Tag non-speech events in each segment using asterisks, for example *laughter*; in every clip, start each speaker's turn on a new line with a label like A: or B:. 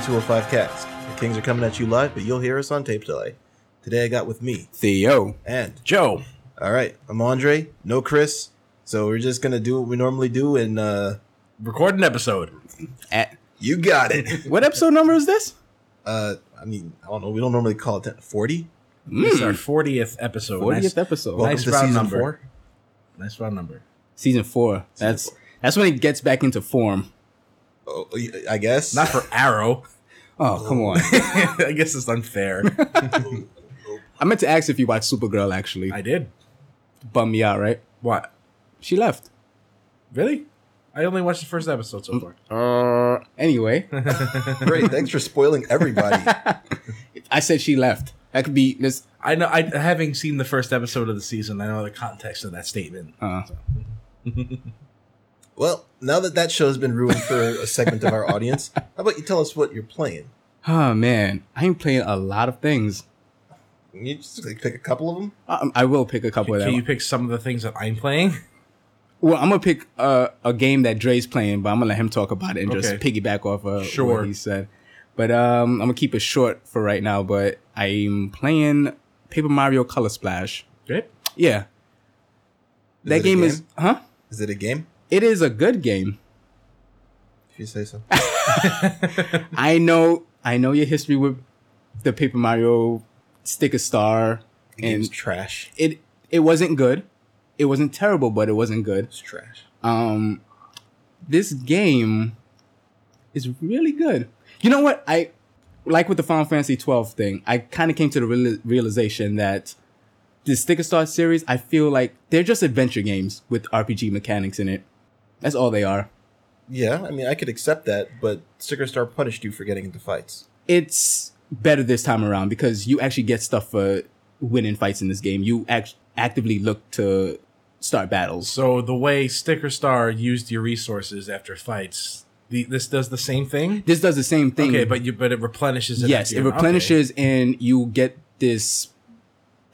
A: 205 Cast. The Kings are coming at you live, but you'll hear us on tape delay. Today I got with me
B: Theo,
A: and
B: Joe.
A: all right, I'm Andre, no Chris. So we're just gonna do what we normally do, and uh,
B: Record an episode. At
A: you got it.
B: *laughs* what episode number is this?
A: uh, I mean, I don't know. We don't normally call it that. 40.
C: It's our fortieth episode.
B: Hmm. Fortieth
C: nice,
B: episode,
A: Welcome
C: nice
A: to
C: round
A: season
C: number.
A: four.
C: nice round number.
B: season four. that's that's when it gets back into form.
A: Oh, y- I guess.
C: Not for Arrow. *laughs*
B: Oh come *laughs* on!
C: I guess it's unfair.
B: *laughs* I meant to ask if you watched Supergirl. Actually,
C: I did.
B: bummed me out. Right?
C: What?
B: She left.
C: Really? I only watched the first episode
B: Hmm.
C: so far.
B: Uh, *laughs* anyway,
A: Great. *laughs* Thanks for spoiling everybody.
B: I said she left. That could be this.
C: I know. I having seen the first episode of the season, I know the context of that statement.
B: Uh,
A: well, now that that show's been ruined for a segment of our audience, how about you tell us what you're playing?
B: oh man, I am playing a lot of things.
A: Can you just like, pick a couple of them?
B: I, I will pick a couple of
C: Can
B: them.
C: you pick some of the things that I'm playing?
B: well, I'm gonna pick uh, a game that Dre's playing, but I'm gonna let him talk about it and just
C: Okay.
B: piggyback off of
C: Sure.
B: what he said. But um, I'm gonna keep it short for right now. But I'm playing Paper Mario Color Splash.
C: Good.
B: Yeah,
A: Is it
B: that
A: a
B: game, is huh?
A: Is it a game?
B: It is a good game.
A: If you say so.
B: I know, I know your history with the Paper Mario Sticker Star,
A: The game's
B: and
A: trash.
B: it it wasn't good. It wasn't terrible, but it wasn't good.
A: It's trash.
B: um this game is really good you know what i like with the final fantasy 12 thing i kind of came to the real- realization that the sticker star series i feel like they're just adventure games with rpg mechanics in it that's all they are
A: Yeah, I mean, I could accept that, but Sticker Star punished you for getting into fights.
B: it's better this time around because you actually get stuff for winning fights in this game you act- actively look to start battles
C: So the way Sticker Star used your resources after fights, the, this does the same thing.
B: this does the same thing
C: Okay, but you but it replenishes. It
B: Hmm. yes,
C: after
B: it
C: you're- okay.
B: replenishes, and you get this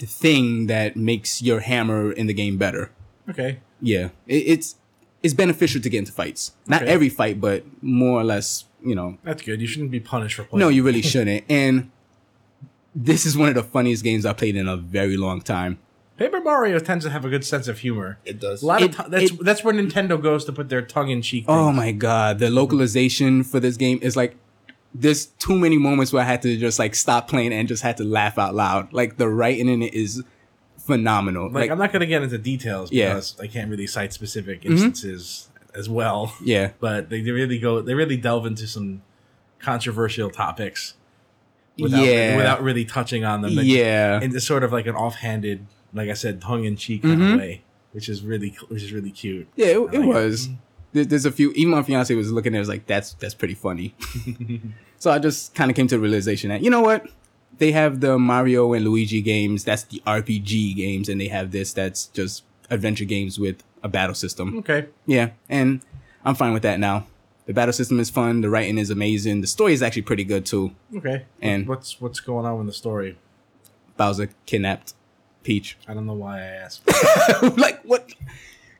B: thing that makes your hammer in the game better.
C: Okay.
B: Yeah, it, it's it's beneficial to get into fights. Not
C: Okay.
B: every fight, but more or less, you know.
C: that's good. You shouldn't be punished for playing.
B: No, you really shouldn't. And this is one of the funniest games I played in a very long time.
C: Paper Mario tends to have a good sense of humor.
A: It does.
C: A lot
B: It-
C: of ti- that's
B: it-
C: that's where Nintendo goes to put their tongue in cheek.
B: Oh my god, the localization for this game is like there's too many moments where I had to just like stop playing and just had to laugh out loud. Like the writing in it is phenomenal.
C: like, I'm not going to get into details
B: Yeah. Mm-hmm.
C: because I can't really cite specific instances as well. *laughs*
B: yeah.
C: But they, they really go they really delve into some controversial topics without
B: Yeah.
C: without really touching on them. Like,
B: yeah.
C: in this sort of like an offhanded, like I said, tongue in cheek kind
B: Mhm.
C: of way, which is really which is really cute.
B: Yeah, it,
C: I
B: it
C: like
B: was. There- There's a few. Even my fiance was looking at. it, was like, "That's that's pretty
C: *laughs*
B: funny." so I just kind of came to the realization that you know what, they have the Mario and Luigi games. That's the RPG games, and they have this. That's just adventure games with a battle system.
C: Okay,
B: Yeah, and I'm fine with that now. The battle system is fun. The writing is amazing. The story is actually pretty good too.
C: okay.
B: And-
C: what's what's going on in the story?
B: Bowser kidnapped Peach. *laughs*
C: I don't know why I asked.
B: like what?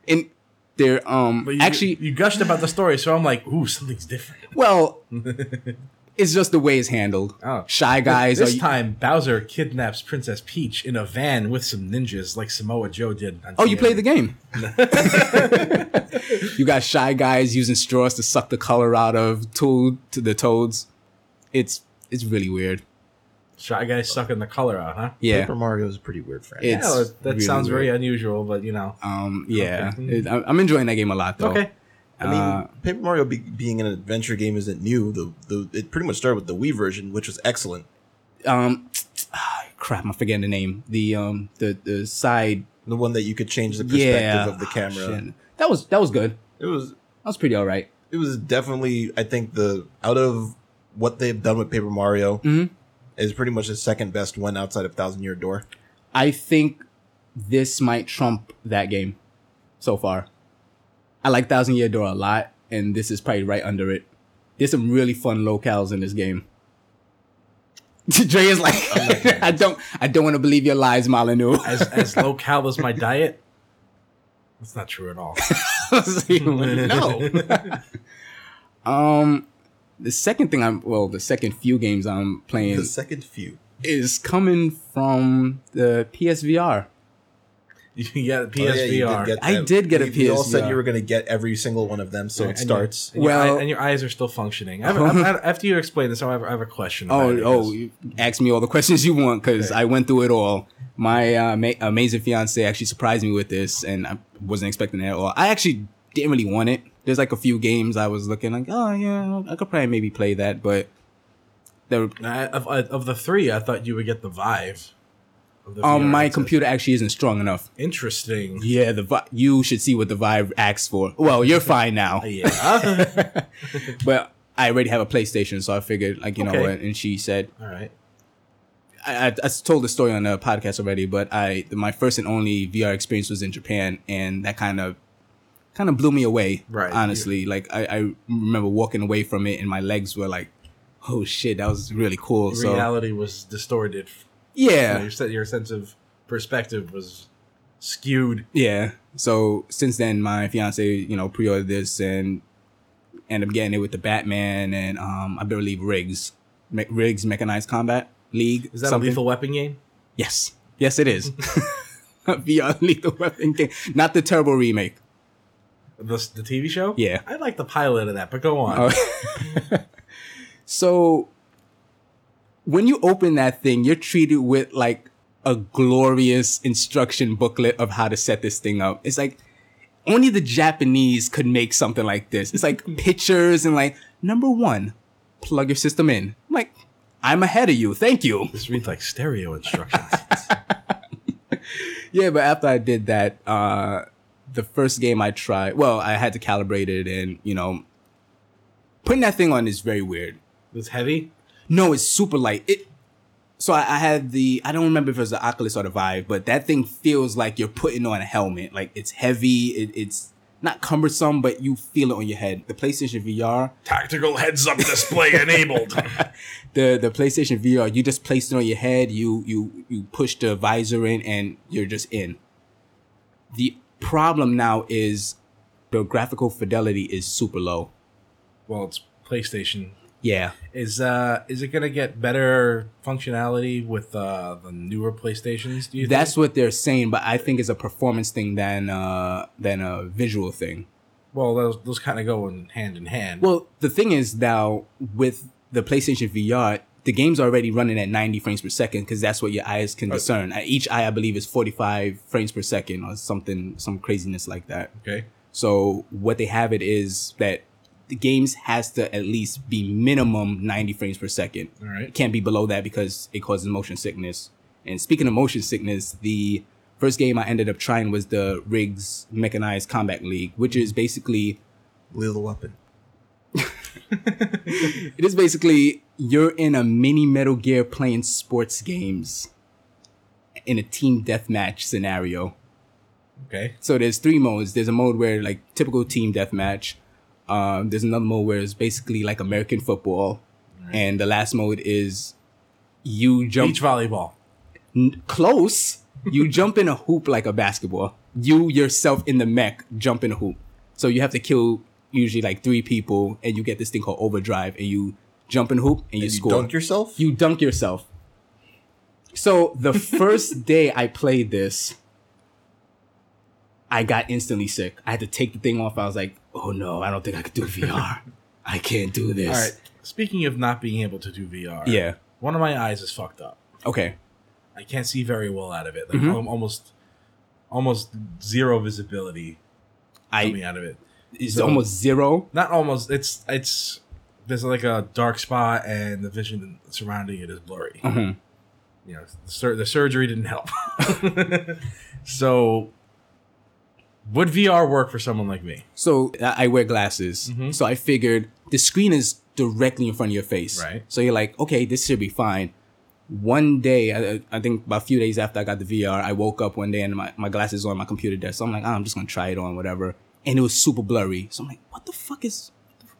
B: And they're um
C: But you,
B: actually
C: you gushed about the story, so I'm like, ooh, something's different.
A: *laughs*
B: Well, it's just the way it's handled.
C: Oh.
B: Shy *laughs* guys
C: this
B: are
C: time, Bowser kidnaps Princess Peach in a van with some ninjas, like Samoa Joe did. on
B: Oh, you
C: TNA.
B: played the
A: *laughs*
B: game. you got shy guys using straws to suck the color out of toad to the toads. It's it's really weird.
C: Shy Guy sucking the color out, huh?
B: Yeah.
A: Paper Mario is a pretty weird franchise.
B: It's
C: yeah, that
B: really
C: sounds very
B: weird.
C: unusual, but you know.
B: Um yeah.
C: Okay.
B: It- I- I'm enjoying that game a lot though. *laughs*
C: Okay,
A: I mean,
B: Uh,
A: Paper Mario be- being an adventure game isn't new. The, the it pretty much started with the Wii version, which was excellent.
B: Um crap, I'm forgetting the name. The um the the side
A: The one that you could change the perspective
B: yeah.
A: of the
B: Oh,
A: camera.
B: shit. that was that was good.
A: it was
B: That was pretty all right.
A: it was definitely I think the out of what they've done with Paper Mario
B: Mhm.
A: is pretty much the second best one outside of Thousand Year Door.
B: I think this might trump that game so far. I like Thousand Year Door a lot, and this is probably right under it. There's some really fun locales in this game. *laughs* Dre is like, *laughs* I don't, I don't want to believe your lies, Molyneux. *laughs*
C: as as low cal as my diet, that's
B: *laughs*
C: *laughs*
A: Oh,
C: not true at all.
B: no. um, the second thing I'm well, the second few games I'm
A: *laughs*
B: playing
A: The second few.
B: is coming from the PSVR.
C: You
A: Oh, yeah,
C: got
A: you did
C: PSVR.
A: get
B: I
A: that.
B: did get a
A: You- You all said
B: PSVR.
A: you were going to get every single one of them, so it
C: And
A: starts.
C: Your, and, well,
B: Well-
C: your eye, and your eyes are still functioning. I have, I have- after you explain this, I have, I have a question. about
B: Oh,
C: it,
B: oh!
C: because-
B: You ask me all the questions you want because I went through it all. My uh, ma- amazing fiance actually surprised me with this, and I wasn't expecting it at all. I actually didn't really want it. There's like a few games I was looking like, oh yeah, I could probably maybe play that, but the
C: I, of, of the three, I thought you would get the Vive. of the
B: um,
C: VR
B: my
C: headset.
B: computer actually isn't strong enough.
C: Interesting.
B: Yeah, the vi- you should see what the Vive acts for. Well,
C: *laughs*
B: you're fine now,
C: Yeah.
B: *laughs* but I already have a PlayStation, so I figured like you
C: Okay.
B: know what. And she said,
C: All right.
B: I, I, I told the story on the podcast already, but I my first and only VR experience was in Japan, and that kind of kind of blew me away.
C: Right.
B: Honestly, like I, I remember walking away from it, and my legs were like, "Oh shit, that was really cool." *laughs* So
C: Reality was distorted. You know,
B: yeah,
C: your, se- your sense of perspective was skewed.
B: yeah. So since then, my fiance, you know, pre-ordered this and ended up getting it with the Batman and um, I believe Riggs, Me- Riggs Mechanized Combat League.
C: Is that
B: something.
C: a lethal weapon game?
B: Yes. Yes, it is. *laughs* Beyond Lethal Weapon game. Not the Turbo remake.
C: The, s- the TV show?
B: Yeah.
C: I like the pilot of that, but go on.
B: Oh. so when you open that thing, you're treated with like a glorious instruction booklet of how to set this thing up. It's like only the Japanese could make something like this. It's like pictures and like number one, plug your system in. I'm like, I'm ahead of you. Thank you.
C: This reads like stereo
B: *laughs*
C: instructions.
B: Yeah, but after I did that, uh, the first game I tried, well, I had to calibrate it, and you know, putting that thing on is very weird.
C: it's heavy.
B: No, it's super light. It. So I, I had the I don't remember if it was the Oculus or the Vive, but that thing feels like you're putting on a helmet. Like it's heavy. It, it's not cumbersome, but you feel it on your head. The PlayStation VR,
C: Tactical heads up *laughs* display enabled.
B: the the PlayStation VR, you just place it on your head. You you you push the visor in, and you're just in. The problem now is the graphical fidelity is super low.
C: well, it's PlayStation.
B: Yeah,
C: Is uh is it gonna get better functionality with uh the newer PlayStations? Do you
B: that's
C: think?
B: what they're saying, but I think it's a performance thing than uh than a visual thing.
C: well those those kind of go in hand in hand.
B: Well, the thing is now with the PlayStation VR, the game's already running at 90 frames per second because that's what your eyes can discern. Uh, Each eye, I believe, is 45 frames per second or something, some craziness like that.
C: okay.
B: So what they have it is that the games has to at least be minimum 90 frames per second.
C: All right.
B: It can't be below that because it causes motion sickness. And speaking of motion sickness, the first game I ended up trying was the Riggs Mechanized Combat League, which is basically
A: Lethal Weapon.
B: it is basically you're in a mini Metal Gear playing sports games in a team deathmatch scenario.
C: Okay.
B: So there's three modes. There's a mode where like typical team deathmatch. Um, there's another mode where it's basically like American football, and the last mode is you jump
C: Beach volleyball.
B: n- close. You *laughs* jump in a hoop like a basketball. You yourself in the mech jump in a hoop. So you have to kill usually like three people, and you get this thing called overdrive, and you jump in a hoop and, you
A: You
B: score.
A: dunk yourself?
B: You dunk yourself. So
C: *laughs*
B: the first day I played this, I got instantly sick. I had to take the thing off. I was like, oh no, I don't think I could do
C: *laughs*
B: VR. I can't do this.
C: All right. Speaking of not being able to do VR.
B: Yeah.
C: One of my eyes is fucked up.
B: Okay.
C: I can't see very well out of it. Like
B: Mm-hmm.
C: al- almost almost zero visibility coming
B: I
C: out of it.
B: it's
C: so-
B: almost zero.
C: Not almost. It's it's there's like a dark spot and the vision surrounding it is blurry.
B: Mhm.
C: You know, the, sur- the surgery didn't help. *laughs* so would VR work for someone like me?
B: So I I wear glasses.
C: Mhm.
B: So I figured the screen is directly in front of your face.
C: Right.
B: So you're like, okay, this should be fine. One day, I, I think about a few days after I got the VR, I woke up one day and my, my glasses on my computer desk. So I'm like, ah, I'm just going to try it on, whatever. And it was super blurry. So I'm like, what the fuck is,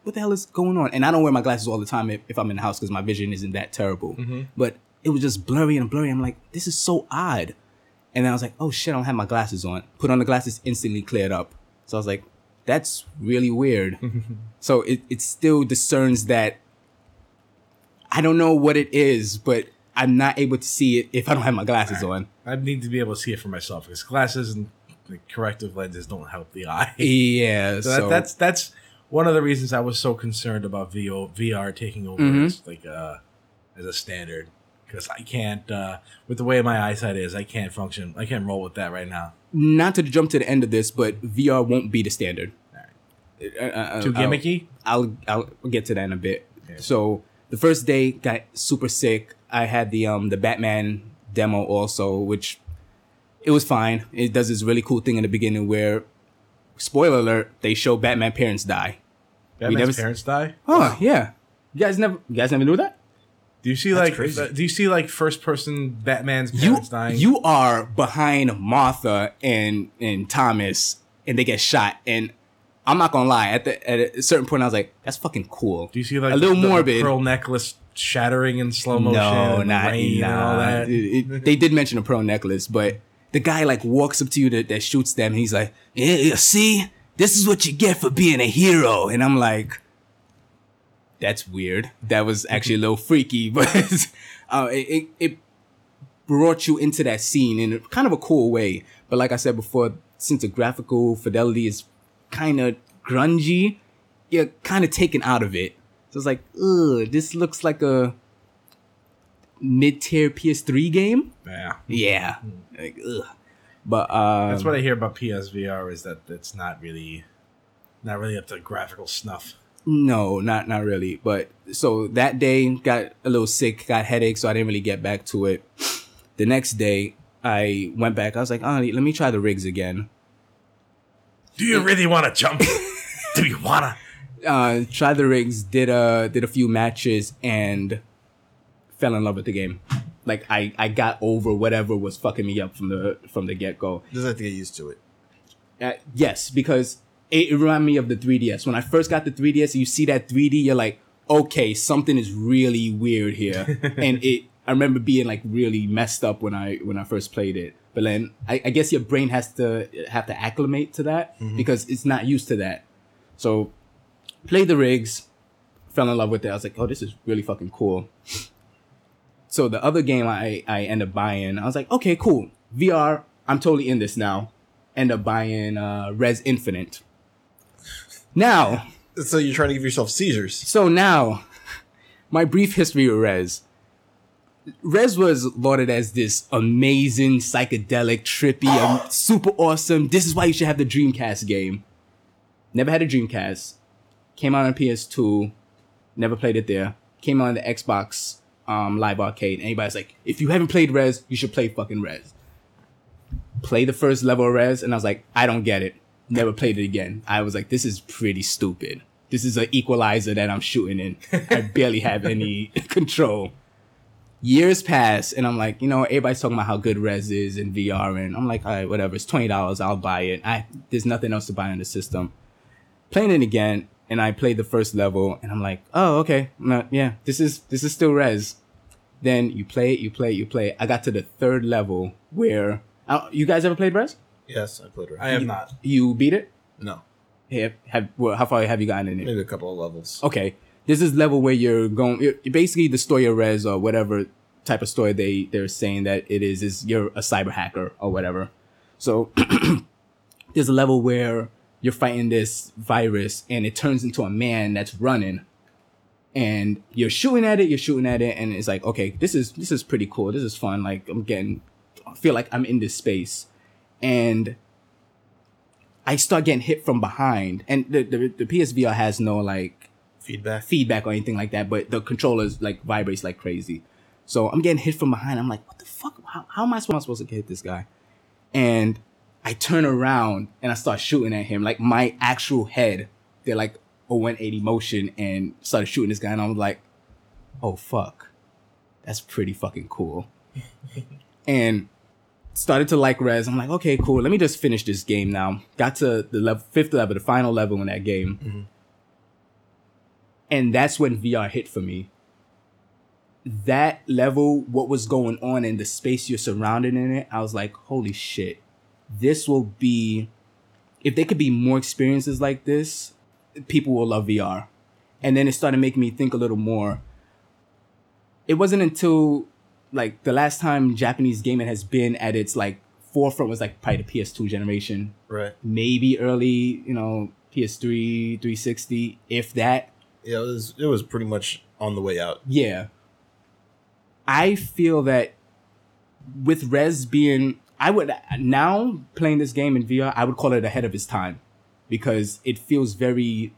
B: what the hell is going on? And I don't wear my glasses all the time if, if I'm in the house because my vision isn't that terrible. But it was just blurry and blurry. I'm like, this is so odd. And then I was like, oh shit, I don't have my glasses on. Put on the glasses, instantly cleared up.
C: *laughs*
B: So I was like, that's really weird. so it, it still discerns that I don't know what it is, but I'm not able to see it if I don't have my glasses on.
C: I need to be able to see it for myself because glasses and the corrective lenses don't help the eye.
B: *laughs* Yeah, so,
C: So that, that's that's one of the reasons I was so concerned about VO, VR taking over
B: Mhm.
C: as like uh, as a standard because I can't uh, with the way my eyesight is, I can't function. I can't roll with that right now.
B: not to jump to the end of this, but VR won't be the standard. Uh, uh,
C: Too
B: uh,
C: gimmicky.
B: I'll I'll get to that in a bit.
C: Yeah.
B: So the first day got super sick. I had the um the Batman demo also, which it was fine. It does this really cool thing in the beginning where, spoiler alert, they show Batman parents die.
C: Batman's
B: never s-
C: parents die.
B: Oh yeah, you guys never you guys never knew that.
C: Do you see
A: That's
C: like uh,
A: crazy.
C: do you see like first person Batman's
B: You
C: parents dying?
B: you are behind Martha and and Thomas, and they get shot. And I'm not gonna lie, at the at a certain point I was like, that's fucking cool.
C: do you see like
B: a little
C: the- the
B: morbid?
C: pearl necklace shattering in slow motion? and
B: not
C: rain and all
B: nah.
C: that.
B: It- it- they did mention a pearl necklace, but the guy like walks up to you that, that shoots them. And he's like, "Yeah, yeah, "See, this is what you get for being a hero." And I'm like, "That's weird. That was actually a little freaky, *laughs* but uh, it, it it brought you into that scene in a- kind of a cool way." But like I said before, since the graphical fidelity is kind of grungy, you're kind of taken out of it. So it's like, ugh, this looks like a mid-tier PS3 game.
C: Yeah.
B: Yeah, like ugh. But uh,
C: That's what I hear about PSVR is that it's not really, not really up to graphical snuff.
B: no, not not really. But so that day got a little sick, got headache, so I didn't really get back to it. The next day, I went back. I was like, oh, let me try the rigs again.
C: Do you really want to
B: *laughs*
C: jump? Do you wanna?
B: Uh, tried the rigs, did a did a few matches, and fell in love with the game. Like I, I got over whatever was fucking me up from the from the get go.
A: Doesn't have to get used to it.
B: Uh, yes, because it, it reminded me of the 3DS. When I first got the 3DS, you see that 3D, you're like, okay, something is really weird here. and it, I remember being like really messed up when I when I first played it. But then I, I guess your brain has to have to acclimate to that because it's not used to that. So played the rigs, fell in love with it. I was like, oh, this is really fucking cool. So the other game I I end up buying, I was like, okay, cool. VR, I'm totally in this now. End up buying uh Res Infinite. Now,
A: So you're trying to give yourself seizures.
B: so now my brief history with Res. Res was lauded as this amazing, psychedelic, trippy, um, super awesome. This is why you should have the Dreamcast game. Never had a Dreamcast. Came out on PS2. Never played it there. Came out on the Xbox um, Live Arcade. Anybody's like, if you haven't played Res, you should play fucking Res. Play the first level of Res, and I was like, I don't get it. Never played it again. I was like, this is pretty stupid. This is an equalizer that I'm shooting in. I barely have any *laughs* control. Years pass, and I'm like, you know, everybody's talking about how good Res is in VR, and I'm like, all right, whatever. It's twenty dollars. I'll buy it. I there's nothing else to buy on the system playing it again and I played the first level and I'm like, oh okay, no, yeah, this is this is still res. Then you play it, you play it, you play it. I got to the third level where uh, you guys ever played res?
A: Yes, I played right.
C: I am not.
B: You beat it.
A: No,
B: Have, have well, how far have you gotten in it?
A: maybe a couple of levels.
B: okay, this is level where you're going. you basically, the story of Res or whatever type of story they they're saying that it is is you're a cyber hacker or whatever. So *clears throat* there's a level where you're fighting this virus and it turns into a man that's running. And you're shooting at it, you're shooting at it, and it's like, okay, this is this is pretty cool. This is fun. Like I'm getting, I feel like I'm in this space, and I start getting hit from behind. And the the, the PSVR has no like
A: Feedback.
B: feedback or anything like that, but the controller's like vibrates like crazy. So I'm getting hit from behind. I'm like, what the fuck? How, how am I supposed supposed to hit this guy? And I turn around and I start shooting at him. Like my actual head did like a 180 motion and started shooting this guy. And I was like, oh fuck, that's pretty fucking cool. and started to like Res. I'm like, okay, cool. Let me just finish this game now. Got to the level, fifth level, the final level in that game and that's when VR hit for me. That level, what was going on in the space you're surrounded in it, I was like, holy shit, this will be. If there could be more experiences like this, people will love VR. And then it started making me think a little more. it wasn't until like the last time Japanese gaming has been at its like forefront was like probably the PS2 generation,
A: Right.
B: maybe early, you know, PS3, 360, if that.
A: Yeah, it was it was pretty much on the way out.
B: Yeah. I feel that with Res being, I would now playing this game in VR, I would call it ahead of its time because it feels very.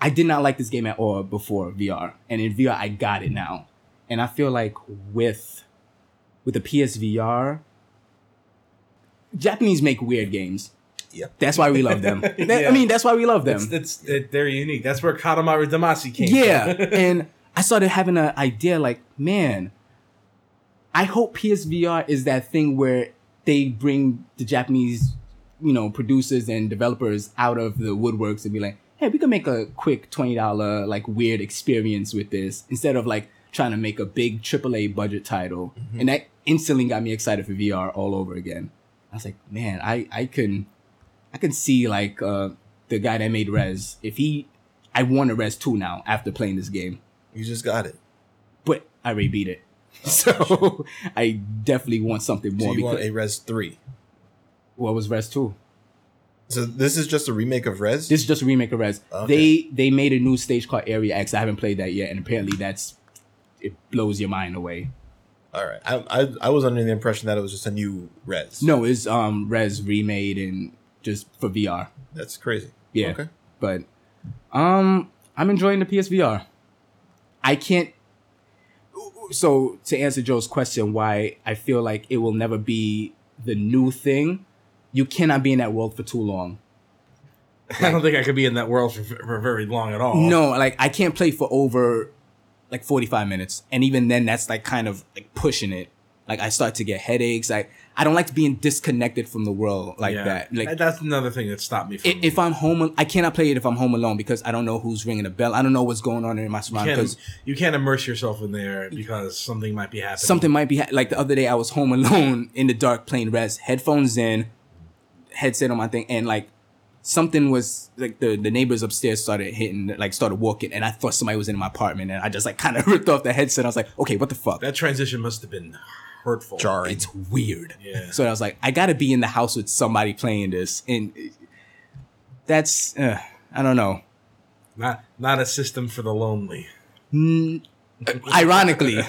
B: I did not like this game at all before VR, and in VR I got it now, and I feel like with, with the PSVR. Japanese make weird games.
A: Yep.
B: That's why we love
C: *laughs*
B: them. That-
C: Yeah.
B: I mean, that's why we love them.
C: It's, it's, it- they're unique. That's where Katamaru Damacy came
B: Yeah.
C: from.
B: and I started having an idea like, man, I hope PSVR is that thing where they bring the Japanese, you know, producers and developers out of the woodworks and be like, hey, we can make a quick $20 like weird experience with this instead of like trying to make a big AAA budget title.
C: Mm-hmm.
B: And that instantly got me excited for VR all over again. I was like, man, I, I can I can see like uh the guy that made Res, if he I want to rest two now after playing this game,
A: You just got it.
B: but I already beat it. *laughs* so I definitely want something
A: So
B: more.
A: you want a Res three.
B: what was Res two?
A: So this is just a remake of Res.
B: This is just a remake of Res.
A: Okay.
B: They they made a new stage called Area X. I haven't played that yet, and apparently that's it blows your mind away.
A: All right. I, I I was under the impression that it was just a new Res.
B: No, it's um Res remade and just for VR.
A: That's crazy.
B: Yeah.
A: Okay.
B: But um I'm enjoying the PSVR. I can't so to answer Joe's question why I feel like it will never be the new thing, you cannot be in that world for too long.
C: *laughs* I don't think I could be in that world for, for very long at all.
B: No, like I can't play for over like 45 minutes. And even then that's like kind of like pushing it. Like I start to get headaches. Like I don't like being disconnected from the world like
C: Yeah.
B: that. Like
C: That- that's another thing that stopped me from.
B: i- if I'm home, I cannot play it if I'm home alone because I don't know who's ringing the bell. I don't know what's going on in my
C: you
B: surroundings. 'cause
C: can't, you can't immerse yourself in there because something might be happening.
B: something might be ha- like the other day I was home alone *laughs* in the dark playing rest, headphones in, headset on my thing, and like something was like the the neighbors upstairs started hitting, like started walking, and I thought somebody was in my apartment, and I just like *laughs* kind of ripped off the headset. I was like, okay, what the fuck?
C: That transition must have been hurtful.
A: Jarring.
B: it's weird.
C: Yeah.
B: *laughs* So I was like, I gotta be in the house with somebody playing this, and uh, that's uh, I don't know.
C: Not not a system for the lonely.
B: Ironically,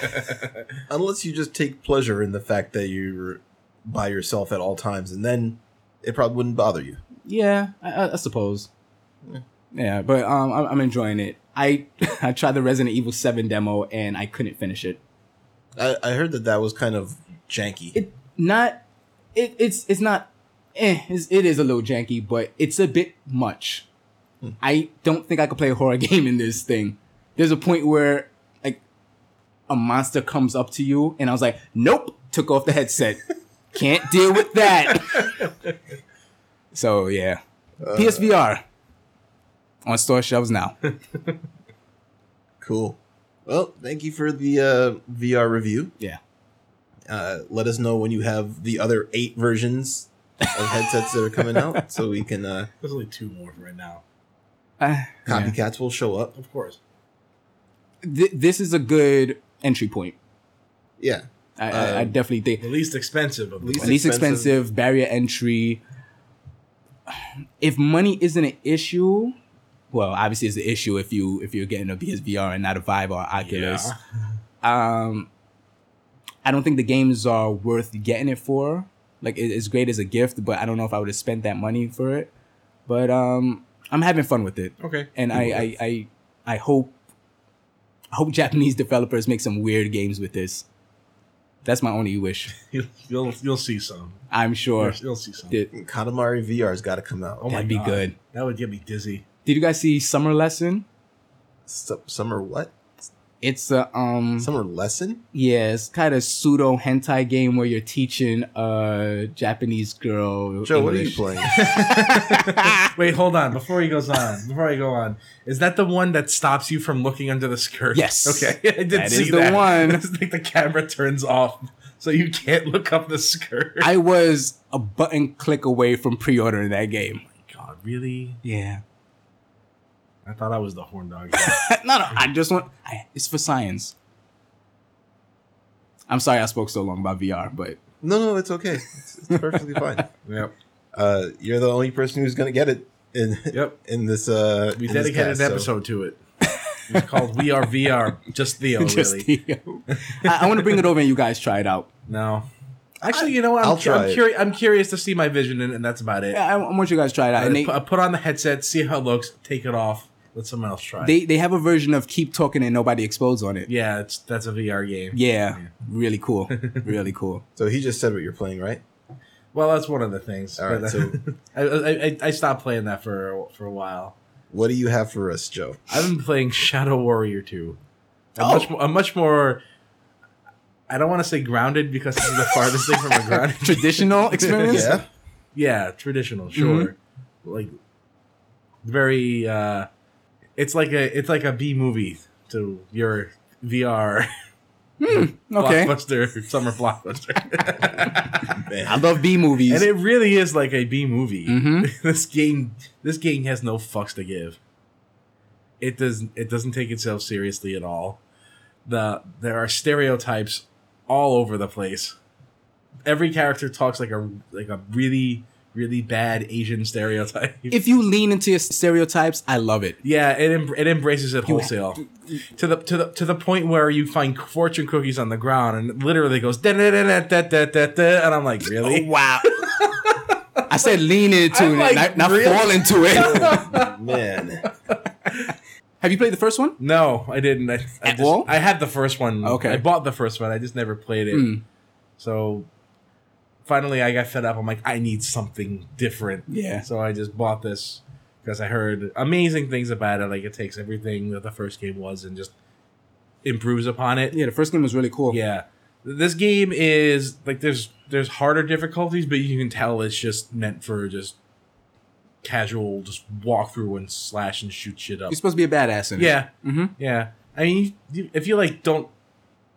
B: *laughs*
A: Unless you just take pleasure in the fact that you're by yourself at all times, and then it probably wouldn't bother you.
B: Yeah, I- I, I suppose. Yeah, but um, I'm, I'm enjoying it. I *laughs* I tried the Resident Evil Seven demo and I couldn't finish it.
A: I, I heard that that was kind of janky.
B: It not it it's it's not eh it's, it is a little janky, but it's a bit much. I don't think I could play a horror *laughs* game in this thing. There's a point where like a monster comes up to you, and I was like, nope, took off the headset. Can't deal with that. so yeah, PSVR on store shelves now.
A: cool. Well, thank you for the uh, VR review.
B: Yeah.
A: Uh, let us know when you have the other eight versions of headsets that are coming
B: *laughs*
A: out, so we can uh,
C: There's only two more right now.
B: Uh, yeah.
A: copycats will show up.
C: Of course.
B: Th- this is a good entry point.
A: Yeah,
B: I, I, I
A: Um,
B: definitely think
C: The least expensive of the
A: Least-
B: least, least
A: expensive.
B: expensive. barrier entry. If money isn't an issue, well, obviously it's an issue if you if you're getting a PSVR and not a Vive or Oculus. Um, I don't think the games are worth getting it for. Like it, it's great as a gift, but I don't know if I would have spent that money for it. But um, I'm having fun with it.
C: Okay.
B: and I, I I I hope I hope *laughs* Japanese developers make some weird games with this. That's my only wish.
C: You'll, you'll you'll see some.
B: I'm sure.
C: You'll see some.
B: Did,
A: Katamari VR's got to come out.
C: Oh my
B: That'd be
C: God.
B: good.
C: That would get me
B: *laughs*
C: dizzy.
B: did you guys see Summer Lesson?
A: Su- summer what?
B: Mm-hmm. It's a um
A: Summer lesson?
B: yeah, it's kind of pseudo hentai game where you're teaching a Japanese girl.
A: Joe, what are you
B: English. *laughs*
A: playing?
C: Wait, hold on. Before he goes on, before I go on, is that the one that stops you from looking under the skirt?
B: Yes.
C: Okay. *laughs* I did
B: That
C: see
B: is the
C: that.
B: one.
C: *laughs* It's like the camera turns off, so you can't look up the skirt.
B: I was a button click away from pre-ordering that game.
C: God, really?
B: *laughs* Yeah.
C: I thought I was the horn dog.
B: *laughs* no, no, I just want I, it's for science. I'm sorry I spoke so long about VR, but
A: No, no, it's okay. It's, it's perfectly fine.
C: Yep.
A: Uh, you're the only person who's gonna get it in *laughs*
C: Yep.
A: in this. Uh,
C: We
A: in this
C: dedicated
A: cast,
C: an
A: so-
C: episode to
B: *laughs*
C: it. It's called We Are VR. Just Theo,
A: Oh,
B: just
C: really.
B: *laughs* I, I want to bring it over and you guys try it out.
C: No. Actually, you know what? I'm,
A: I'll try
C: I'm,
A: it.
C: curi- I'm curious to see my vision, and, and that's about it.
B: Yeah, I, I want you guys to try it out.
C: I
B: And they,
A: Uh,
C: pu- Uh, I put on the headset, see how it looks, take it off, let someone else try. it.
B: they they have a version of Keep Talking and Nobody Explodes on it.
C: yeah, it's that's a VR game.
B: Yeah,
A: *laughs*
B: really cool, really cool.
A: So he just said what you're playing, right?
C: Well, that's one of the things.
A: All right,
C: but,
A: so-
C: *laughs* I, I I- I stopped playing that for for a while.
A: What do you have for us, Joe?
C: I've been playing Shadow Warrior two. I'm
B: Oh.
C: much more, I'm much more. I don't want to say grounded because this is the farthest thing from a grounded. *laughs*
B: Traditional experience.
A: Yeah,
C: Yeah, traditional, sure.
B: Mm-hmm.
C: Like very uh it's like a it's like a B movie to your VR
B: Okay,
C: blockbuster summer blockbuster. *laughs*
A: man.
B: I love B movies.
C: and it really is like a B movie.
B: Mhm.
C: *laughs* this game this game has no fucks to give. It does it doesn't take itself seriously at all. The there are stereotypes all over the place. Every character talks like a like a really really bad Asian stereotype.
B: if you lean into your stereotypes, I love it.
C: *laughs* yeah, it em- it embraces it wholesale to the to the to the point where you find fortune cookies on the ground and it literally goes da da da da da da da da and I'm like really
B: wow. I said lean into
C: I'm
B: it,
C: like,
B: not, not
C: really?
B: fall into
C: *laughs*
B: it.
A: man.
B: have you played the first one?
C: No, I didn't. I, I,
B: At
C: just,
B: all?
C: I had the first one.
B: Okay. Hmm.
C: I bought the first one. I just never played it. So finally, I got fed up. I'm like, I need something different.
B: Yeah.
C: So I just bought this because I heard amazing things about it. Like it takes everything that the first game was and just improves upon it.
B: Yeah, the first game was really cool.
C: Yeah. This game is like there's there's harder difficulties, but you can tell it's just meant for just casual, just walk through and slash and shoot shit up.
B: You're supposed to be a badass in it.
C: Yeah.
B: Mhm.
C: Yeah. I mean, you, you- if you like don't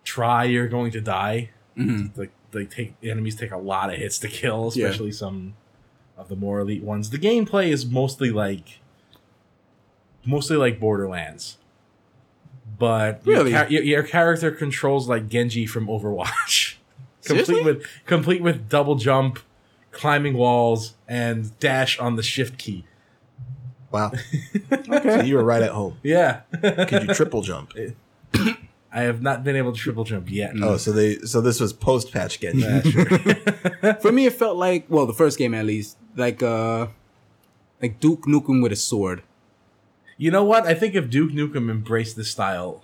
C: try, you're going to die.
B: Mhm.
C: Like they take enemies take a lot of hits to kill,
B: Yeah.
C: especially some of the more elite ones. The gameplay is mostly like mostly like Borderlands. But
B: Really?
C: your, cha- your, your character controls like Genji from Overwatch. *laughs*
B: Seriously?
C: complete with complete with double jump, climbing walls and dash on the shift key. *laughs*
A: Wow. So you were right at home.
C: Yeah. *laughs*
A: Could you triple jump?
C: I have not been able to triple jump yet.
A: Oh, so they so this was post patch Genji.
B: For me, it felt like well, the first game at least, like uh, like Duke Nukem with a sword.
C: You know what? I think if Duke Nukem embraced this style,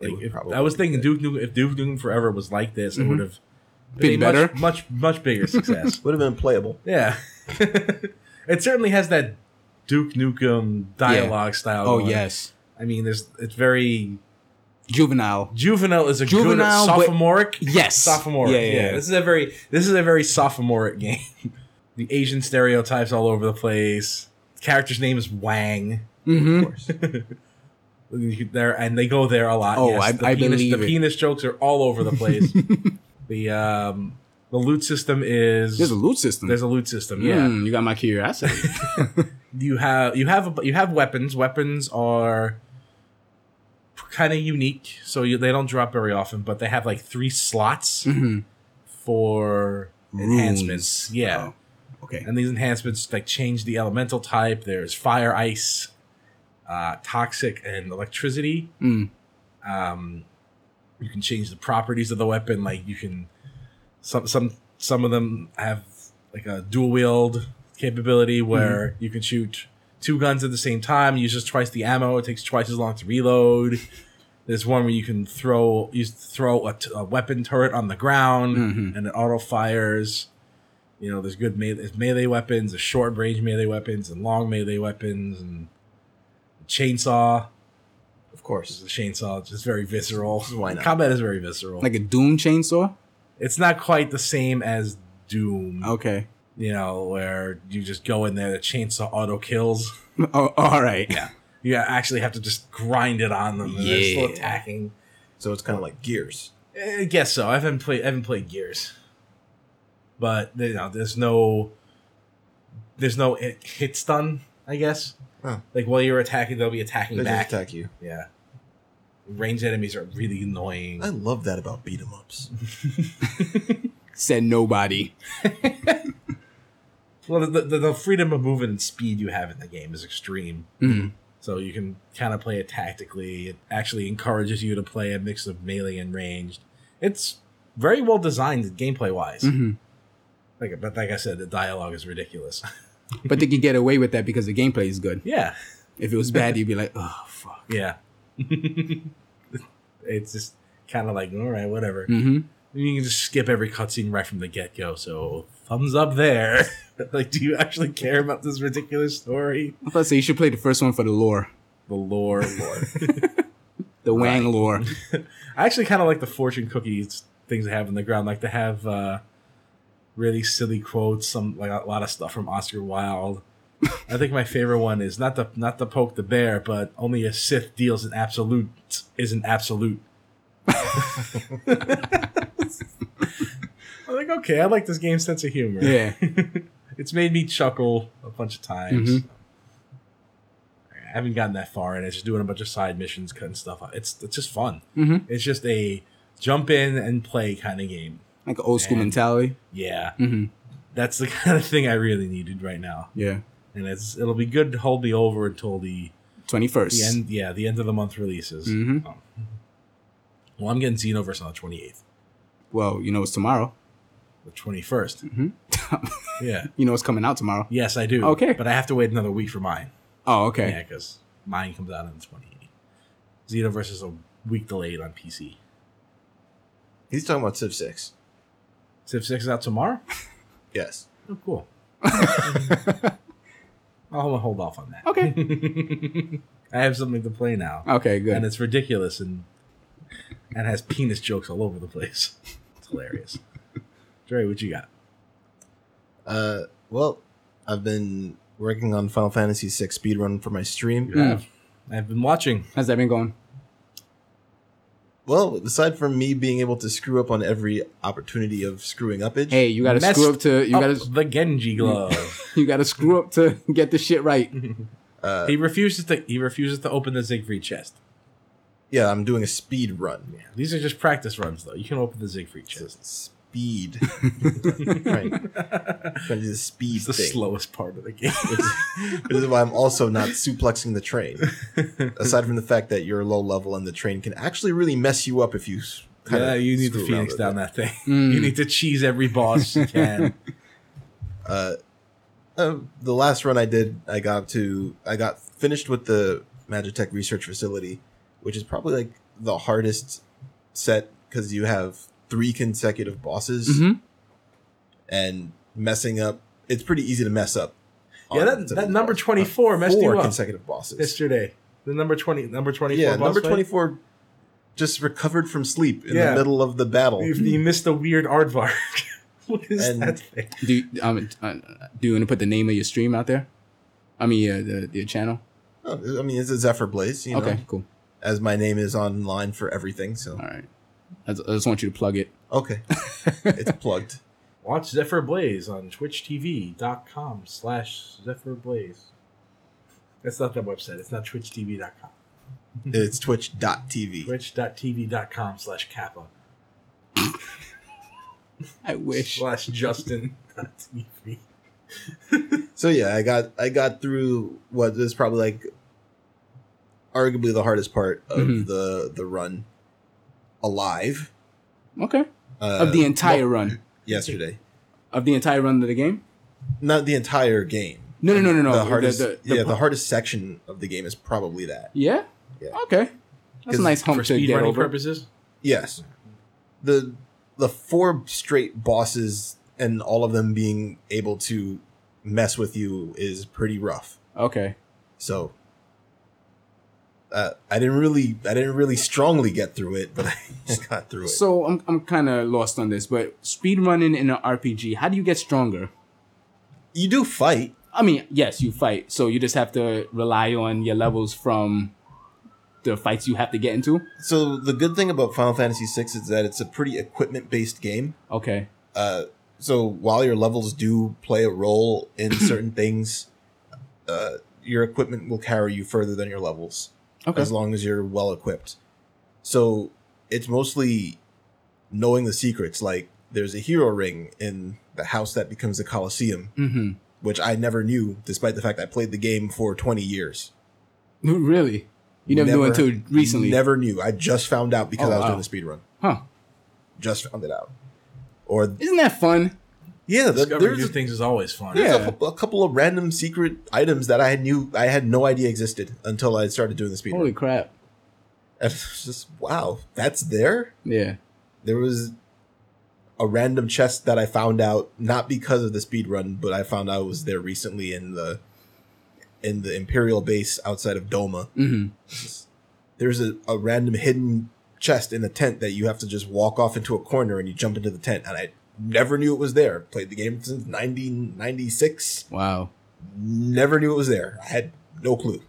A: It
C: like
A: would
C: if-
A: probably
C: I was
A: be
C: thinking
A: good.
C: Duke Nukem, if Duke Nukem Forever was like this, it would have
B: Been Mm-hmm. better?
C: much, much, much
B: *laughs*
C: bigger success.
A: Would have been playable.
C: yeah, *laughs* it certainly has that Duke Nukem dialogue style.
B: Oh
C: going.
B: yes,
C: I mean, there's it's very
B: juvenile.
C: juvenile is a
B: Juvenile,
C: good
B: but-
C: sophomoric.
B: Yes,
C: sophomore. Yeah,
B: Yeah, yeah.
C: This is a very this is a very sophomoric game. *laughs* the Asian stereotypes all over the place. character's name is Wang.
B: hmm
A: Of course.
C: there and they go there a lot.
B: Oh,
C: yes.
B: I-
C: the
B: I
C: penis,
B: believe
C: the
B: it.
C: penis jokes are all over
B: *laughs*
C: the place. the um, the loot system is
B: There's a loot system. Hmm.
C: there's a loot system.
B: yeah,
C: Yeah,
B: you got my curiosity.
C: you have you have a, you have weapons. Weapons are kind of unique, so you, they don't drop very often. But they have like three slots
B: Mhm.
C: for enhancements.
B: Runes.
C: Yeah,
B: Oh, okay.
C: and these enhancements like change the elemental type. There's fire, ice, uh, toxic, and electricity.
B: *laughs* Mm.
C: um, you can change the properties of the weapon like you can some some some of them have like a dual wield capability where you can shoot two guns at the same time uses twice the ammo it takes twice as long to reload there's one where you can throw you throw a, t- a weapon turret on the ground
B: Mhm.
C: and it auto fires you know there's good melee, there's melee weapons there's short range melee weapons and long melee weapons and chainsaw
A: Of course.
C: the chainsaw it's just very visceral.
A: *laughs* Why not?
C: Combat is very visceral.
B: Like a Doom chainsaw.
C: it's not quite the same as Doom,
A: Oh.
B: Okay.
C: you know, where you just go in there, the chainsaw auto kills.
B: Oh, *laughs* all right. Yeah.
C: You actually have to just grind it on them. And They're still
B: Yeah.
C: attacking.
A: So it's kind of like Gears.
C: I guess so. I haven't played. I haven't played Gears, but you know, there's no, there's no hit hit stun. I guess.
A: Oh.
C: Like while you're attacking, they'll be attacking
A: They just
C: back.
A: attack you.
C: Yeah. Ranged enemies are really annoying.
A: I love that about beat 'em ups.
B: Said nobody.
C: Well, the, the, the freedom of movement and speed you have in the game is extreme.
B: Mhm.
C: So you can kind of play it tactically. It actually encourages you to play a mix of melee and ranged. It's very well designed gameplay wise.
B: Mhm.
C: Like, but like I said, the dialogue is ridiculous. *laughs*
B: But they can get away with that because the gameplay is good.
C: yeah,
B: If it was bad, you'd be like, oh fuck.
C: yeah. *laughs* it's just kind of like all right, whatever.
B: hmm
C: You can just skip every cutscene right from the get go. So thumbs up there. *laughs* like, do you actually care about this ridiculous story?
B: I'm about to say you should play the first one for the lore,
C: The lore, lore.
B: the Wang
C: *laughs*
B: lore.
C: I actually kind of like the fortune cookies things they have on the ground. Like they have uh, really silly quotes, some like a lot of stuff from Oscar Wilde. I think my favorite one is not the not to poke the bear, but only a Sith deals in absolute isn't absolute. I'm like, okay, I like this game's sense of humor.
B: Yeah.
C: it's made me chuckle a bunch of times.
B: Mhm.
C: I haven't gotten that far, and it's just doing a bunch of side missions, cutting stuff up. It's it's just fun.
B: hmm
C: It's just a jump in and play kind of game.
B: Like an old school
C: And-
B: mentality.
C: Yeah,
B: hmm
C: that's the *laughs* kind of thing I really needed right now,
B: Yeah.
C: and it's it'll be good to hold me over until the
B: Twenty
C: the
B: first.
C: end. Yeah, the end of the month releases.
B: Mhm.
C: Um, well, I'm getting Xenoverse on the 28th,
B: Well, you know it's tomorrow.
C: the 21st.
B: *laughs* Mhm.
C: Yeah,
B: You know it's coming out tomorrow.
C: yes, I do.
B: Okay.
C: but I have to wait another week for mine.
B: Oh,
C: Yeah, 'cause
B: okay.
C: because mine comes out on the 28th. Xenoverse is a week delayed on PC.
A: He's talking about Civ 6.
C: Civ 6 is out tomorrow.
A: Yes.
C: Oh,
B: *laughs*
C: cool. I'll hold off on that.
B: Okay.
C: *laughs* I have something to play now,
B: Okay,
C: and
B: good.
C: it's ridiculous and and has penis jokes all over the place. *laughs* It's hilarious. Dre, what you got?
A: Uh, well, I've been working on Final Fantasy VI speedrun for my stream.
B: Mm.
C: I've- Hmm. I've been watching.
B: How's that been going?
A: Well, aside from me being able to screw up on every opportunity of screwing upage,
B: Hey, you gotta
C: Messed
B: screw up to you Mm.
C: up
B: gotta
C: Oh, the
B: *laughs*
C: Genji glove. *laughs*
B: you gotta screw up to *laughs* get the shit right.
A: uh,
C: he refuses to. He refuses to open the Siegfried chest.
A: yeah, I'm doing a speed run.
C: Yeah, these are just practice runs, though. You can open the Siegfried
A: It's a
C: chest. *laughs*
A: speed. right. Trying to do the speed
C: It's the
A: thing.
C: slowest
A: *laughs*
C: part of the game.
A: This is why I'm also not suplexing the
C: *laughs*
A: train. Aside from the fact that you're low level and the train can actually really mess you up if you. s- kinda
C: yeah, you need the
A: screw around
C: Phoenix
A: with
C: down
A: it.
C: that thing.
B: Mm.
C: You need to cheese every
A: *laughs*
C: boss you can.
A: Uh, uh, the last run I did, I got up to, I got finished with the Magitech Research Facility, which is probably like the hardest set because you have three consecutive bosses
C: Mm-hmm.
B: Mhm.
A: and messing up. It's pretty easy to mess up.
C: Yeah,
A: on
C: that-
A: some
C: that
A: of the
C: number
A: bosses.
C: 24 messed
A: Four
C: you up.
A: consecutive bosses.
C: yesterday. The number twenty, number twenty-four.
A: yeah,
C: boss
A: number
C: fight?
A: 24 just recovered from sleep in
C: Yeah.
A: the middle of the battle.
C: You, you missed the weird aardvark. *laughs* what is
A: And-
C: that thing?
B: Do you, um, uh, do you want to put the name of your stream out there? I mean, uh, the your channel.
A: Oh, I mean, it's a Zephyr Blaze, you know,
B: okay, cool.
A: as my name is online for everything. So,
B: All right. I just, I just want you to plug it.
C: *laughs*
A: okay, it's plugged.
C: Watch Zephyr Blaze on twitchtv.com slash Zephyr Blaze. That's not that website. It's not twitchtv.com.
B: Mm-hmm.
A: It's twitch.tv.
C: Twitch.tv.com slash Kappa
B: I wish.
C: slash Justin.tv.
A: So yeah, I got I got through what is probably like arguably the hardest part of
B: Mhm.
A: the the run alive
B: Okay.
A: uh,
B: Of the entire run.
A: yesterday.
B: Of the entire run of the game?
A: Not the entire game.
B: No, no, no, no, no.
A: The hardest,
B: the- the
A: yeah, the
B: part-
A: hardest section of the game is probably that.
B: Yeah?
A: Yeah.
B: Okay. That's a
A: 'Cause
B: nice
C: For
B: hump to get
C: speedrunning
B: over.
C: purposes?
A: Yes. The the four straight bosses and all of them being able to mess with you is pretty rough.
B: Okay.
A: So uh, I didn't really I didn't really strongly get through it, but *laughs* I just got through it.
B: So I'm, I'm kind of lost on this, but speedrunning in an RPG, how do you get stronger?
A: you do fight.
B: I mean, yes, you fight, so you just have to rely on your levels from the fights you have to get into.
A: So the good thing about Final Fantasy VI is that it's a pretty equipment based game.
B: Okay.
A: Uh, so while your levels do play a role in
B: *coughs*
A: certain things, uh, your equipment will carry you further than your levels.
B: Okay.
A: as long as you're well equipped. So it's mostly knowing the secrets. Like there's a hero ring in the house that becomes the Colosseum,
B: Mm-hmm.
A: which I never knew, despite the fact I played the game for 20 years.
B: Really? You never, knew until recently.
A: Never knew. I just found out because
B: Oh,
A: I was
B: wow.
A: doing a speed run.
B: Huh.
A: Just found it out. Or
B: Isn't that fun?
A: yeah, th-
C: Discovering
A: there's
C: new
A: a,
C: things is always fun.
B: Yeah.
A: there's a, cou- a couple of random secret items that I knew I had no idea existed until I started doing the speed
B: Holy
A: run.
B: crap.
A: And *laughs* it's just wow, that's there.
B: Yeah.
A: there was a random chest that I found out not because of the speed run, but I found out it was there recently in the in the Imperial base outside of Doma.
B: hmm
A: There's a, a random hidden chest in a tent that you have to just walk off into a corner and you jump into the tent and I never knew it was there. Played the game since 1996.
B: Wow.
A: Never knew it was there. I had no clue.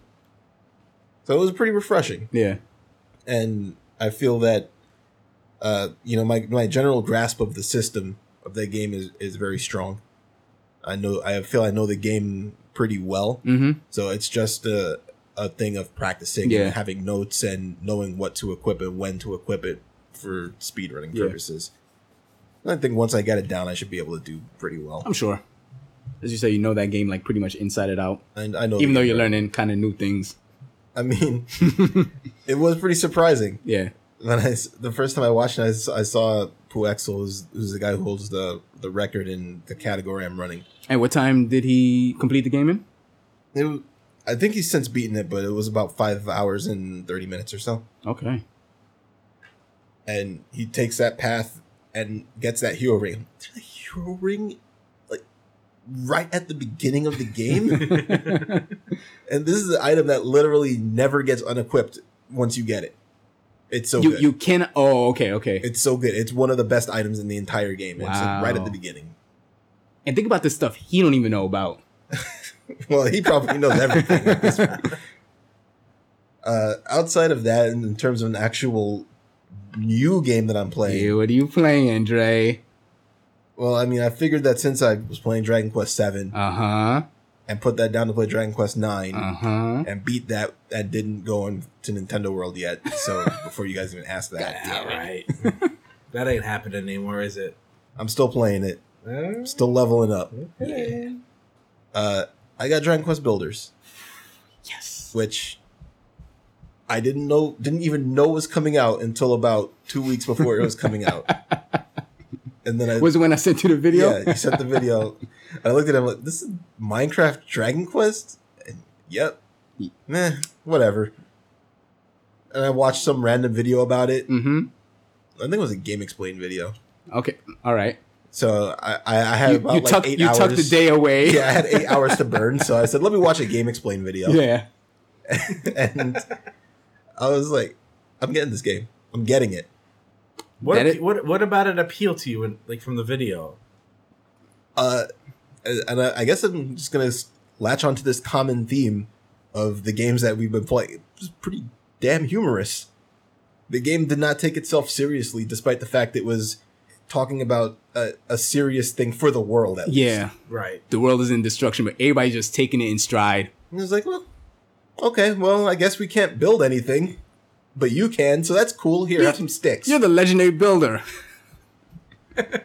A: So it was pretty refreshing
B: Yeah.
A: and I feel that uh, you know my my general grasp of the system of that game is is very strong. I know I feel I know the game pretty well,
B: hmm
A: so it's just a a thing of practicing
B: Yeah.
A: and having notes and knowing what to equip and when to equip it for speedrunning
B: Yeah.
A: purposes. And I think once I get it down, I should be able to do pretty well.
B: I'm sure. As you say, you know that game like pretty much inside it out.
A: And I know,
B: Even
A: the
B: though
A: game
B: you're
A: well.
B: learning kind of new things. *laughs*
A: I mean, it was pretty surprising.
B: Yeah.
A: when I s- the first time I watched it, I, s- I saw Puexel, who's, who's the guy who holds the the record in the category I'm running.
B: And what time did he complete the game in?
A: It, w- I think he's since beaten it, but it was about five hours and thirty minutes or so.
B: Okay.
A: And he takes that path and gets that hero ring. The hero ring, like right at the beginning of the
B: *laughs*
A: game, and this is an item that literally never gets unequipped once you get it. It's *laughs* so
B: you
A: good.
B: you can oh okay okay
A: it's so good. It's one of the best items in the entire game. It's like, right at
B: Wow.
A: the beginning.
B: and think about the stuff he don't even know about
A: Well, he probably knows everything. at this
B: *laughs*
A: point. Uh, outside of that, and in terms of an actual new game that I'm playing,
B: yeah what are you playing Dre
A: well, I mean, I figured that since I was playing Dragon Quest Seven
B: uh huh
A: and put that down to play Dragon Quest Nine
B: uh huh
A: and beat that, that didn't go into Nintendo World yet. So
B: *laughs*
A: before you guys even ask that,
C: All right. Hmm. that ain't happening anymore, is it?
A: I'm still playing it,
C: Uh,
A: still leveling up.
C: okay.
A: Uh, I got Dragon Quest Builders,
B: yes
A: which I didn't know didn't even know was coming out until about two weeks before it was coming
B: *laughs*
A: out. And then I
B: was it when I sent you the video
A: yeah, you sent the video. And I looked at him like this is Minecraft Dragon Quest? And, yep. Meh, whatever. And I watched some random video about it.
B: mm-hmm
A: I think it was a game explain video.
B: okay all right
A: So I, I I had
B: you,
A: about
B: you
A: like
B: tuck
A: eight
B: you
A: hours.
B: tuck the day away
A: *laughs* Yeah, I had eight hours to burn, so I said, let me watch a game explain
B: *laughs*
A: video.
B: yeah
A: *laughs* and I was like, I'm getting this game. I'm getting it.
C: What,
B: That
C: appe-
B: it-
C: what what about an appeal to you, in, like from the video?
A: Uh, and I, I guess I'm just gonna s- latch onto this common theme of the games that we've been playing. It's pretty damn humorous. The game did not take itself seriously, despite the fact it was talking about a, a serious thing for the world. At least.
B: yeah
C: Right.
B: the world is in destruction but everybody's just taking it in stride
A: and it was like, well, okay, well, I guess we can't build anything, but you can, so that's cool. Here, have some sticks.
B: you're the legendary builder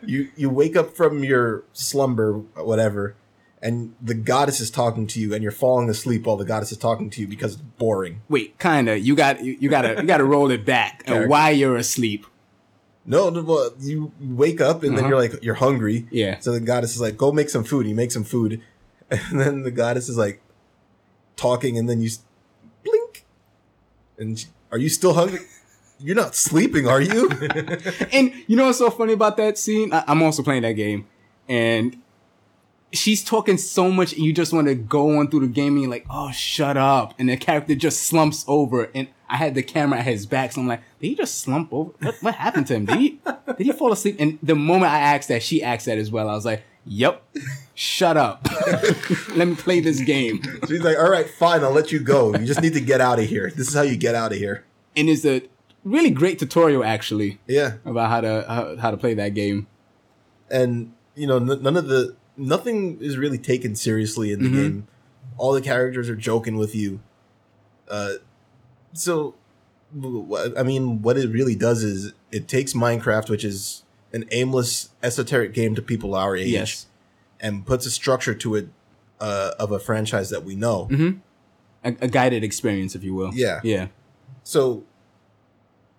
A: you you wake up from your slumber whatever and the goddess is talking to you and you're falling asleep while the goddess is talking to you because it's boring
B: wait kinda you got you, you gotta you gotta roll it back and
A: Character.
B: while you're asleep
A: no, no well, you wake up and then
B: Uh-huh.
A: you're like you're hungry
B: Yeah.
A: so the goddess is like go make some food you make some food *laughs* and then the goddess is like talking and then you s- blink and she, are you still hungry *laughs* you're not sleeping are you
B: And you know what's so funny about that scene? I, I'm also playing that game, and she's talking so much, and you just want to go on through the game, and you're like, "Oh, shut up!" And the character just slumps over, and I had the camera at his back, so I'm like, "Did he just slump over? What, what happened to him? Did he did he fall asleep?" And the moment I asked that, she asked that as well. I was like, "Yep, shut up. *laughs* Let me play this game."
A: she's like all right fine i'll let you go you just need to get out of here this is how you get out of here
B: And it's a really great tutorial actually
A: yeah
B: about how to how, how to play that game.
A: and you know n- none of the nothing is really taken seriously in the
B: Mhm.
A: game all the characters are joking with you uh so I mean, what it really does is it takes Minecraft, which is an aimless, esoteric game to people our age,
B: Yes.
A: and puts a structure to it uh, of a franchise that we know.
B: A, a guided experience, if you will.
A: Yeah.
B: Yeah.
A: So,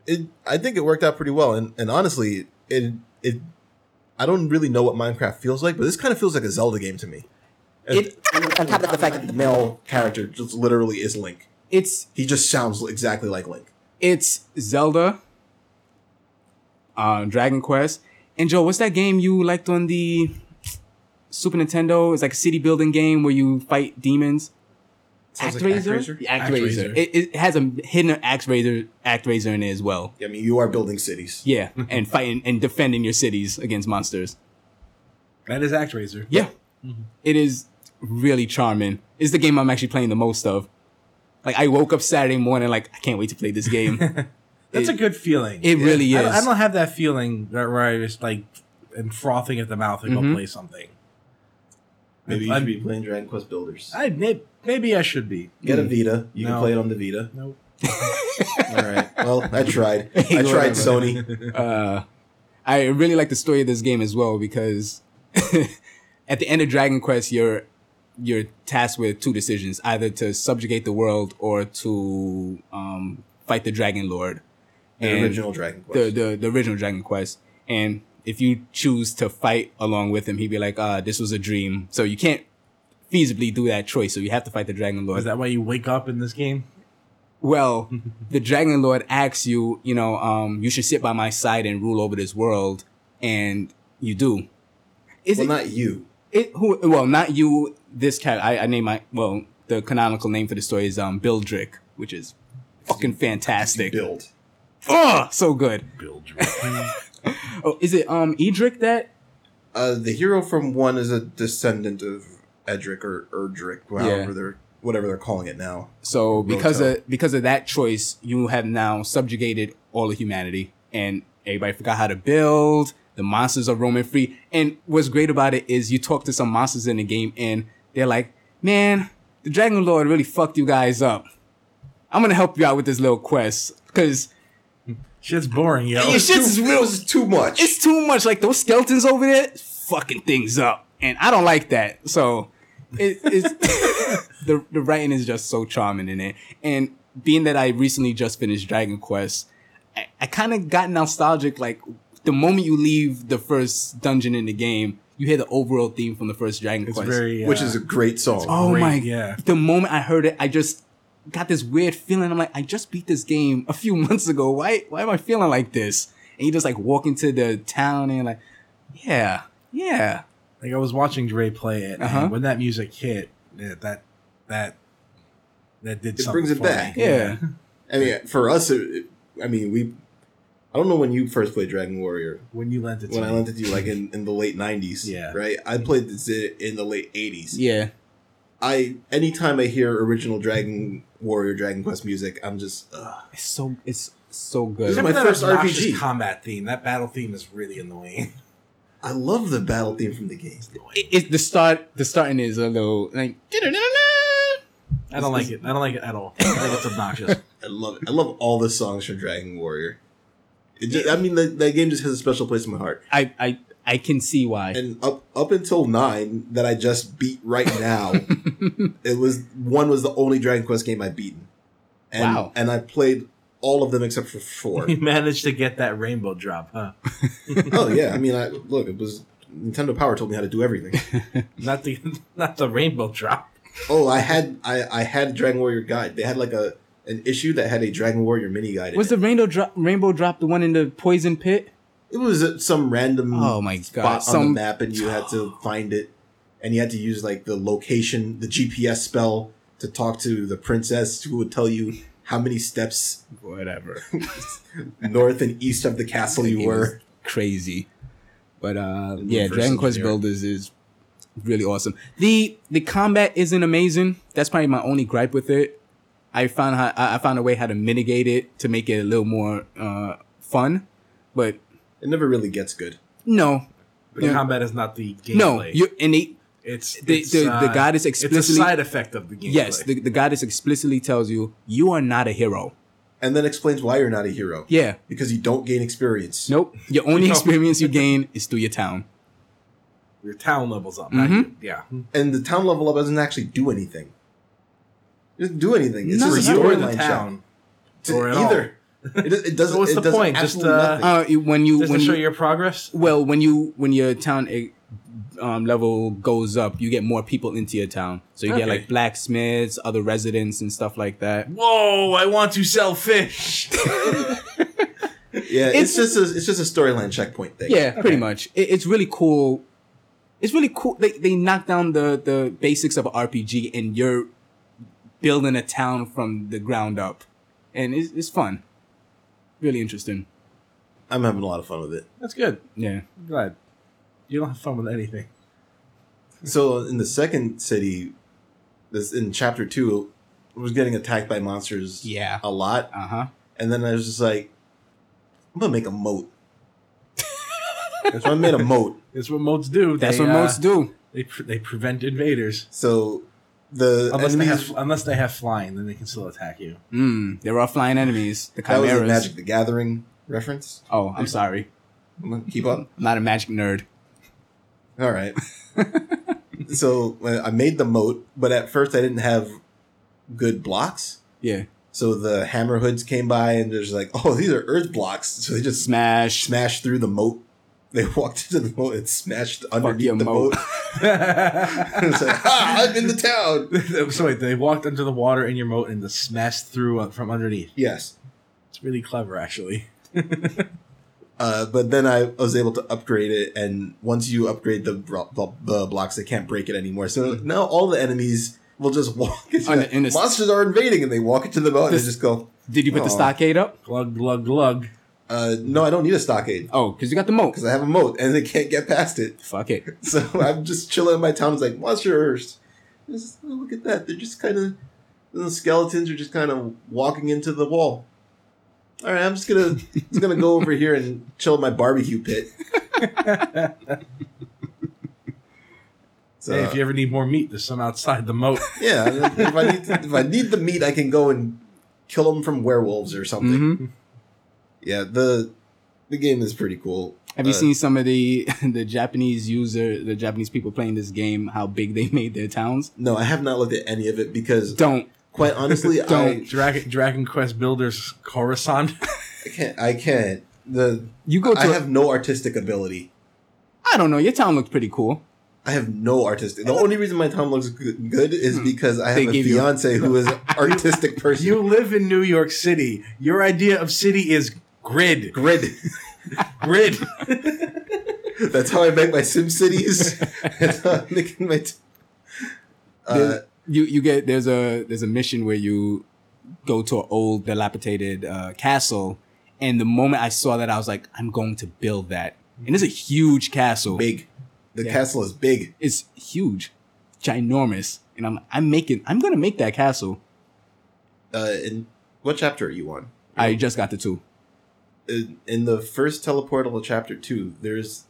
A: it I think it worked out pretty well, and and honestly, it it I don't really know what Minecraft feels like, but this kind of feels like a Zelda game to me. And
B: It,
A: on on top of the fact that the male character just literally is Link,
B: it's
A: he just sounds exactly like Link.
B: it's Zelda, uh, Dragon Quest, and Joe. What's that game you liked on the Super Nintendo? It's like a city building game where you fight demons.
A: Sounds like Actraiser?
B: Yeah, Actraiser.
C: Actraiser.
B: It, it has a hidden Actraiser, Actraiser in it as well.
A: I mean, you are building cities. *laughs*
B: Yeah, and fighting and defending your cities against monsters.
C: That is ActRaiser.
B: Yeah. It is really charming. It's the game I'm actually playing the most of. Like I woke up Saturday morning like I can't wait to play this game. it
C: That's
B: It-
C: a good feeling.
B: really
C: I
B: is.
C: don't, I don't have that feeling that where I just like am frothing at the mouth and
A: Mm-hmm.
C: go play something.
A: Maybe you
C: I'm-
A: should be playing Dragon Quest Builders.
C: I may, maybe I should be.
A: Get a Vita. You can
C: No.
A: play it on the Vita.
C: *laughs* Nope.
A: All right. Well, I tried. I
B: Whatever.
A: tried Sony.
B: uh, I really like the story of this game as well because *laughs* at the end of Dragon Quest, you're you're tasked with two decisions: either to subjugate the world or to um, fight the Dragon Lord,
A: The
B: And
A: original Dragon Quest.
B: the, the the original Dragon Quest. And if you choose to fight along with him, he'd be like, "Ah, this was a dream." So you can't feasibly do that choice. So you have to fight the Dragon Lord.
C: Is that why you wake up in this game?
B: Well,
A: *laughs*
B: the Dragon Lord asks you, you know, um, you should sit by my side and rule over this world, and you do. Is
A: well,
B: it,
A: not you.
B: it who? Well, not you. This cat, I, I name my well. The canonical name for the story is um, Bildrick, which is fucking fantastic.
A: Build.
B: Oh, so good.
C: Build your
B: Oh, is it um Edric that?
A: Uh, the hero from one is a descendant of Edric or Erdrick, however
B: Yeah.
A: they're whatever they're calling it now.
B: So because
A: Rotel.
B: of because of that choice, you have now subjugated all of humanity, and everybody forgot how to build. The monsters are roaming free, and what's great about it is you talk to some monsters in the game, and they're like, "Man, the Dragon Lord really fucked you guys up. I'm gonna help you out with this little quest because
C: *laughs* Shit's
A: *laughs*
C: boring, yo.
B: Your shit's
A: too,
B: real.
A: It was too much.
B: it's too much. Like those skeletons over there, fucking things up, and I don't like that. So, it, it's *laughs* the the writing is just so charming in it, and being that I recently just finished Dragon Quest, I, I kind of got nostalgic. Like the moment you leave the first dungeon in the game, you hear the overall theme from the first Dragon
C: It's
B: Quest.
C: very,
A: *laughs*
C: uh,
A: Which is a great song.
B: Oh
C: great,
B: my!
C: yeah.
B: The moment I heard it, I just got this weird feeling. I'm like, I just beat this game a few *laughs* months ago. Why? Why am I feeling like this? And you just like walk into the town and like, yeah, yeah,
C: like I was watching Dre play it,
B: Uh-huh.
C: and when that music hit, yeah, that that that did
A: It
C: something.
A: brings it
C: for me.
A: back.
B: yeah.
A: I mean, for us, it, it- I mean, we. I don't know when you first played Dragon Warrior.
C: When you lent it to
A: when I
C: me.
A: lent it to you, like in, in the late '90s,
C: Yeah.
A: right. I played this i- in the late '80s.
B: yeah.
A: I anytime I hear original Dragon Warrior, Dragon Quest music, I'm just ugh.
B: It's so it's so
A: This is
B: good.
A: my
C: That
A: first
C: obnoxious
A: RPG.
C: combat theme. That battle theme is really annoying.
A: I love the battle theme from the game.
B: It, it, the start the starting is a little like
C: I don't like it. I don't like it at all. I think it's obnoxious. *laughs*
A: I love it. I love all the songs from Dragon Warrior. It just, I mean, that, that game just has a special place in my heart.
B: I I I can see why.
A: And up up until nine that I just beat right
B: *laughs*
A: now, it was one was the only Dragon Quest game I've beaten. And,
B: Wow.
A: And I played all of them except for
B: *laughs*
A: four.
C: you managed to get that rainbow drop, huh?
A: oh yeah, I mean, I look, it was Nintendo Power told me how to do everything.
C: Not the *laughs* not the rainbow drop.
A: Oh, I had I, I had Dragon Warrior guide. They had like a an issue that had a Dragon Warrior mini guide. in
B: Was
A: it.
B: the rainbow drop rainbow drop the one in the poison pit?
A: it was at some random
B: Oh my
A: Mm. spot
B: god!
A: on
B: Some
A: the map, and you had to find it, and you had to use like the location, the GPS spell to talk to the princess, who would tell you how many steps
B: whatever.
A: north and east of the castle
B: That
A: you
B: game is
A: were.
B: crazy. But uh,
A: The
B: yeah,
A: reverse
B: Dragon Quest
A: engineer.
B: Builders is really awesome. the The combat isn't amazing. That's probably my only gripe with it. I found how, I I found a way how to mitigate it to make it a little more uh, fun, but
A: It never really gets good.
B: no,
C: The
B: Yeah.
C: combat is not the gameplay.
B: no, you and they,
C: it's,
B: the-
C: it's, uh,
B: the- the god is
C: It's a
B: explicitly-
C: side effect of the game.
B: yes, the, the goddess explicitly tells you you are not a hero.
A: and then explains why you're not a hero
B: Yeah.
A: because you don't gain experience.
B: Nope. Your only
C: *laughs* No.
B: experience you gain is through your town.
C: Your town levels up.
B: Mhm.
C: Yeah.
A: And the town level up doesn't actually do anything. It doesn't do anything. It's
B: No,
A: just a
B: no,
C: Or the
A: storyline shot.
C: town.
A: To-
C: Or at
A: either. It, does- it doesn't.
C: *laughs* So what's
A: it
C: the
A: doesn't
C: point? Just,
A: absolutely
C: uh,
A: nothing.
B: Uh, it- when you
C: Just
B: when
C: to show
B: you,
C: your progress.
B: well when you when your town eh, um, level goes up, you get more people into your town. So you get
C: Okay.
B: like blacksmiths, other residents, and stuff like that.
C: Whoa! I want to sell fish.
A: yeah, it's,
B: it's-
A: just a it's just a storyline checkpoint thing.
B: Yeah, pretty much. It, it's really cool. It's really cool. They they knock down the the basics of a RPG, and you're building a town from the ground up, and it's, it's fun. Really interesting.
A: I'm having a lot of fun with it.
C: That's good.
B: Yeah.
C: I'm glad. You don't have fun with anything.
A: So in the second city, this in chapter two, I was getting attacked by monsters
B: Yeah.
A: a lot,
B: Uh huh.
A: and then I was just like, I'm gonna make a moat. That's why I made a moat.
C: It's what moats do.
B: That's
C: They,
B: what
C: uh,
B: moats do.
C: They pre- they prevent invaders.
A: So the
C: Unless they
A: enemies
C: have unless they have flying, then they can still attack you.
B: Mm, there are flying enemies. The
A: that was a
B: chimeras.
A: Magic the Gathering reference.
B: Oh, I'm sorry.
A: I'm gonna keep up.
B: I'm not a magic nerd. Mm-hmm.
A: All
B: *laughs*
A: right. so uh, I made the moat, but at first I didn't have good blocks.
B: Yeah.
A: So the hammerhoods came by and they're just like, oh, these are earth blocks. So they just
B: Smash.
A: smashed through the moat. *laughs* They walked into the moat and smashed
B: your
A: underneath the moat. *laughs*
B: moat.
C: *laughs*
A: it's like, ha, I'm in the town.
C: so wait, they walked under the water in your moat and just smashed through up from underneath.
A: Yes.
C: It's really clever, actually.
A: Uh, but then I was able to upgrade it, and once you upgrade the bro- the, the blocks, they can't break it anymore. So now all the enemies will just *laughs* walk. Into
B: Hmm. On
A: the,
B: the- in the-
A: monsters are invading, and they walk into the moat and they
B: This-
A: just go.
B: Did you put
A: Aw.
B: the stockade up?
C: Glug glug glug.
A: Uh, no, I don't need a stockade
B: Oh, because you got the moat.
A: because I have a moat, and they can't get past it.
B: Fuck it.
A: *laughs* So I'm just chilling in my town. It's like monsters. Just, oh, look at that. They're just kind of the skeletons are just kind of walking into the wall. All right, I'm just
C: *laughs*
A: gonna just gonna go over here and chill in my barbecue pit. so
C: hey, if you ever need more meat, there's some outside the *laughs* moat.
A: yeah, if I need if I need the meat, I can go and kill them from werewolves or something.
C: Mm-hmm.
B: hmm
A: Yeah, the the game is pretty cool.
B: Have you
A: Uh,
B: seen some of the *laughs* the Japanese user, the Japanese people playing this game? How big they *laughs* made their towns?
A: No, I have not looked at any of it because,
B: Don't.
A: quite
C: *laughs*
A: honestly, I,
B: Don't.
C: Dragon Dragon Quest Builders Coruscant.
A: I can't. I can't. The
B: You go to.
A: I
B: I,
A: have no artistic ability.
B: don't know. Your town looks pretty cool.
A: I have no artistic. The only reason my town looks g- good is because I
B: Hmm. They
A: have a
B: gave *laughs* you-
A: fiance who is an artistic person.
B: *laughs*
C: *laughs* you live in New York City. Your idea of city is grid.
A: grid.
C: Grid.
A: That's how I make my Sim
B: *laughs*
A: Cities. That's how I'm making my. T- uh,
B: There's- you you get there's a there's a mission where you go to an old dilapidated uh, castle, and the moment I saw that, I was like, I'm going to build that. And it's a huge castle.
A: big. The
B: Yeah.
A: castle is big.
B: It's huge, ginormous, and I'm I'm making I'm gonna make that castle.
A: Uh, in what chapter are you on?
B: I just got the two.
A: In, in the first teleportal of chapter two, there's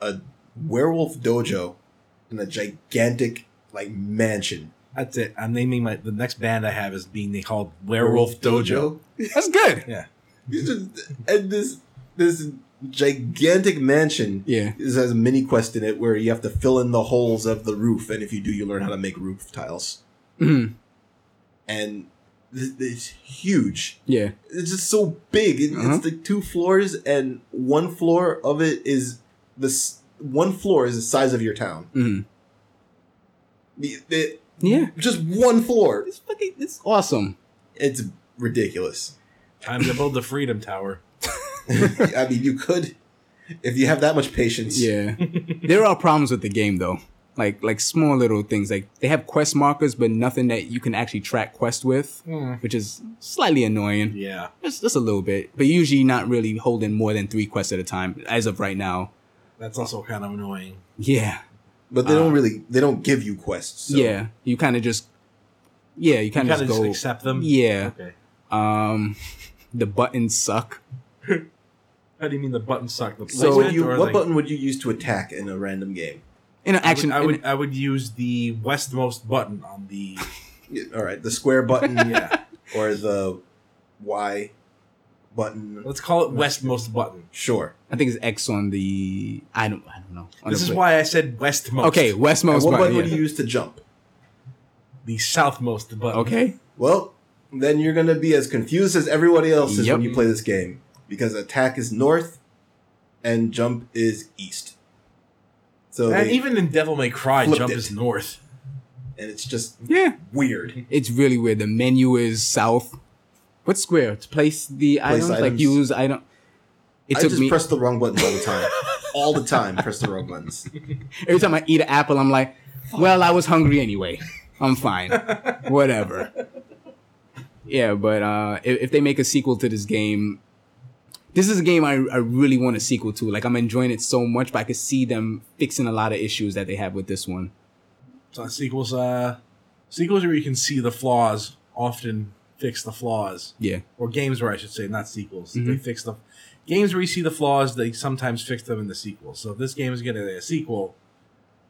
A: a werewolf dojo in a gigantic like mansion.
C: *laughs* That's it. I'm naming my the next band I have is being they called Werewolf Dojo.
B: That's good.
A: It's just- and this this gigantic mansion
B: Yeah.
A: is has a mini quest in it where you have to fill in the holes of the roof, and if you do, you learn how to make roof tiles.
B: Mhm.
A: And th- it's huge.
B: Yeah.
A: It's just so big. It,
B: Uh-huh.
A: It's like two floors, and one floor of it is this one floor is the size of your town.
B: Mhm.
A: The- the-
B: Yeah.
A: just one floor.
B: It's fucking it's awesome.
A: It's ridiculous. *laughs*
C: Time to build the Freedom Tower.
A: I mean, you could if you have that much patience.
C: *laughs*
B: Yeah. there are problems with the game though. Like like small little things. Like they have quest markers but nothing that you can actually track quest with,
C: Hmm.
B: which is slightly annoying.
C: Yeah.
B: Just, just a little bit. But usually not really holding more than three quests at a time as of right now.
C: That's also kind of annoying.
B: Yeah.
A: but they don't
B: Uh,
A: really they don't give you quests. So.
B: Yeah. You kind of just Yeah, you
C: You
B: kind of
C: kind of
B: just
C: just
B: go
C: accept them.
B: Yeah.
C: Okay.
B: Um *laughs* the buttons suck.
C: How do you mean the button suck? The
A: So
B: So
A: what,
C: placement
A: you,
C: or
A: what
C: like-
A: button would you use to attack in a random game?
B: In an
C: I would-
B: action
C: I would, I would use the westmost button on the *laughs*
B: *laughs*
A: Yeah, All right, the square button
C: yeah
A: or the Y button.
C: Let's call it westmost button.
A: Sure.
B: I think it's X on the. I don't. I don't know. On
C: This
B: the
C: is
B: play-
C: why I said westmost.
B: Okay,
A: And
B: Westmost.
A: what button
B: button,
A: would
B: yeah.
A: you use to jump?
C: the southmost button.
B: Okay.
A: Well, then you're going to be as confused as everybody else is when
B: Yep.
A: you play this game because attack is north and jump is east. So
C: And
A: they-
C: even in Devil May Cry,
A: flipped
C: jump
A: it.
C: is north.
A: and it's just
B: Yeah.
A: weird.
B: It's really weird. The menu is south. What square to place the items? Like
A: items.
B: use item. It
A: I
B: took
A: just
B: me
A: press the wrong buttons all the time. all the time, press the wrong buttons.
B: every time I eat an apple. I'm like, well, I was hungry anyway. I'm
A: *laughs*
B: fine. Whatever. Yeah, but uh, if, if they make a sequel to this game, this is a game I, I really want a sequel to. Like I'm enjoying it so much, but I could see them fixing a lot of issues that they have with this one.
C: So sequels, uh, sequels where you can see the flaws often fix the flaws,
B: Yeah,
C: or games where I should say, not sequels. They
B: Mhm.
C: fix the games where you see the flaws. They sometimes fix them in the sequel. So if this game is getting a sequel,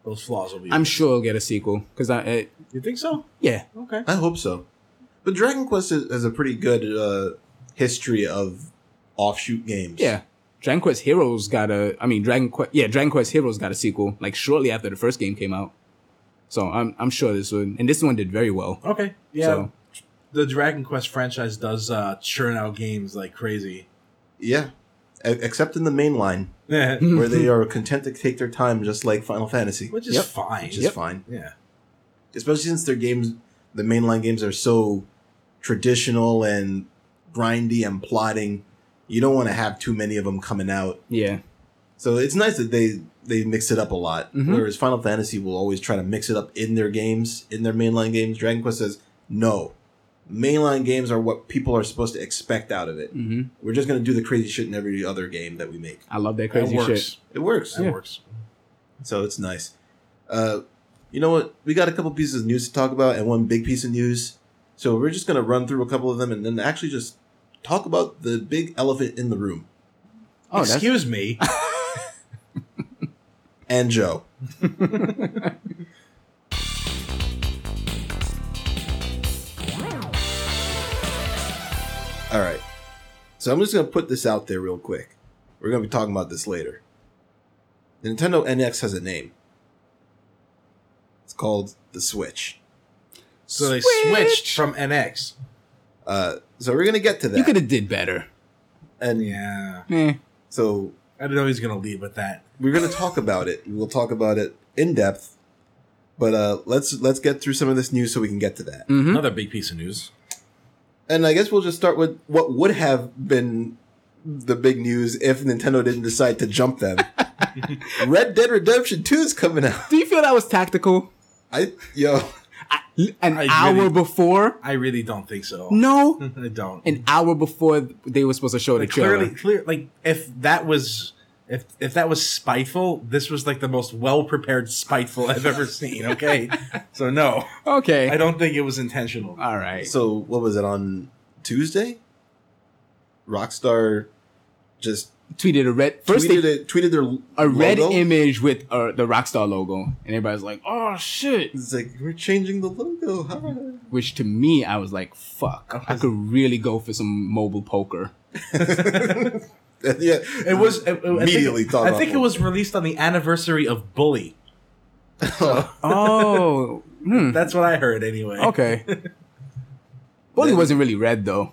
C: those flaws will be.
B: I'm sure it'll get a sequel because I, uh,
C: You think so?
B: yeah,
C: Okay.
A: I hope so. But Dragon Quest is, has a pretty good uh, history of offshoot games.
B: yeah. Dragon Quest Heroes got a, I mean Dragon Quest, yeah, Dragon Quest Heroes got a sequel like shortly after the first game came out. So I'm I'm sure this one and this one did very well.
C: Okay. Yeah. *laughs*
B: So
C: The Dragon Quest franchise does uh, churn out games like crazy. *laughs*
A: Yeah. E- except in the main line,
C: Which
A: where they
B: Mm-hmm.
A: are content to take their time, just like Final Fantasy,
C: is
B: Yep.
C: fine.
A: which is
B: Yep.
A: fine.
C: yeah.
A: Especially since their games, the mainline games, are so traditional and grindy and plotting. You don't want to have too many of them coming out.
B: *laughs* yeah,
A: So it's nice that they they mix it up a lot.
B: Mhm.
A: Whereas Final Fantasy will always try to mix it up in their games, in their mainline games. Dragon Quest says no. Mainline games are what people are supposed to expect out of it.
B: hmm
A: We're just going to do the crazy shit in every other game that we make.
B: I love that
C: That
B: crazy
C: works.
B: shit.
A: It works.
C: That
B: Yeah.
C: works.
A: So it's nice. Uh, you know what? We got a couple pieces of news to talk about and one big piece of news. So we're just going to run through a couple of them and then actually just talk about the big elephant in the room
B: Oh, that's
C: Excuse
B: *laughs*
C: me.
A: and Joe. All right. So I'm just going to put this out there real quick. We're going to be talking about this later. The Nintendo NX has a name. It's called the Switch.
C: So they
B: Switch.
C: switched from NX.
A: Uh, so we're gonna get to that.
B: you could have did better.
A: and
C: Yeah.
B: Eh.
A: so
C: I don't know he's gonna lead with that.
A: we're gonna talk about it. We'll talk about it in depth. But uh, let's let's get through some of this news so we can get to that.
B: hmm
C: Another big piece of news.
A: And I guess we'll just start with what would have been the big news if Nintendo didn't decide to jump them. Red Dead Redemption Two is coming out.
B: Do you feel that was tactical?
A: I yo
B: I, an
C: I
B: hour
C: really-
B: before?
C: I really don't think so.
B: No,
C: *laughs* I don't.
B: an hour before they were supposed to show the
C: like,
B: trailer.
C: clearly, clear. Like if that was if if that was spiteful, this was like the most well prepared spiteful I've ever seen. Okay,
B: *laughs*
C: so no,
B: Okay,
C: I don't think it was intentional.
B: all right.
A: so what was it on Tuesday? Rockstar just
B: tweeted a red first they
A: tweeted, it, tweeted their
B: a red
A: logo.
B: image with uh, the Rockstar logo, and everybody's like, "Oh shit!"
A: It's like we're changing the logo. Huh? *laughs*
B: Which to me, I was like, "Fuck!" I could really go for some mobile poker.
A: yeah,
C: It was it- it- I think-
A: Immediately thought
C: I think
A: about
C: it was released on the anniversary of Bully.
B: Mm-hmm. Oh, hmm,
C: That's what I heard anyway.
B: okay. *laughs* Bully
A: Then-
B: wasn't really red though.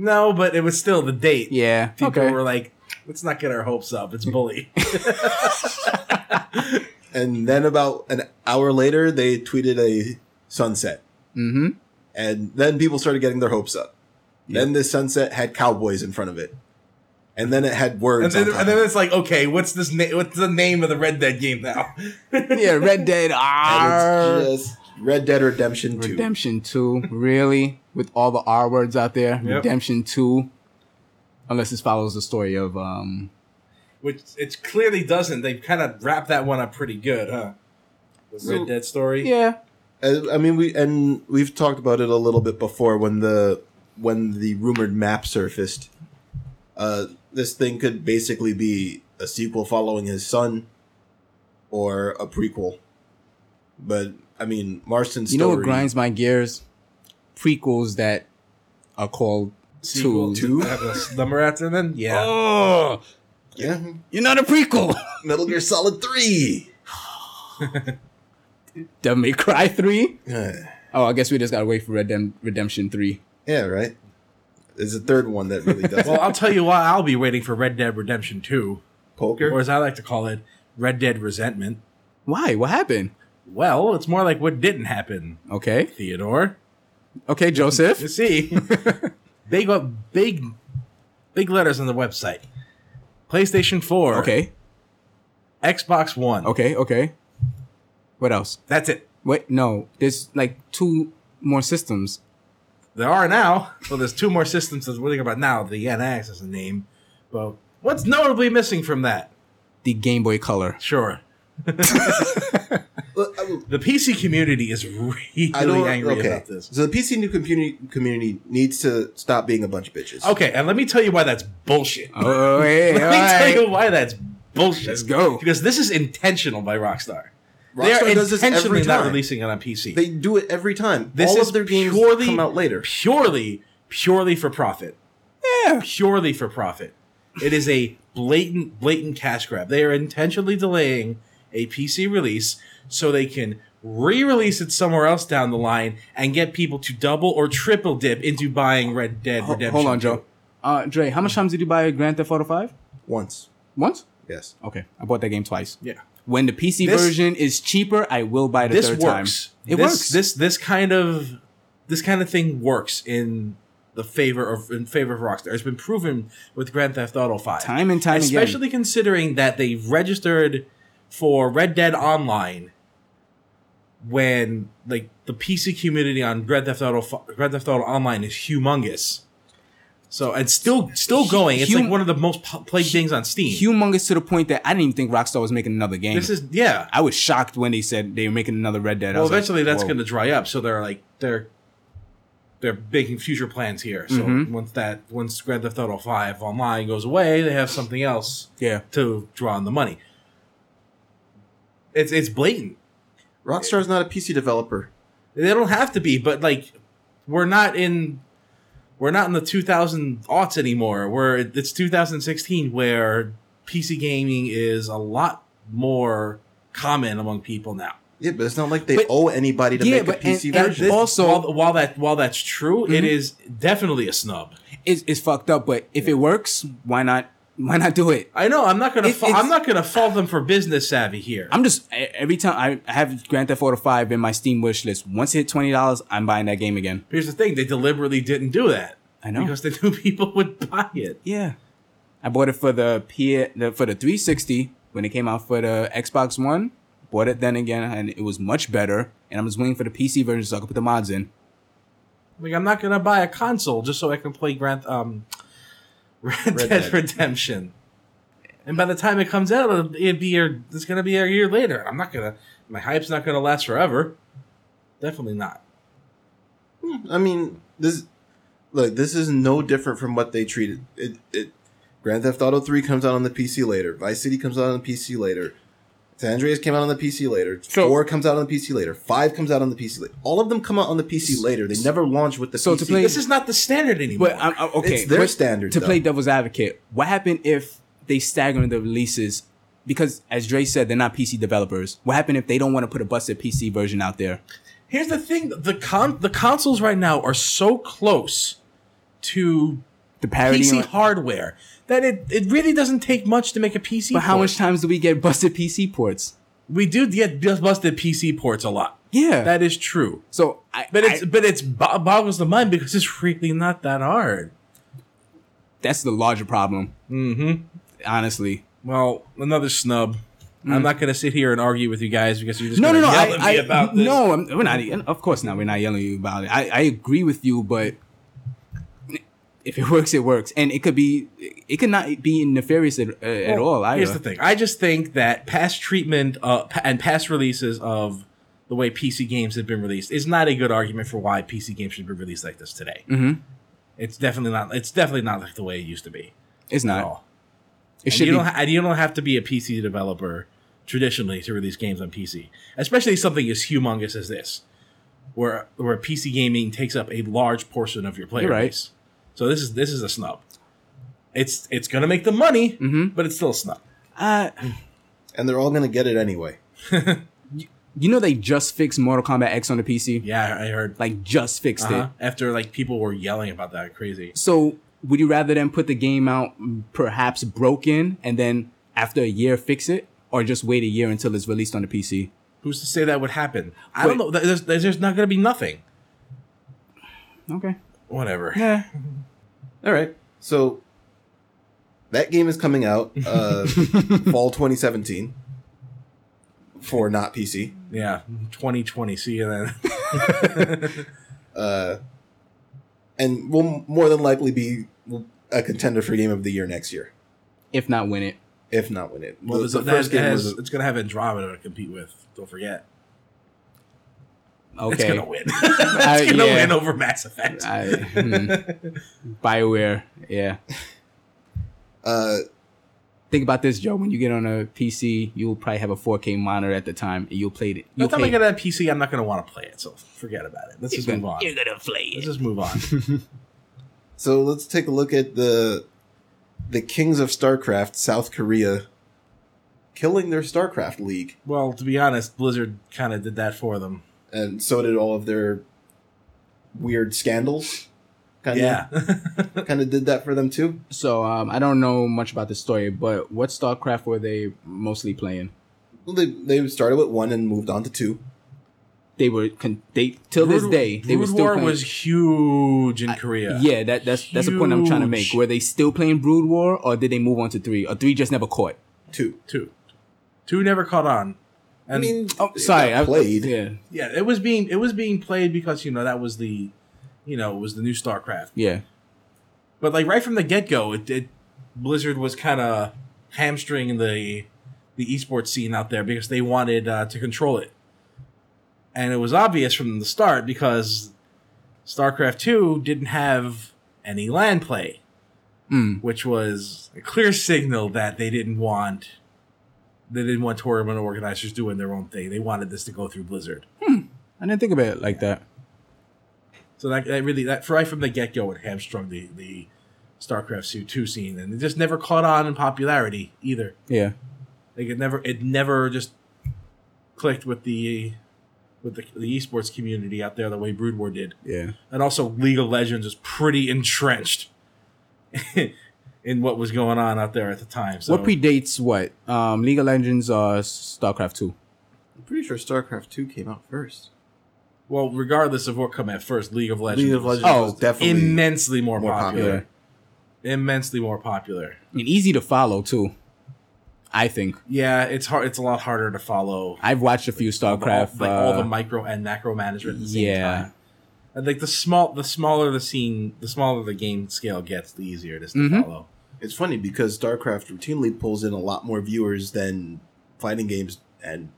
C: No, but it was still the date.
B: Yeah.
C: People
B: okay.
C: were like, let's not get our hopes up.
B: *laughs*
C: It's Bully.
A: and then about an hour later, they tweeted a sunset,
B: mm-hmm.
A: and then people started getting their hopes up. Then this sunset had cowboys in front of it, and then it had
C: and
A: words.
C: then,
A: on top
C: and then
A: of it.
C: it's like, okay, what's this? Na- what's the name of the Red Dead game now?
B: Yeah, Red Dead.
A: And
B: R.
A: it's just Red Dead Redemption Two.
B: Redemption Two, really, with all the R words out there.
C: Yep.
B: Redemption Two, unless this follows the story of um,
C: *laughs* Which it clearly doesn't. They kind of wrapped that one up pretty good, huh? The
B: So-
C: Red Dead story.
B: yeah,
A: Uh, I, I mean, we and we've talked about it a little bit before when the when the rumored map surfaced. Uh, this thing could basically be a sequel following his son, or a prequel. But I mean, Marston's
B: You know
A: story.
B: what grinds my gears? Prequels that are called
C: Sequel
B: two.
C: to have a number after, and then yeah,
B: Oh,
A: Yeah,
B: you're not a prequel. *laughs*
A: Metal Gear Solid Three.
B: Devil May Cry three.
A: Uh,
B: Oh, I guess we just gotta wait for Redem- Redemption three.
A: yeah, right. There's a third one that really
C: *laughs*
A: does
C: Well,
A: it.
C: I'll tell you why I'll be waiting for Red Dead Redemption 2, or
A: poker.
C: as I like to call it, Red Dead Resentment.
B: Why? What happened?
C: Well, it's more like what didn't happen,
B: Okay,
C: Theodore.
B: okay,
C: You
B: Joseph.
C: see,
B: *laughs*
C: big, big, big letters on the website. PlayStation 4,
B: Okay,
C: Xbox One.
B: okay, okay. What else?
C: That's it.
B: Wait, no. There's like two more systems.
C: There are now. Well, there's two more systems that we're thinking about now. The NX is the name, but what's notably missing from that?
B: The Game Boy Color.
C: Sure,
A: Well, I-
C: the PC community is *laughs* really
A: I don't.
C: angry
A: okay.
C: about this.
A: So the PC new community community needs to stop being a bunch of bitches.
C: Okay, and let me tell you why that's bullshit.
B: Oh, hey,
C: *laughs* Let
B: all
C: me
B: right.
C: tell you why that's bullshit.
B: Let's go.
C: Because this is intentional by Rockstar.
A: Rockstar
C: they are
A: does this every
C: intentionally not
A: time.
C: releasing it on PC.
A: They do it every time.
C: This
A: All
C: is
A: of their games
C: purely-
A: come out later.
C: purely, purely for profit.
B: Yeah.
C: Purely for profit. It is a blatant, blatant cash grab. They are intentionally delaying a PC release so they can re-release it somewhere else down the line and get people to double or triple dip into buying Red Dead
B: Ho-
C: Redemption.
B: Hold on,
C: 2.
B: Joe. Uh, Dre, how much times did you buy Grand Theft Auto Five?
A: Once,
B: Once.
A: yes.
B: Okay, I bought that game twice.
C: Yeah.
B: When the PC
C: This-
B: version is cheaper, I will buy the
C: this
B: third
C: works.
B: time. It
C: this,
B: works.
C: This this kind of this kind of thing works in the favor of in favor of Rockstar. It's been proven with Grand Theft Auto Five.
B: time and time
C: especially considering that they registered for Red Dead Online when like the PC community on Grand Theft Auto fi- Grand Theft Auto Online is humongous. So and still still going. It's
B: Hum-
C: like one of the most po- played things on Steam.
B: again. Humongous to the point that I didn't even think Rockstar was making another game.
C: this is yeah.
B: I was shocked when they said they were making another Red Dead. I
C: Well,
B: was like,
C: eventually that's
B: whoa.
C: going to dry up. So they're like they're they're making future plans here. So
B: Mhm.
C: once that once Grand Theft Auto Five Online goes away, they have something else.
B: Yeah.
C: to draw on the money. It's it's blatant.
A: Rockstar's not a PC developer.
C: They don't have to be, but like we're not in we're not in the 2000 aughts anymore. Where it's 2016, where PC gaming is a lot more common among people now.
A: Yeah, but it's not like they
B: But-
A: owe anybody to
B: yeah,
A: make a
B: but-
A: PC
B: and- and
A: version.
B: this- Also-
C: while, while that while that's true, it
B: Mhm.
C: is definitely a snub.
B: It's, it's fucked up, but if it works, why not? Why not do it?
C: I know I'm not gonna
B: It-
C: fa-
B: it's-
C: I'm not gonna fault them for business savvy here.
B: I'm just e- every time I have Grand Theft Auto Five in my Steam wish list. Once it hit twenty dollars, I'm buying that game again.
C: Here's the thing: they deliberately didn't do that
B: I know.
C: because *laughs* they knew people would buy it.
B: Yeah, I bought it for the P the, for the 360 when it came out for the Xbox One. Bought it then again, and it was much better. And I'm just waiting for the PC version so I can put the mods in.
C: Like I'm not gonna buy a console just so I can play Grand um *laughs* Red,
A: Red
C: Dead
A: Dead.
C: Redemption. And by the time it comes out, it'll, it'd be a, it's gonna be a year later. I'm not gonna my hype's not gonna last forever. Definitely not.
A: I mean, this look, this is no different from what they treated it. it Grand Theft Auto Three comes out on the PC later. Vice City comes out on the PC later. San Andreas came out on the PC later.
B: So-
A: Four comes out on the PC later. Five comes out on the PC later. All of them come out on the PC later. They never launch with the
B: So
A: PC.
B: to play-
C: This is not the standard anymore.
B: But I'm, I'm- okay,
A: It's their
B: but
A: standard,
B: to
A: though.
B: play devil's advocate. What happened if they stagger the releases? Because as Dre said, they're not PC developers. What happened if they don't want to put a busted PC version out there?
C: Here's the thing: the con the consoles right now are so close to
B: The parody.
C: PC
B: on-
C: hardware that it, it really doesn't take much to make a PC.
B: but how
C: port.
B: much times do we get busted PC ports?
C: we do get just busted PC ports a lot.
B: Yeah.
C: That is true.
B: so I,
C: But it's
B: I-
C: but it's bo- boggles the mind because it's really not that hard.
B: that's the larger problem,
C: Mm-hmm.
B: honestly.
C: Well, another snub. I'm not going to sit here and argue with you guys because you're just
B: No, no,
C: gonna
B: no.
C: yell
B: I,
C: at
B: I,
C: me about this.
B: No, I'm, we're not. Of course not. We're not yelling at you about it. I, I agree with you, but if it *laughs* works, it works, and it could be. It could not be nefarious at, uh, at all. Either.
C: Here's the thing. I just think that past treatment uh, pa- and past releases of the way PC games have been released is not a good argument for why PC games should be released like this today.
B: Mhm.
C: It's definitely not. It's definitely not like the way it used to be.
B: It's
C: At
B: not.
C: all.
B: It
C: Oh, And
B: should
C: you
B: be.
C: don't. Ha- and you don't have to be a PC developer traditionally to release games on PC, especially something as humongous as this. where where PC gaming takes up a large portion of your player
B: You're right.
C: base. So this is this is a snub. It's it's gonna make the money,
B: Mhm.
C: but it's still a snub.
B: Uh,
A: and they're all gonna get it anyway.
B: you know they just fixed Mortal Kombat X on the PC.
C: Yeah, I heard.
B: Like just fixed
C: Uh-huh.
B: it.
C: After like people were yelling about that crazy.
B: So would you rather them put the game out mm, perhaps broken and then after a year fix it, or just wait a year until it's released on the PC?
C: Who's to say that would happen? I
B: Wait.
C: don't know. There's, there's just not gonna be nothing.
B: Okay.
C: Whatever.
B: Yeah.
A: All right. So that game is coming out
B: *laughs*
A: uh, fall 2017 for not PC.
C: Yeah. 2020. See
B: *laughs*
C: you then.
A: Uh, and will more than likely be a contender for game of the year next year,
B: If not, win it.
A: if not win it.
C: Well,
A: the,
C: there's
A: the first game
C: has,
A: was
C: it's gonna have Andromeda to compete with. Don't forget.
B: Okay.
C: It's gonna win. *laughs* it's gonna
B: yeah.
C: win over Mass Effect.
B: I, hmm. Bioware. Yeah.
A: uh,
B: Think about this, Joe. When you get on a PC, you'll probably have a 4K monitor at the time, and you'll play it.
C: By
B: You'll
C: the time
B: play.
C: I get a PC, I'm not gonna want to play it. So forget about it. Let's just
B: You're
C: move on.
B: You're gonna play
C: Let's
B: it. *laughs*
C: just move on.
A: So let's take a look at the the Kings of StarCraft, South Korea, killing their StarCraft league,
C: well, to be honest, Blizzard kind of did that for them.
A: and so did all of their weird scandals. Kind
C: yeah.
A: *laughs* of, kind of did that for them too.
B: So um, I don't know much about the story, but what StarCraft were they mostly playing?
A: Well, they they started with one and moved on to two.
B: They were con- they till this
C: Brood-
B: day they were
C: Brood
B: still
C: War
B: playing.
C: was huge in Korea.
B: yeah. that that's that's the point I'm trying to make.
C: Huge.
B: Were they still playing Brood War, or did they move on to three? Or three just never caught?
A: Two.
C: two, two never caught on. And
A: I mean,
B: Oh,
A: it
B: sorry,
A: got
B: I
A: played.
B: Yeah,
C: yeah, it was being it was being played because you know that was the, you know, it was the new StarCraft.
B: yeah.
C: But like right from the get go, it, it Blizzard was kind of hamstringing the the esports scene out there because they wanted uh, to control it, and it was obvious from the start because StarCraft Two didn't have any land play,
B: Mm.
C: which was a clear signal that they didn't want they didn't want tournament organizers doing their own thing. They wanted this to go through Blizzard.
B: I didn't think about it like that.
C: So that, that really that right from the get go it hamstrung the the StarCraft two scene, and it just never caught on in popularity either.
B: Yeah.
C: Like it never it never just clicked with the with the, the esports community out there the way Brood War did,
B: Yeah.
C: and also League of Legends is pretty entrenched *laughs* in what was going on out there at the time. So
B: What predates what? Um, League of Legends or StarCraft two?
A: I'm pretty sure StarCraft two came out first.
C: well, regardless of what come at first, League of Legends,
A: League of Legends
B: Oh,
A: was definitely
C: immensely more,
A: more
C: popular, immensely more popular.
B: and easy to follow too. I think
C: Yeah, it's hard. It's a lot harder to follow.
B: I've watched a few StarCraft.
C: all, like all
B: uh,
C: the micro and macro management at the same
B: yeah.
C: time. And like the small, the smaller the scene, the smaller the game scale gets, the easier it is to
A: Mm-hmm.
B: Mhm.
C: follow.
A: It's funny because StarCraft routinely pulls in a lot more viewers than fighting games, and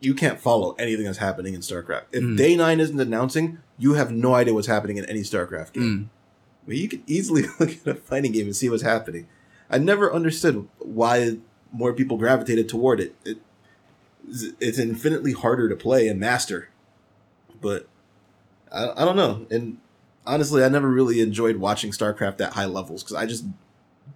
A: you can't follow anything that's happening in StarCraft. If
B: Mm.
A: Day Nine isn't announcing, you have no idea what's happening in any StarCraft game.
B: mm.
A: But you could easily *laughs* look at a fighting game and see what's happening. I never understood why more people gravitated toward it. it it's infinitely harder to play and master, but I, I don't know. And honestly, I never really enjoyed watching StarCraft at high levels because I just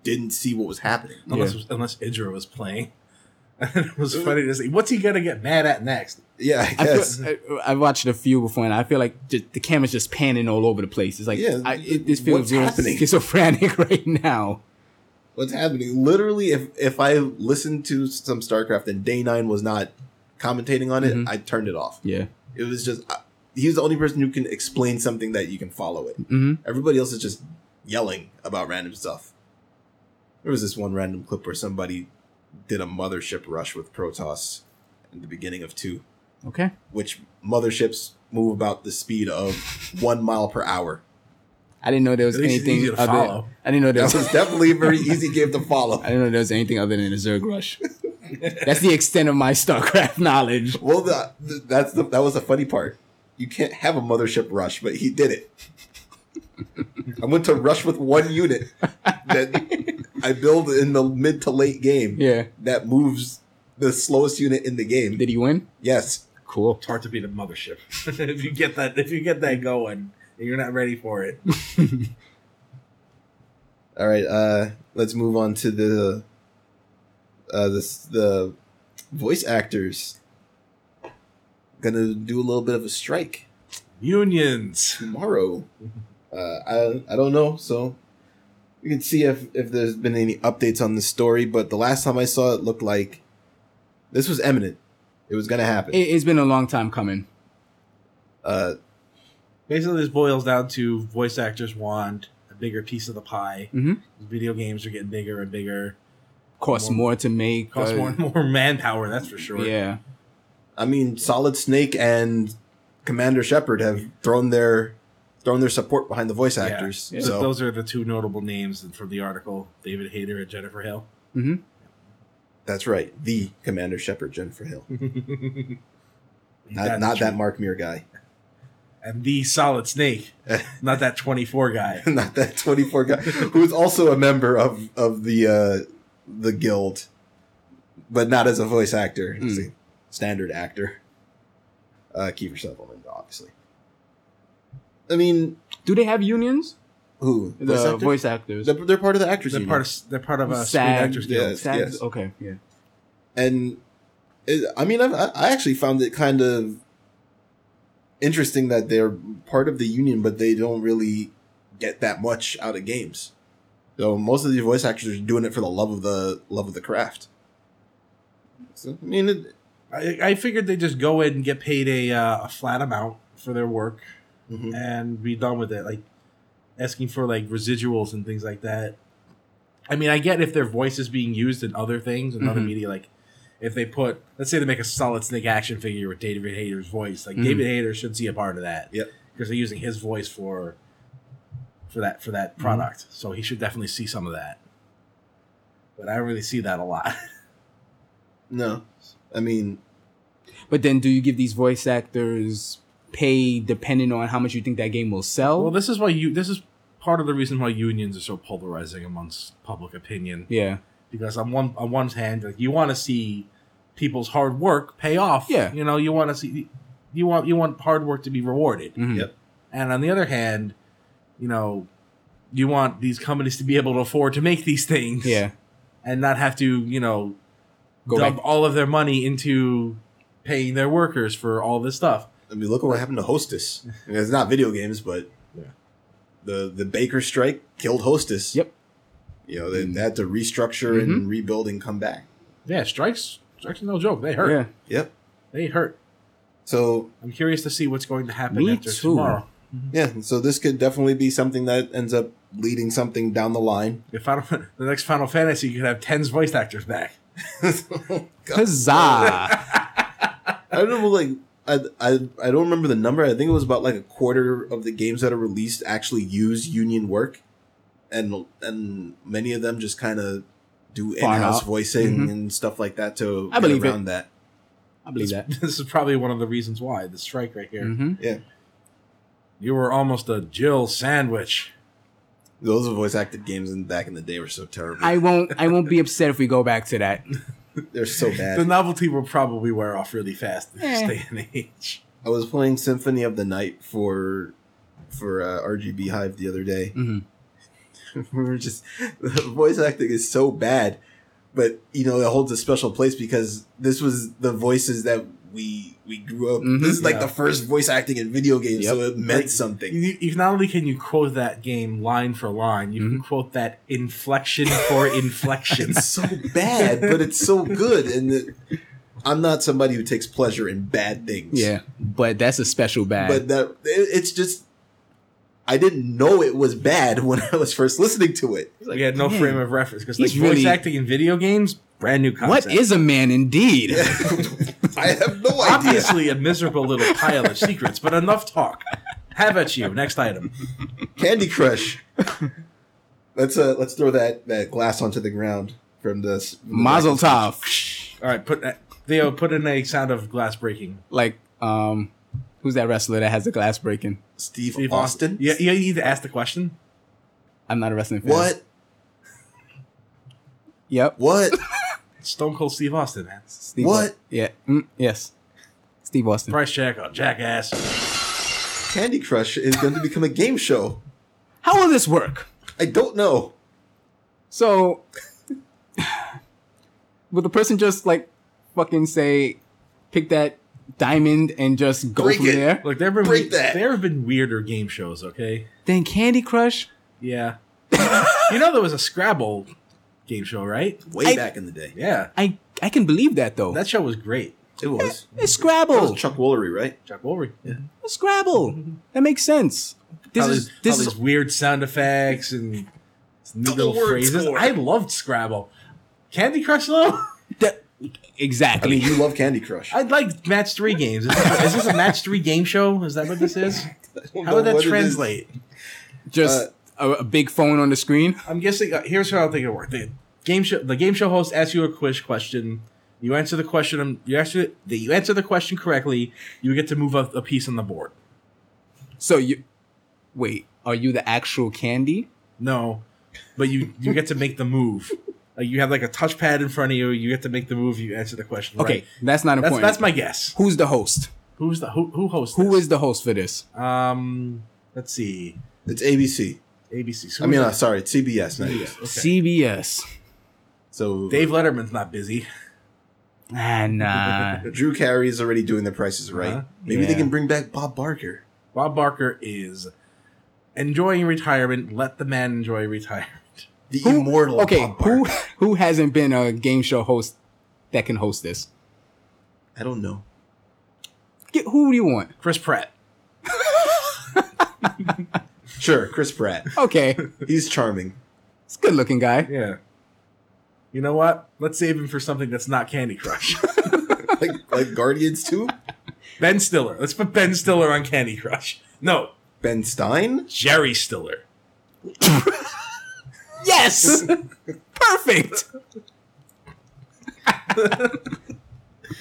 A: didn't see what was happening.
C: Unless unless Idra was playing, *laughs* and it was funny to see what's he gonna get mad at next.
A: Yeah, I
B: I
A: guess.
B: feel, I, I've watched a few before, and I feel like ju- the camera's just panning all over the place. It's like
A: Yeah,
B: I, it, this feels
A: what's
B: real
A: happening?
B: schizophrenic *laughs* right now.
A: what's happening? Literally, if if I listened to some StarCraft and Day Nine was not commentating on it,
B: Mhm.
A: I turned it off.
B: Yeah.
A: It was just I, he's the only person who can explain something that you can follow it.
B: hmm
A: Everybody else is just yelling about random stuff. There was this one random clip where somebody did a mothership rush with Protoss in the beginning of two,
B: Okay.
A: which motherships move about the speed of one mile per hour.
B: I didn't know there was
C: At least it's
B: anything
C: easy to
B: other.
C: follow.
B: I didn't know there
A: That
B: was.
A: was definitely a very easy game to follow.
B: I didn't know there was anything other than a Zerg
C: *laughs*
B: rush. That's the extent of my StarCraft *laughs* knowledge.
A: Well, the, th that's the that was the funny part. You can't have a mothership rush, but he did it. I went to rush with one unit that I build in the mid to late game
B: Yeah.
A: that moves the slowest unit in the game.
B: Did he win?
A: Yes,
B: Cool.
C: It's hard to beat a mothership *laughs* if you get that if you get that going and you're not ready for it.
A: All right, uh, let's move on to the uh, the the voice actors. Gonna do a little bit of a strike
C: Unions.
A: tomorrow. Uh, I I don't know, so we can see if if there's been any updates on this story. But the last time I saw it, looked like this was imminent. It was gonna happen.
B: It, it's been a long time coming.
A: Uh,
C: Basically, this boils down to voice actors want a bigger piece of the pie.
A: Mm-hmm.
B: Mhm.
C: Video games are getting bigger and bigger.
B: Costs
C: More-
B: more, to make.
C: Costs
B: uh,
C: more and more manpower, that's for *laughs* sure.
B: Yeah.
A: I mean, Solid Snake and Commander Shepard have thrown their thrown their support behind the voice
C: Yeah.
A: actors.
B: Yeah.
C: Th-
A: So
C: Those are the two notable names from the article: David Hayter and Jennifer Hill.
A: that's right, the Commander Shepard, Jennifer Hill, not,
C: That's
A: not that
C: true.
A: Mark Muir guy,
C: and the Solid
A: *laughs*
C: Snake, not that twenty four guy.
A: not that twenty four guy, who is also a member of of the uh, the guild, but not as a voice actor, as a standard actor. Uh, Kiefer Sutherland, obviously. I mean,
B: Do they have unions?
A: who
B: The
A: Voice
B: voice,
A: actors?
B: actors.
A: They're, they're part of the actors.
C: They're
A: union.
C: part of they're part of a Screen
B: SAG,
C: Actors Guild.
A: yes,
B: SAGs?
A: yes.
B: Okay. Yeah.
A: and it, I mean, I've, I I actually found it kind of interesting that they're part of the union, but they don't really get that much out of games. So most of these voice actors are doing it for the love of the love of the craft. So I mean, it,
C: I, I figured they just go in and get paid a, uh, a flat amount for their work Mm-hmm.
A: mhm.
C: and be done with it. Like asking for like residuals and things like that. I mean, I get if their voice is being used in other things and other
B: Mhm.
C: media. Like if they put, let's say they make a Solid Snake action figure with David Hayter's voice. Like
B: Mhm.
C: David Hayter should see a part of that.
A: Yep.
C: because they're using his voice for for that for that product. So he should definitely see some of that. But I don't really see that a lot.
A: no, I mean,
B: But then, do you give these voice actors pay depending on how much you think that game will sell?
C: Well, this is why you. This is part of the reason why unions are so polarizing amongst public opinion.
B: yeah.
C: Because on one on one hand, like you want to see people's hard work pay off.
B: Yeah.
C: you know, you want to see you want you want hard work to be rewarded.
B: Mhm.
A: Yep.
C: And on the other hand, you know, you want these companies to be able to afford to make these things.
B: Yeah.
C: and not have to you know
B: Go
C: dump
B: back.
C: all of their money into paying their workers for all this stuff.
A: I mean, look at what happened to Hostess. I mean, it's not video games, but
C: Yeah.
A: the the baker strike killed Hostess.
B: Yep.
A: You know, they, they had to restructure and rebuild and come back.
C: Yeah, strikes strikes are no joke. They hurt.
B: Yeah.
A: Yep.
C: They hurt.
A: So
C: I'm curious to see what's going to happen
B: Me
C: after
B: too.
C: tomorrow.
A: Yeah, and so this could definitely be something that ends up leading something down the line. *laughs*
C: If Final, *laughs* the next Final Fantasy could have Ten's voice actors back. *laughs*
A: God.
B: Huzzah!
A: I don't know, like I, I I don't remember the number. I think it was about like a quarter of the games that are released actually use union work, and and many of them just kind of do
B: Farm
A: in-house
B: out.
A: voicing
B: Mhm.
A: and stuff like that to
B: I believe it.
A: around that.
B: I believe that.
C: *laughs* This is probably one of the reasons why the strike right here.
B: Mhm.
C: You were almost a Jill sandwich.
A: Those voice acted games in back in the day were so terrible.
B: I won't. I won't be upset if we go back to that.
A: They're so
C: The
A: bad.
C: novelty will probably wear off really fast in this
B: Eh.
C: day and age.
A: I was playing Symphony of the Night for for uh, RGB Hive the other day.
C: Mm-hmm.
B: Mhm.
A: we *laughs* were just the voice acting is so bad, but you know it holds a special place because this was the voices that we we grew up.
B: Mhm.
A: This is like
C: Mm-hmm. Yeah.
A: the first voice acting in video games, so it meant
C: Like,
A: something.
C: You, you, not only can you quote that game line for line, you
B: Mm-hmm.
C: can quote that inflection
B: *laughs*
C: for
A: *laughs*
C: inflection.
A: It's so bad, but it's so good. And it, I'm not somebody who takes pleasure in bad things.
B: Yeah, but that's a special bag.
A: but that it, it's just I didn't know it was bad *laughs* when I was first listening to it.
C: we had no
B: man,
C: frame of reference because like
B: he's
C: voice
B: really-
C: acting in video games, brand new
B: what
C: concept.
B: is a man indeed?
A: *laughs* I have no idea.
C: obviously a miserable little pile of secrets, but enough talk. Have at you. Next item.
A: Candy Crush. let's uh let's throw that that glass onto the ground from this
B: *laughs* Mazel tov.
C: All right, put that. Theo, put in a sound of glass breaking.
B: Like, um, who's that wrestler that has the glass breaking?
A: Steve,
C: Steve
A: Austin.
C: Yeah, yeah, you need to ask the question.
B: I'm not a wrestling fan.
A: What?
B: Yep.
A: What?
C: Stone Cold Steve Austin, man.
B: Steve
A: What?
B: Yeah. Mm, yes. Steve Austin.
C: Price check on oh, Jackass.
A: Candy Crush is going to become a game show.
B: How will this work?
A: I don't know.
B: So, *laughs* will the person just like fucking say, pick that diamond and just go
A: Break
B: from
A: it.
B: there?
C: Look, there have been
A: Break that.
C: there have been weirder game shows. Okay,
B: Then Candy Crush.
C: yeah. you know there was a Scrabble game show, right?
A: Way
B: I-
A: back in the day,
C: Yeah,
B: I I can believe that though.
C: that show was great.
A: it was.
B: it's
A: That was
B: Scrabble.
A: Chuck Woolery, right?
C: Chuck Woolery. Yeah.
B: It's Scrabble. That makes sense. This
C: All
B: is
C: these-
B: this
C: all
B: is
C: these weird sound effects and new
A: Double
C: little
A: word
C: phrases.
A: score.
C: I loved Scrabble. Candy Crush though,
B: that, exactly.
A: You love Candy Crush.
C: I like match three games. Is this, is this a match three game show? Is that what
A: *laughs*
C: this is?
A: don't
C: How
A: know
C: would that
A: what it is.
C: translate?
B: *laughs* Just a, a big phone on the screen.
C: I'm guessing. Uh, here's how I think it worked. The game show. The game show host asks you a quiz question. You answer the question. um, You answer the, you answer the question correctly. You get to move up a piece on the board.
B: So you wait. Are you the actual candy?
C: No, but you you get to make the move. Like you have like a touchpad in front of you. You get to make the move. You answer the question.
B: Okay,
C: right.
B: that's not
C: that's
B: important.
C: that's my guess.
B: Who's the host?
C: Who's the who who hosts?
B: Who
C: this?
B: is the host for this?
C: Um, let's see.
A: It's ABC.
C: ABC. So
A: I mean,
C: who's
A: uh,
C: that?
A: sorry, it's CBS. Not ABC.
C: Okay.
B: CBS.
A: So
C: Dave Letterman's not busy.
A: *laughs*
B: Ah, nah.
A: Drew Carey is already doing The Prices Right.
C: Uh-huh.
A: Maybe they
B: Yeah.
A: can bring back Bob Barker.
C: Bob Barker is enjoying retirement. Let the man enjoy retirement.
A: The
B: Who-
A: immortal.
B: okay,
A: Bob
B: who
A: Barker.
B: who hasn't been a game show host that can host this?
A: I don't know.
B: Get, who do you want?
C: Chris Pratt.
A: Sure, Chris Pratt.
B: Okay,
A: He's charming.
B: it's a good looking guy.
C: Yeah. You know what? Let's save him for something that's not Candy Crush. *laughs*
A: Like like Guardians too.
C: ben Stiller. Let's put Ben Stiller on Candy Crush. No,
A: Ben Stein.
C: Jerry Stiller.
B: Yes,
A: *laughs*
B: perfect.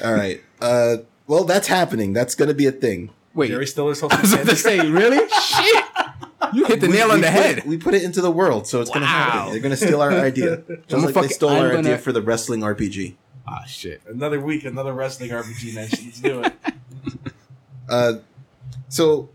A: All right. Uh, well, that's happening. That's going to be a thing.
B: Wait, *laughs*
C: Jerry
B: I
C: *laughs* Stiller's
B: was
C: hosting
B: about
C: Candy
B: to
A: *laughs*
B: say, really? Shit, you hit the nail on
A: we
B: the
A: put-
B: head.
A: we put it into the world, so it's going to happen.
B: Wow.
A: They're going to steal our idea, *laughs*
B: I'm
A: just like they
B: fucking-
A: stole
B: I'm
A: our
B: gonna-
A: idea for the wrestling RPG.
B: Ah, shit.
C: Another week, another wrestling RPG mention. Let's do it.
A: Uh, so,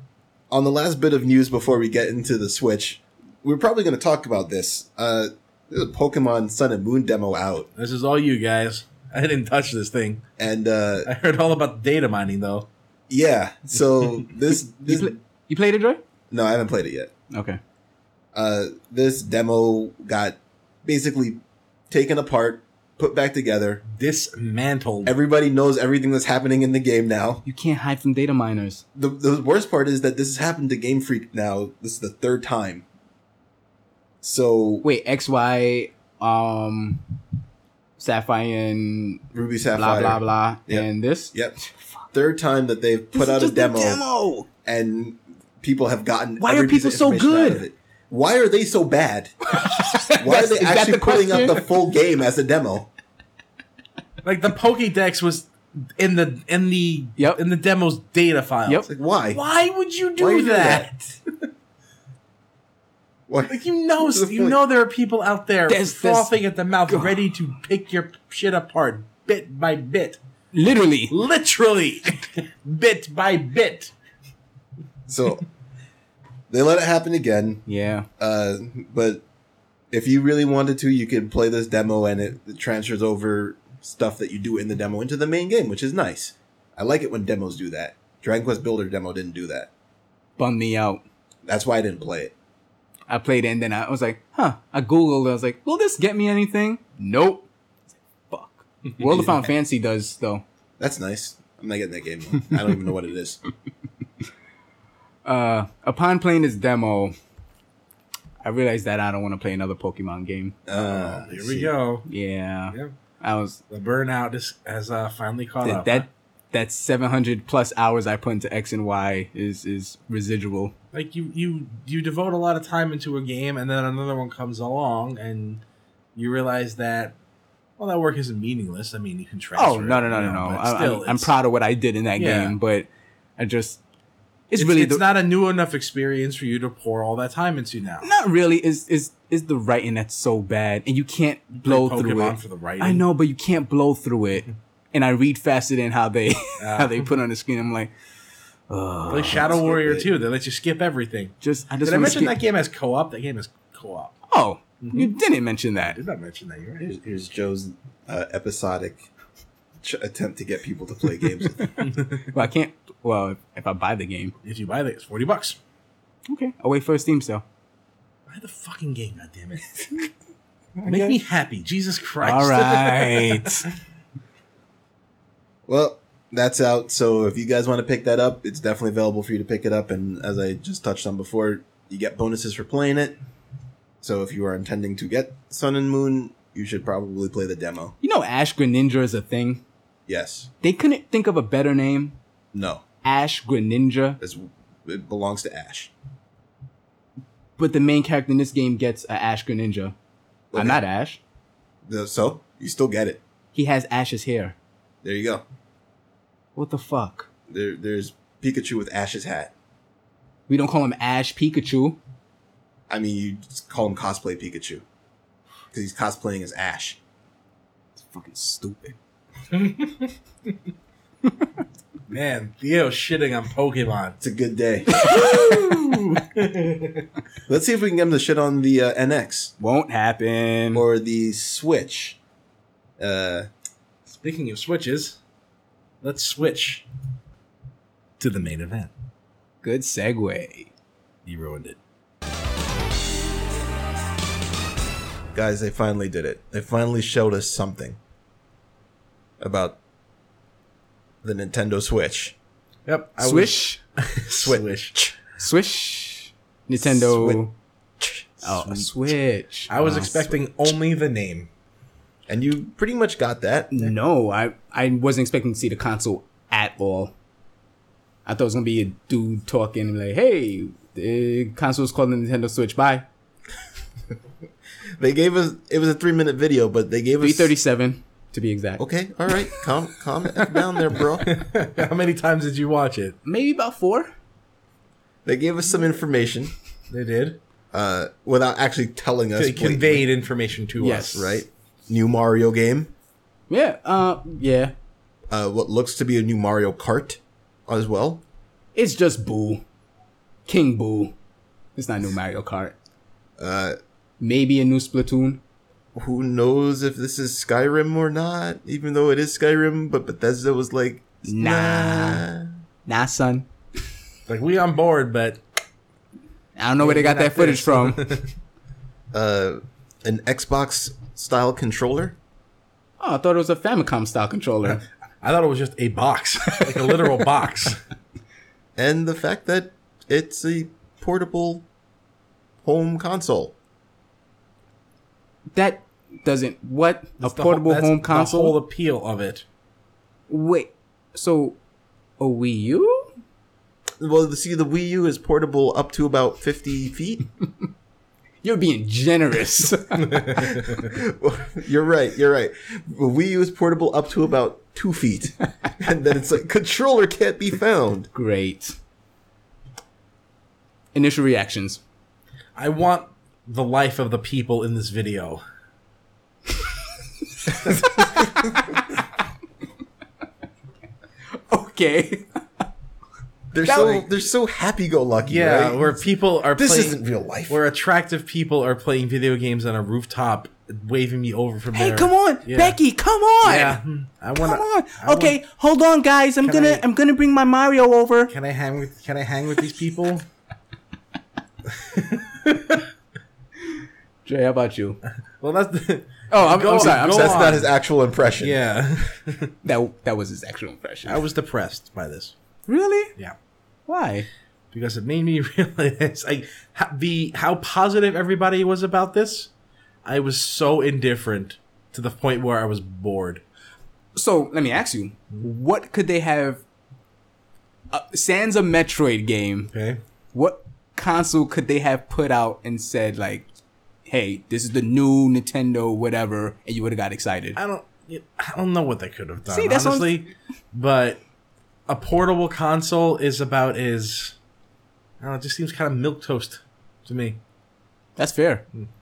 A: on the last bit of news before we get into the Switch, we're probably going to talk about this. Uh, there's a Pokemon Sun and Moon demo out,
C: *laughs* This is all you guys. I didn't touch this thing.
A: and uh,
C: I heard all about the data mining though.
A: yeah,
B: *laughs*
A: so this,
B: You,
A: this
B: pla- you played it, Dre?
A: no, I haven't played it yet.
B: Okay.
A: Uh, this demo got basically taken apart, put back together.
C: Dismantled.
A: Everybody knows everything that's happening in the game now.
B: You can't hide from data miners.
A: the, the worst part is that this has happened to Game Freak now. This is the third time. So
B: Wait, X Y, um, Sapphire and
A: Ruby
B: blah
A: Sapphire,
B: blah blah,
A: Yep.
B: and this.
A: Yep, third time that they've
B: This
A: put
B: is
A: out a
B: just
A: demo,
B: demo.
A: and people have gotten.
B: Why are
A: every piece of
B: people so
A: information out
B: good?
A: of it. Why are they so
B: *laughs*
A: bad? Why are
B: That's-
A: they
B: *laughs* is that
A: actually
B: the
A: putting up
B: question?
A: the full game as a demo?
C: Like the Pokédex was in the in the
B: Yep.
C: in the demo's data file.
B: Yep.
A: It's like why?
C: Why would you do
A: Why you do
C: that?
A: *laughs* Why?
C: Like you know,
A: What's the
C: you
A: point?
C: know there are people out there
B: There's-
C: frothing at the mouth, ready to pick your shit apart bit by bit,
B: Literally,
C: literally, *laughs* bit
B: *laughs*
C: by bit.
A: So they let it happen again.
B: yeah.
A: Uh, but if you really wanted to, you could play this demo and it, it transfers over stuff that you do in the demo into the main game, which is nice. I like it when demos do that. Dragon Quest Builder demo didn't do that.
B: Bummed me out.
A: That's why I didn't play it.
B: I played it and then I was like, huh. I Googled, I was like, will this get me anything? Nope. Fuck. World of Final Fantasy does, though.
A: That's nice. I'm not getting that game. though. I don't even know what it
C: *laughs*
A: is.
B: Uh, upon playing this demo, I realized that I don't want to play another Pokemon game.
A: Uh,
C: Oh, Here
A: let's
C: we
A: see.
C: go.
B: Yeah.
C: Yeah.
B: I was,
C: The burnout is, has uh, finally caught
B: that,
C: up.
B: that, that 700 plus hours I put into X and Y is, is residual.
C: like you, you, you devote a lot of time into a game, and then another one comes along, and you realize that well, that work isn't meaningless. I mean, you can transfer.
B: Oh, no,
C: it,
B: no, no,
C: you
B: no, no.
C: know, but
B: I,
C: still,
B: I'm, I'm
C: it's-
B: proud of what I did in that
C: Yeah.
B: game, but I just, it's,
C: It's,
B: really
C: it's
B: the,
C: not a new enough experience for you to pour all that time into now.
B: not really is is is the writing that's so bad and you can't blow
C: Pokemon Mm-hmm.
B: through it
C: for the writing.
B: i know but you can't blow through it and I read faster than how they *laughs*
C: Ah.
B: how they put on the screen. I'm like, uh,
C: Play Shadow
A: skip
C: Warrior
A: it.
C: 2. They let you skip everything.
B: just I just
C: Did I
B: wanna
C: mention
B: skip-
C: that game has co op? That game has co op.
B: Oh, you didn't mention
C: I
B: that.
C: did not mention that. You're right.
A: Here's, here's Joe's uh, episodic ch- attempt to get people to play games. with him.
B: *laughs* Well, I can't. Well, if, if I buy the game,
C: If you buy that, it's 40 bucks.
B: okay, I'll wait for a Steam sale.
C: Buy the fucking game, goddammit.
B: *laughs* I
C: Make
B: guess.
C: me happy. Jesus Christ. *laughs*
B: All right.
A: well, that's out. So if you guys want to pick that up, it's definitely available for you to pick it up. And as I just touched on before, you get bonuses for playing it. So if you are intending to get Sun and Moon, you should probably play the demo.
B: you know, Ash Greninja is a thing.
A: Yes.
B: They couldn't think of a better name.
A: No.
B: Ash Greninja,
A: It's, it belongs to Ash.
B: but the main character in this game gets a Ash Greninja.
A: Okay.
B: I'm not Ash.
A: The- So you still get it.
B: He has Ash's hair.
A: There you go.
B: What the fuck?
A: There, there's Pikachu with Ash's hat.
B: We don't call him Ash Pikachu.
A: I mean, you just call him cosplay Pikachu because he's cosplaying as Ash.
B: It's fucking stupid.
C: Man, Theo shitting on Pokemon.
A: It's a good day. *laughs* Let's see if we can get him to shit on the uh, NX
B: Won't happen.
A: or the Switch. Uh,
C: Speaking of switches, let's switch to the main event.
B: Good segue.
C: You ruined it.
A: guys, they finally did it. They finally showed us something about the Nintendo Switch.
C: Yep. I
B: Swish,
C: Was, *laughs* swish.
B: swish. Nintendo.
A: Switch.
B: Oh, a Switch.
C: I was
B: Oh,
C: expecting only the name.
A: And you pretty much got that.
B: Switch. No, I I wasn't expecting to see the console at all. I thought it was gonna be a dude talking like, "Hey, the console's called the Nintendo Switch." Bye.
A: They gave us it was a three minute video, but they gave us
B: Three thirty-seven to be exact.
A: Okay, all right, calm calm the F down there, bro.
C: *laughs* How many times did you watch it?
B: Maybe about four.
A: They gave us some information
C: They did.
A: uh, without actually telling us.
C: They
A: blatantly,
C: conveyed information to
B: Yes.
C: us.
A: right? New Mario game.
B: Yeah. Uh. Yeah.
A: Uh, what looks to be a new Mario Kart as well.
B: It's just Boo, King Boo. It's not new Mario Kart.
A: Uh,
B: Maybe a new Splatoon.
A: who knows if this is Skyrim or not? Even though it is Skyrim, but Bethesda was like,
B: Nah. Nah, son.
C: Like we on board, but
B: I don't know where they got
C: not
B: that footage
C: this. *laughs*
B: from.
A: Uh, an Xbox style controller.
B: Oh, I thought it was a Famicom style controller.
C: I thought it was just a box, *laughs* like a literal
B: *laughs*
C: box.
A: and the fact that it's a portable home console.
B: That doesn't what
C: That's
B: a
C: the whole-
B: portable
C: that's
B: home
C: The whole
B: console.
C: appeal of it.
B: Wait, so a Wii U?
A: Well, the- see, the Wii U is portable up to about 50 feet.
B: You're being generous.
A: *laughs*
B: *laughs*
A: you're right, you're right. The Wii U is portable up to about two *laughs* feet. and then it's like, controller can't be found.
B: Great. Initial reactions. *laughs*
C: I want the life of the people in this video.
B: Okay.
A: They're
B: That
A: so
B: was-
A: they're so happy-go-lucky,
C: Yeah,
A: right?
C: where people are
A: this
C: playing,
A: isn't real life.
C: where attractive people are playing video games on a rooftop, waving me over from
B: Hey,
C: there.
B: come on,
C: Yeah.
B: Becky, come on.
C: Yeah, Hmm. I want.
B: Come on. okay, hold on guys. I'm going
C: I-
B: to I'm going to bring my Mario over.
C: Can I hang with Can I hang with
B: *laughs*
C: these people?
B: Jay, how about you?
C: Well, that's the, *laughs*
B: Oh, I'm,
C: Go
B: I'm sorry.
C: on,
B: I'm
C: go
B: sorry.
A: That's not his actual impression.
C: yeah.
B: That that was his actual impression.
C: I was depressed by this.
B: really?
C: Yeah,
B: Why?
C: because it made me *laughs* realize like how, the how positive everybody was about this. I was so indifferent to the point where I was bored.
B: So let me ask you, what could they have? Uh, sans a Metroid game,
C: Okay.
B: what console could they have put out and said like, "Hey, this is the new Nintendo, whatever," and you would have got excited?
C: I don't I don't know what they could have done
B: See, that's what I'm-
C: honestly, but a portable console is about as I don't know, it just seems kind of milk toast to me.
B: That's fair. Mm-hmm.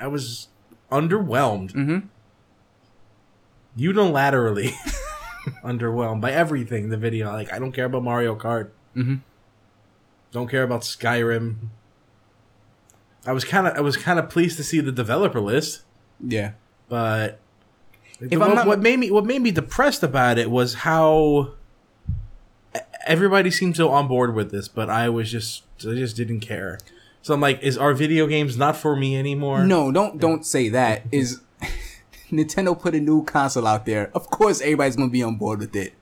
C: I was underwhelmed.
B: Mhm.
C: unilaterally *laughs* underwhelmed by everything. The video, like, I don't care about Mario Kart.
B: Mhm.
C: Don't care about Skyrim. I was kind of I was kind of pleased to see the developer list,
B: Yeah.
C: but the-
B: I'm
C: what,
B: not-
C: what made me what made me depressed about it was how e- everybody seemed so on board with this, but I was just I just didn't care. So I'm like, is our video games not for me anymore?
B: No, don't don't say
C: *laughs*
B: that. Is *laughs* Nintendo put a new console out there? Of course, everybody's gonna be on board with it.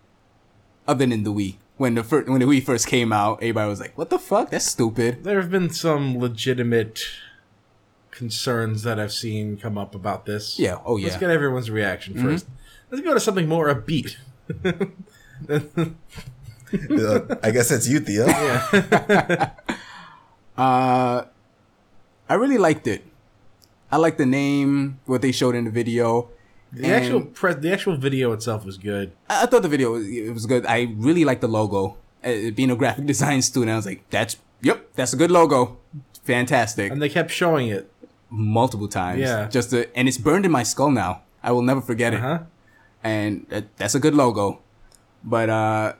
B: Other than the Wii, when the first when the Wii first came out, everybody was like, "What the fuck? That's stupid."
C: There have been some legitimate concerns that I've seen come up about this.
B: Yeah. Oh yeah. Mm-hmm.
C: Let's get everyone's reaction first. Let's go to something more upbeat.
A: Uh, I guess that's you, Theo.
B: I really liked it. I like the name, what they showed in the video.
C: The actual pre- the actual video itself was good.
B: I I thought the video was, it was good. I really liked the logo. Uh, being a graphic *laughs* design student, I was like, "That's yep, that's a good logo. Fantastic."
C: And they kept showing it.
B: Multiple times.
C: Yeah.
B: Just to, and it's burned in my skull now. I will never forget it.
C: Huh?
B: and that, that's a good logo. But uh,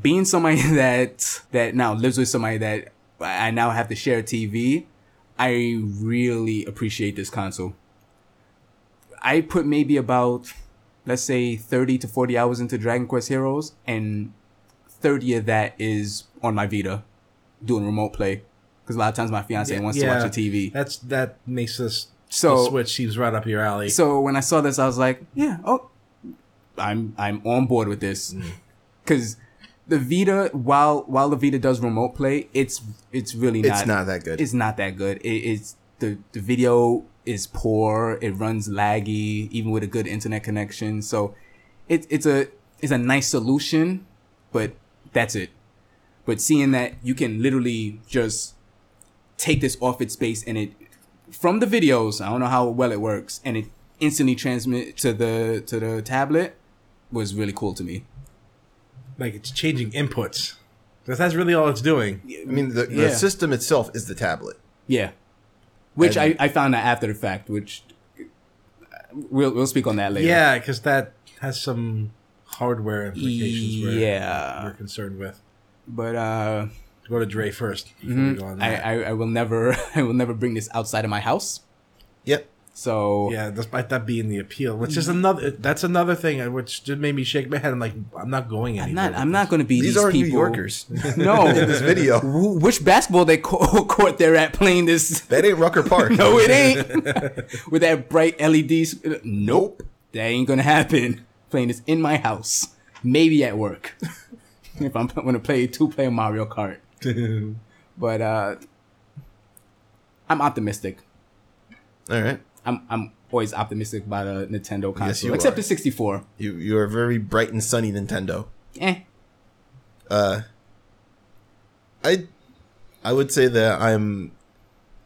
B: being somebody *laughs* that that now lives with somebody that I I now have to share a TV, I really appreciate this console. I put maybe about let's say thirty to forty hours into Dragon Quest Heroes, and thirty of that is on my Vita, doing remote play. Because a lot of times my fiance wants to watch a TV.
C: That's that makes this
B: So-
C: the switch seems right up your alley.
B: So when I saw this, I was like, yeah, oh, I'm I'm on board with this because the Vita, while while the Vita does remote play, it's it's really not
A: It's not that good.
B: it's not that good. It, it's the the video is poor. It runs laggy, even with a good internet connection. So, it, it's a it's a nice solution, but that's it. But seeing that you can literally just take this off its base and it from the videos, I don't know how well it works, and it instantly transmit to the to the tablet was really cool to me.
C: like it's changing inputs. 'Cause that's really all it's doing.
A: I mean, the,
B: Yeah.
A: the system itself is the tablet.
B: Yeah. Which I,
A: And-
B: I found out after the fact, which uh, we'll we'll speak on that later.
C: Yeah, because that has some hardware implications we're,
B: Yeah.
C: we're concerned with.
B: but uh, hmm,
C: Go to Dre first. before we go on
B: Mm-hmm. I,
C: that.
B: I I will never *laughs* I will never bring this outside of my house.
A: Yep.
B: So
C: Yeah, despite that being the appeal, which is
A: Mm-hmm.
C: another that's another thing uh, which just made me shake my head. I'm like, I'm not going
B: I'm
C: anywhere.
B: not I'm not going to be
A: These,
B: these,
A: are
B: people.
A: New Yorkers.
B: No,
A: *laughs* this video.
B: Wh- which basketball they *laughs* co- court they're at playing this?
A: That ain't Rucker Park.
B: *laughs* No,
A: *laughs*
B: it ain't. With that bright E LEDs, uh, nope, that ain't gonna happen. Playing this in my house, maybe at
A: *laughs*
B: work, if I'm gonna play two player Mario Kart. But uh, I'm optimistic.
A: All right.
B: I'm I'm always optimistic about a Nintendo console,
A: you
B: except
A: are.
B: the 64.
A: You you are very bright and sunny Nintendo.
B: Eh,
A: I I would say that I'm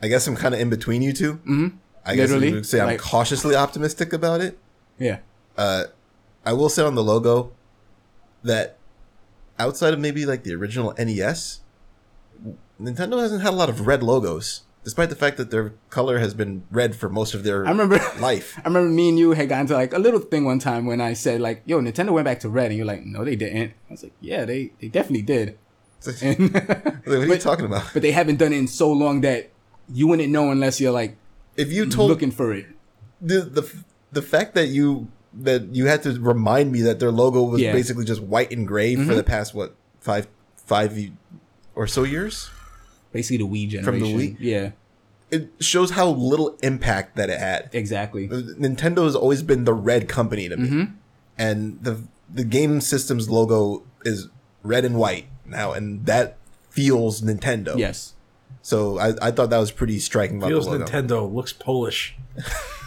A: I guess I'm kind of in between you 2 Mm-hmm. I guess
B: Literally,
A: you would say I'm
B: like-
A: cautiously optimistic about it.
B: yeah,
A: I will say on the logo that outside of maybe like the original NES, Nintendo hasn't had a lot of red logos, despite the fact that their color has been red for most of their
B: I remember.
A: *laughs*
B: *laughs*
A: life.
B: I remember me and you had gotten to like a little thing one time when I said like, "Yo, Nintendo went back to red," and you're like, "No, they didn't." I was like, "Yeah, they they definitely did."
A: It's *laughs* like,
B: And
A: what are you
B: but-
A: talking about?
B: but they haven't done it in so long that you wouldn't know unless you're like
A: If you told
B: looking for it.
A: the the the fact that you that you had to remind me that their logo was
B: Yeah. Mm-hmm.
A: basically just white and gray for the past what five five ye- or so years
B: Basically, the Wii
A: the
B: generation.
A: Wii?
B: Yeah,
A: it shows how little impact that it had
B: exactly.
A: nintendo has always been the red company to me and the the game system's logo is red and white now and that feels nintendo
B: Yes.
A: so i, I thought that was pretty striking about
C: feels
A: the logo
C: Nintendo looks Polish.
A: *laughs*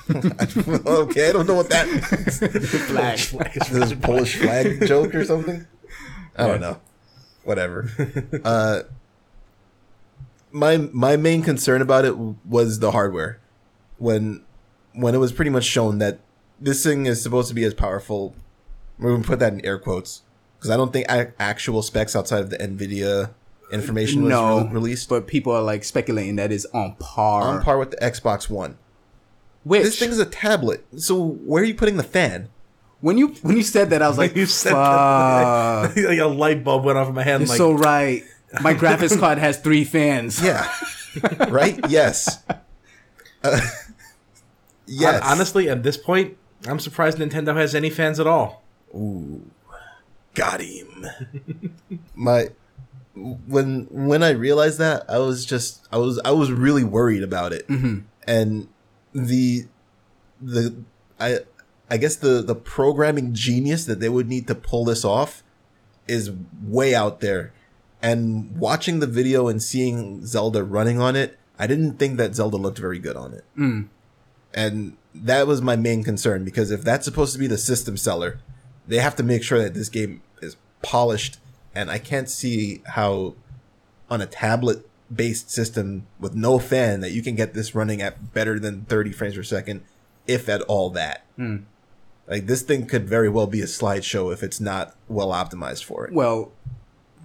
A: okay i don't know what that
C: *laughs*
A: means.
B: Flag.
A: *laughs* this Polish flag joke or something. I don't know. Whatever. Uh, my my main concern about it w- was the hardware. When when it was pretty much shown that this thing is supposed to be as powerful, we're gonna put that in air quotes because I don't think ac actual specs outside of the Nvidia information was
B: No,
A: re- released
B: but people are like speculating that it's on par.
A: on par with the Xbox One.
B: Which
A: This thing's a tablet. So where are you putting the fan?
B: when you when you said that, I was like,
C: you
B: you
C: said
B: "Fuck,
C: that, *laughs* like, a light bulb went off in my head.
B: you're
C: like,
B: so right." My graphics card has three fans.
A: *laughs* Yeah. right? Yes. Uh, *laughs* yes.
C: hon- honestly, at this point, I'm surprised Nintendo has any fans at all.
A: Ooh, got him. My when when I realized that I was just I was I was really worried about it, and the the I I guess the the programming genius that they would need to pull this off is way out there. And watching the video and seeing Zelda running on it, I didn't think that Zelda looked very good on it.
B: Mm.
A: And that was my main concern because if that's supposed to be the system seller, they have to make sure that this game is polished. And I can't see how on a tablet based system with no fan that you can get this running at better than 30 frames per second, if at all that.
B: Hmm.
A: Like this thing could very well be a slideshow if it's not well optimized for it.
B: Well,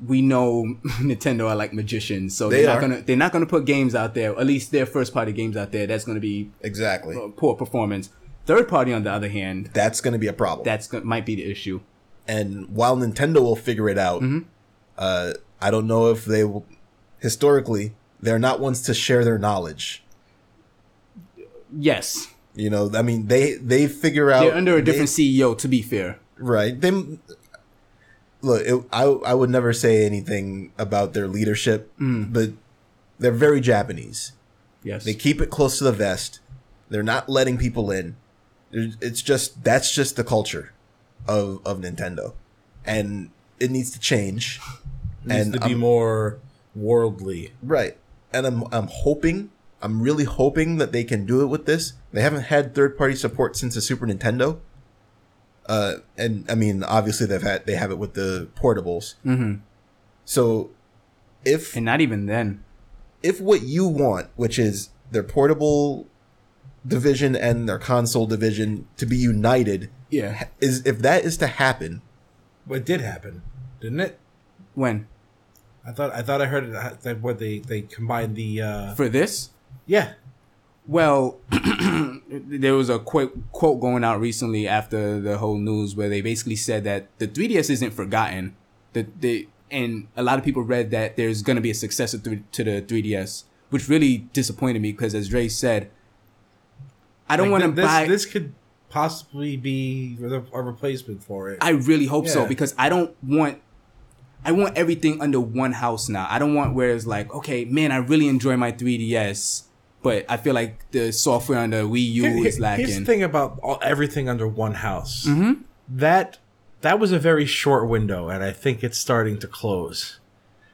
B: we know *laughs* Nintendo are like magicians, so
A: They
B: they are
A: are.
B: not gonna they're not gonna put games out there, at least their first party games out there. That's gonna be
A: Exactly.
B: uh, poor performance. Third party, on the other hand,
A: That's going to be a problem.
B: that's go- might be the issue.
A: and while Nintendo will figure it out,
B: Mm-hmm.
A: uh, I don't know if they will. Historically, they're not ones to share their knowledge.
B: Yes,
A: You know, I mean, they they figure out
B: they're under a
A: they-
B: different CEO. To be fair,
A: right. They look. It, I I would never say anything about their leadership,
B: Mm.
A: but they're very Japanese.
B: yes,
A: They keep it close to the vest. They're not letting people in. There's- It's just that's just the culture of of Nintendo, and it needs to change.
C: Needs
A: And
C: to be
A: I'm-
C: more worldly.
A: Right. And I'm I'm hoping, I'm really hoping that they can do it with this. They haven't had third party support since the Super Nintendo. Uh, and I mean, obviously they've had they have it with the portables.
B: hmm
A: So if
B: and not even then.
A: if what you want, which is their portable division and their console division to be united,
B: Yeah,
A: is if that is to happen,
C: Well, It did happen, didn't it?
B: when
C: I thought I thought I heard it, uh, that what they they combined the uh,
B: for this,
C: yeah
B: Well, *clears throat* there was a quote, quote going out recently after the whole news where they basically said that the 3DS isn't forgotten. That they and a lot of people read that there's going to be a successor to, to the 3DS, which really disappointed me because, as Dre said, I don't
C: Like,
B: want to
C: this,
B: buy.
C: This could possibly be re- a replacement for it.
B: I really hope so
C: Yeah.
B: because I don't want I want everything under one house now. I don't want where it's like, okay, man, I really enjoy my 3DS, but I feel like the software on the Wii U
C: Here- here-
B: is lacking.
C: Here's the thing about all, everything under one house. That that was a very short window, and I think it's starting to close.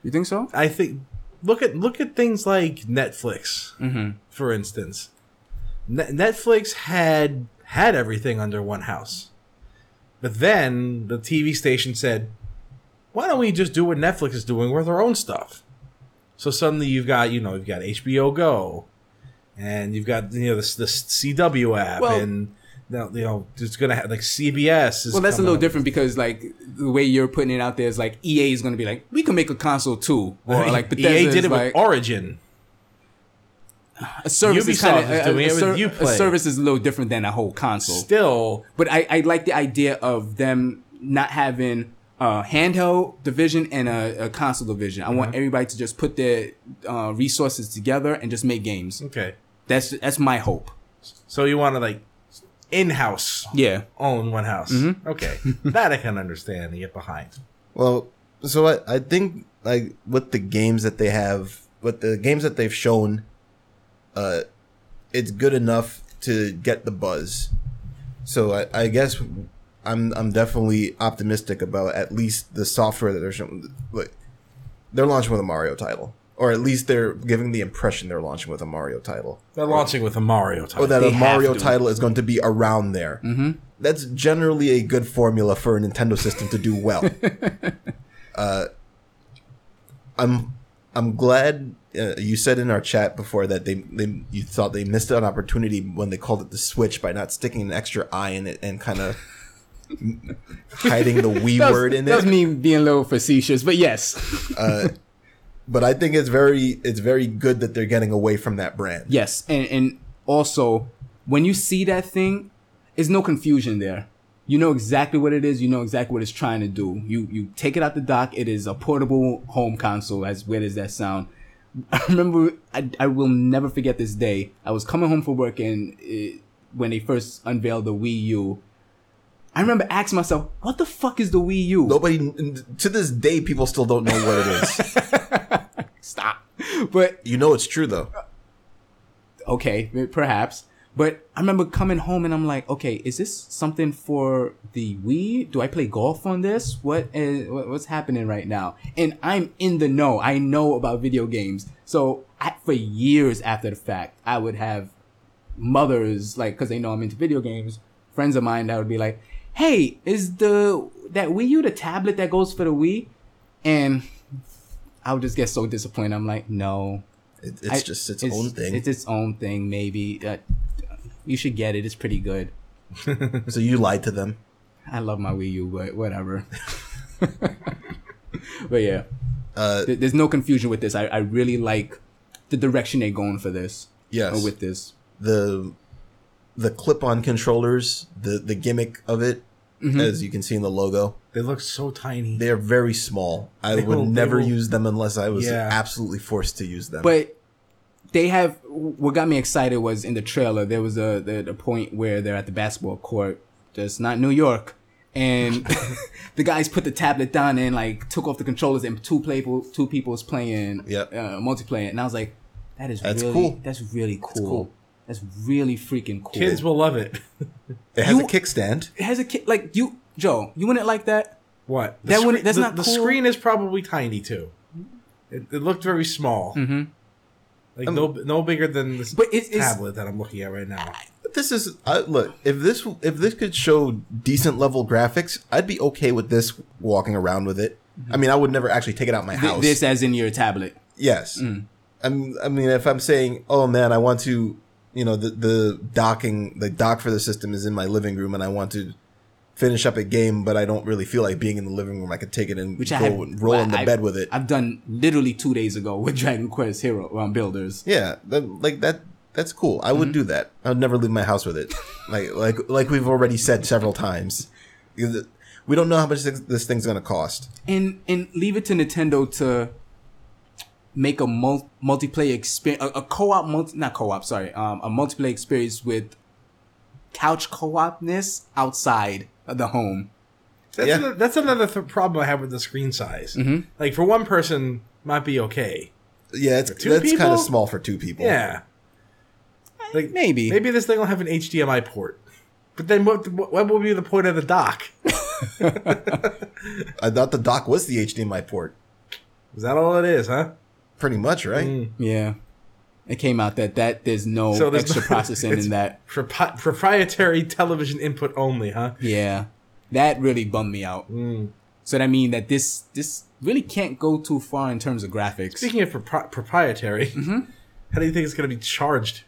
B: You think so?
C: I think look at look at things like Netflix,
B: Mm-hmm.
C: for instance. Ne- Netflix had had everything under one house, but then the TV station said, "Why don't we just do what Netflix is doing with our own stuff?" So suddenly you've got you know you've got HBO Go, and you've got you know this this CW app
B: Well-
C: and. Now, you know, it's gonna have like CBS. Is
B: Well, that's a little
C: coming up.
B: different because like the way you're putting it out there is like EA is going to be like, we can make a console too, or like Bethesda
C: EA E did
B: is
C: it
B: like
C: with Origin.
B: a service is
C: Ubisoft
B: kind of
C: is
B: a,
C: doing
B: a
C: it with
B: ser-
C: Uplay.
B: a service is a little different than a whole console.
C: Still,
B: But I, I like the idea of them not having a handheld division and a, a console division. I want everybody to just put their uh, resources together and just make games.
C: okay.
B: That's that's my hope.
C: So you want to like in-house
B: Yeah.
C: own one house.
B: Mm-hmm.
C: Okay, *laughs* that I can understand and get behind.
A: Well, so I, I think like with the games that they have, with the games that they've shown, uh, it's good enough to get the buzz. So I, I guess I'm I'm definitely optimistic about at least the software that they're showing. Like they're launching with a Mario title, or at least they're giving the impression they're launching with a Mario title,
B: Oh.
C: They're launching with a Mario title.
A: or that
B: They
A: a
B: have
A: Mario
B: to.
A: title is going to be around there. Mm-hmm. That's generally a good formula for a Nintendo system to do
B: *laughs*
A: well. Uh, I'm I'm glad uh, you said in our chat before that they, they you thought they missed an opportunity when they called it the Switch by not sticking an extra I in it and kind
B: *laughs*
A: of hiding the Wii
B: That was-
A: word in
B: that was
A: it.
B: me being a little facetious, but yes,
A: But I think it's very it's very good that they're getting away from that brand.
B: yes, and and also when you see that thing, there's no confusion there. You know exactly what it is. You know exactly what it's trying to do. You you take it out the dock. It is a portable home console. As weird as that sound, *laughs* I remember. I, I will never forget this day. I was coming home from work and it, when they first unveiled the Wii U, I remember asking myself, "What the fuck is the Wii U?"
A: Nobody and to this day, people still don't know what it
B: *laughs*
A: is.
B: Stop. *laughs* But
A: you know it's true though.
B: okay, perhaps. But I remember coming home and I'm like, okay, is this something for the Wii? Do I play golf on this? What is what- what's happening right now? And I'm in the know. I know about video games. So I, for years after the fact, I would have mothers like because they know I'm into video games. Friends of mine that would be like, hey, is the that Wii U the tablet that goes for the Wii? And I would just get so disappointed. I'm like, no,
A: It, it's
B: I-
A: just its, own thing.
B: It's its own thing, maybe. Uh, you should get it. It's pretty good.
A: so you lied to them.
B: I love my Wii U, but whatever. *laughs* but yeah,
A: Uh,
B: th- there's no confusion with this. I, I really like the direction they're going for this.
A: yes.
B: Or with this.
A: the the clip-on controllers, the the gimmick of it,
B: Mm-hmm.
A: as you can see in the logo,
C: They look so tiny.
A: they are very small. I
C: They
A: would
C: will- they
A: never
C: will-
A: use them unless I was
C: Yeah.
A: absolutely forced to use them.
B: But they have what got me excited was in the trailer. There was a the, the point where they're at the basketball court. That's not New York. And *laughs* the guys put the tablet down and like took off the controllers and two people two people was playing
A: Yep.
B: uh, multiplayer and I was like, that is
A: That's
B: really
A: cool.
B: that's really cool. That's,
A: cool.
B: really freaking cool.
C: Kids will love it. *laughs*
A: it has a
B: you-
A: kickstand.
B: it has a kid like you, Joe. You wouldn't like that.
C: What? The
B: That wouldn't- that's
C: the,
B: not
C: the
B: cool.
C: screen is probably tiny too. It, it looked very small.
B: Mhm.
C: Like no, no bigger than this
B: But it's- it's-
C: tablet that I'm looking at right now.
A: But this is uh, look if this if this could show decent level graphics, I'd be okay with this walking around with it.
B: Mm-hmm.
A: I mean, I would never actually take it out my
B: Th-
A: house.
B: this as in your tablet.
A: Yes.
B: Mm.
A: I'm, I mean, if I'm saying, oh man, I want to, you know, the, the docking, the dock for the system is in my living room and I want to finish up a game, but I don't really feel like being in the living room. I could take it and
B: Which
A: go
B: I had
A: and roll
B: well,
A: in the
B: I-
A: bed with it.
B: I've done literally two days ago with *laughs* Dragon Quest Hero um, Builders.
A: yeah. That, like that, that's cool. I
B: Mm-hmm.
A: would do that. I would never leave my house
B: *laughs*
A: with it. like, like, like we've already said several times. Because it- We don't know how much this, this thing's going to cost.
B: and and leave it to Nintendo to make a mul- multiplayer experience, a, a co-op, multi- not co-op, sorry, um, a multiplayer experience with couch co-opness outside of the home.
C: That's,
A: Yeah.
C: ano- that's another th- problem I have with the screen size.
B: Mm-hmm.
C: Like for one person, might be okay.
A: Yeah, it's
C: two
A: that's kind
C: people?
A: of small for two people.
C: Yeah. Like
B: Maybe.
C: maybe this thing will have an HDMI port. But then what? What what would be the point of the dock?
A: I thought the dock was the HDMI port.
C: Is that all it is, huh?
A: Pretty much, right?
B: Yeah, it came out that that there's no
C: So there's
B: extra
C: no- *laughs*
B: processing
C: it's-
B: in that.
C: Propi- proprietary television input only, huh?
B: Yeah, that really bummed me out.
C: Mm.
B: So that mean that this this really can't go too far in terms of graphics.
C: Speaking of propri- proprietary,
B: Mm-hmm.
C: how do you think it's going to be charged?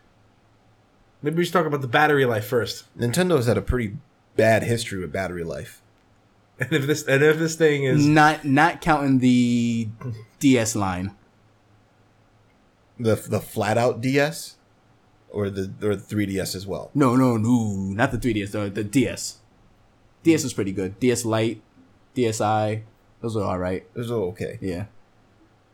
C: Maybe we should talk about the battery life first.
A: Nintendo's had a pretty bad history with battery life.
C: And if this and if this thing is
B: not not counting the DS line.
A: The the flat out DS or the or the 3DS as well.
B: No, no, no, not the 3DS, uh, the, the DS. DS was pretty good. DS Lite, DSi, those are all right.
A: Those are okay.
B: Yeah,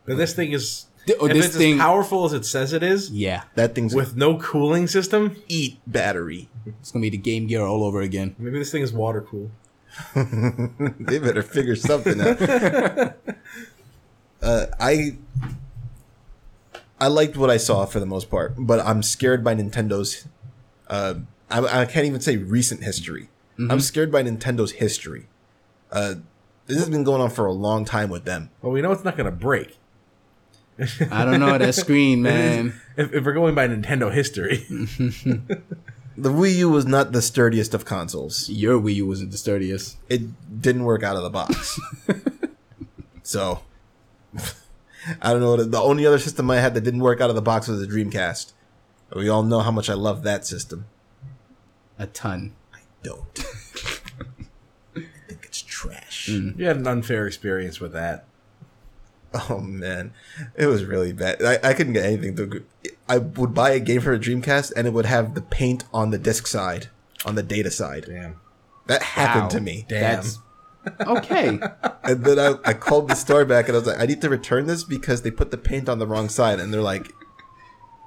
C: if this thing is
B: Th- oh,
C: if
B: this
C: it's
B: thing-
C: as powerful as it says it is
B: yeah,
A: That thing's
C: with no cooling system,
A: eat battery.
B: it's gonna be the Game Gear all over again.
C: maybe this thing is water cooled.
A: they better figure something out. uh, I I liked what I saw for the most part, but I'm scared by Nintendo's. Uh, I, I can't even say recent history. I'm scared by Nintendo's history. Uh, this has been going on for a long time with them.
C: Well, we know it's not going to break.
B: I don't know that screen, man.
C: If, if we're going by Nintendo history,
A: The Wii U was not the sturdiest of consoles.
B: Your Wii U wasn't the sturdiest.
A: It didn't work out of the box. so I don't know. What, the only other system I had that didn't work out of the box was the Dreamcast. We all know how much I love that system.
B: A ton.
A: Don't. I think it's trash.
C: you had an unfair experience with that.
A: Oh man, it was really bad. I, I couldn't get anything through. I would buy a game for a Dreamcast, and it would have the paint on the disk side, on the data side.
C: Damn.
A: That happened
B: Wow.
A: to me.
C: Damn.
B: That's
A: *laughs*
B: okay.
A: And then I, I called the store back, and I was like, I need to return this because they put the paint on the wrong side. And they're like,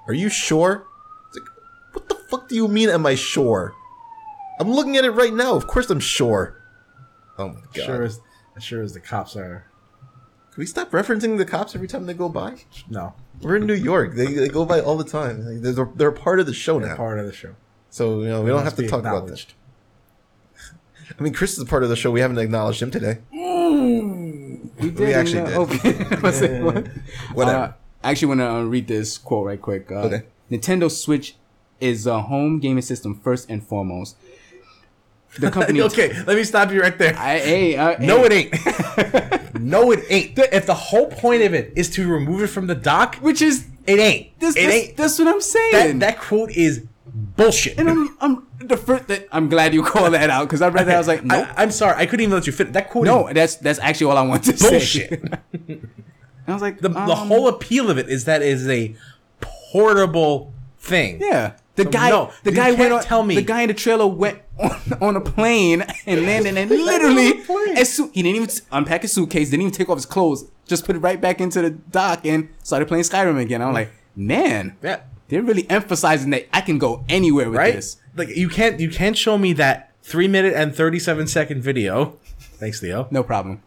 A: Are you sure? It's like, what the fuck do you mean? Am I sure? I'm looking at it right now. Of course I'm sure. Oh my god.
C: Sure as sure as the cops are.
A: Can we stop referencing the cops every time they go by?
C: No,
A: We're in New York. They, they go by all the time. Like, they're, they're- they're a part of the show
C: they're
A: now.
C: part of the show.
A: So, you know, we don't have
C: Must
A: to
C: be
A: talk about this.
C: acknowledged.
A: I mean, Chris is a part of the show. We haven't acknowledged him today.
B: We,
A: did actually
B: know-
A: did.
B: Okay. *laughs* I was like, what?
A: *laughs* Whatever.
B: Uh, I actually want to uh, read this quote right quick. Uh,
A: Okay.
B: Nintendo Switch is a home gaming system first and foremost. The
C: *laughs*
B: company.
C: okay, let me stop you right there.
B: I, hey, uh,
C: no,
B: hey.
C: it
A: *laughs*
C: ain't. no, it ain't. The- If the whole point of it is to remove it from the dock,
B: Which is
C: it ain't.
B: this?
C: it
B: this-
C: ain't.
B: That's what I'm saying.
C: That, that quote is bullshit.
B: and I'm, I'm the first. That, I'm glad you *laughs* called that out because I read that I was like, nope.
C: I, am sorry, I couldn't even let you fit. it. That quote
B: no,
C: is
B: that's that's actually all I want to say.
C: bullshit.
B: And I was like,
C: *laughs* the, the
B: um,
C: whole appeal of it is that it is a portable thing.
B: Yeah. The guy,
C: no,
B: the
C: you
B: guy
C: can't
B: went on,
C: tell me.
B: The guy in the trailer went on, *laughs* on a plane and landed,
C: *laughs*
B: and literally,
C: plane.
B: as soon, he didn't even s- unpack his suitcase, didn't even take off his clothes, just put it right back into the dock and started playing Skyrim again. I'm like, man,
C: Yeah.
B: they're really emphasizing that I can go anywhere with
C: Right?
B: this.
C: Like you can't you can't show me that three minute and thirty seven second video. Thanks, Leo.
B: No problem.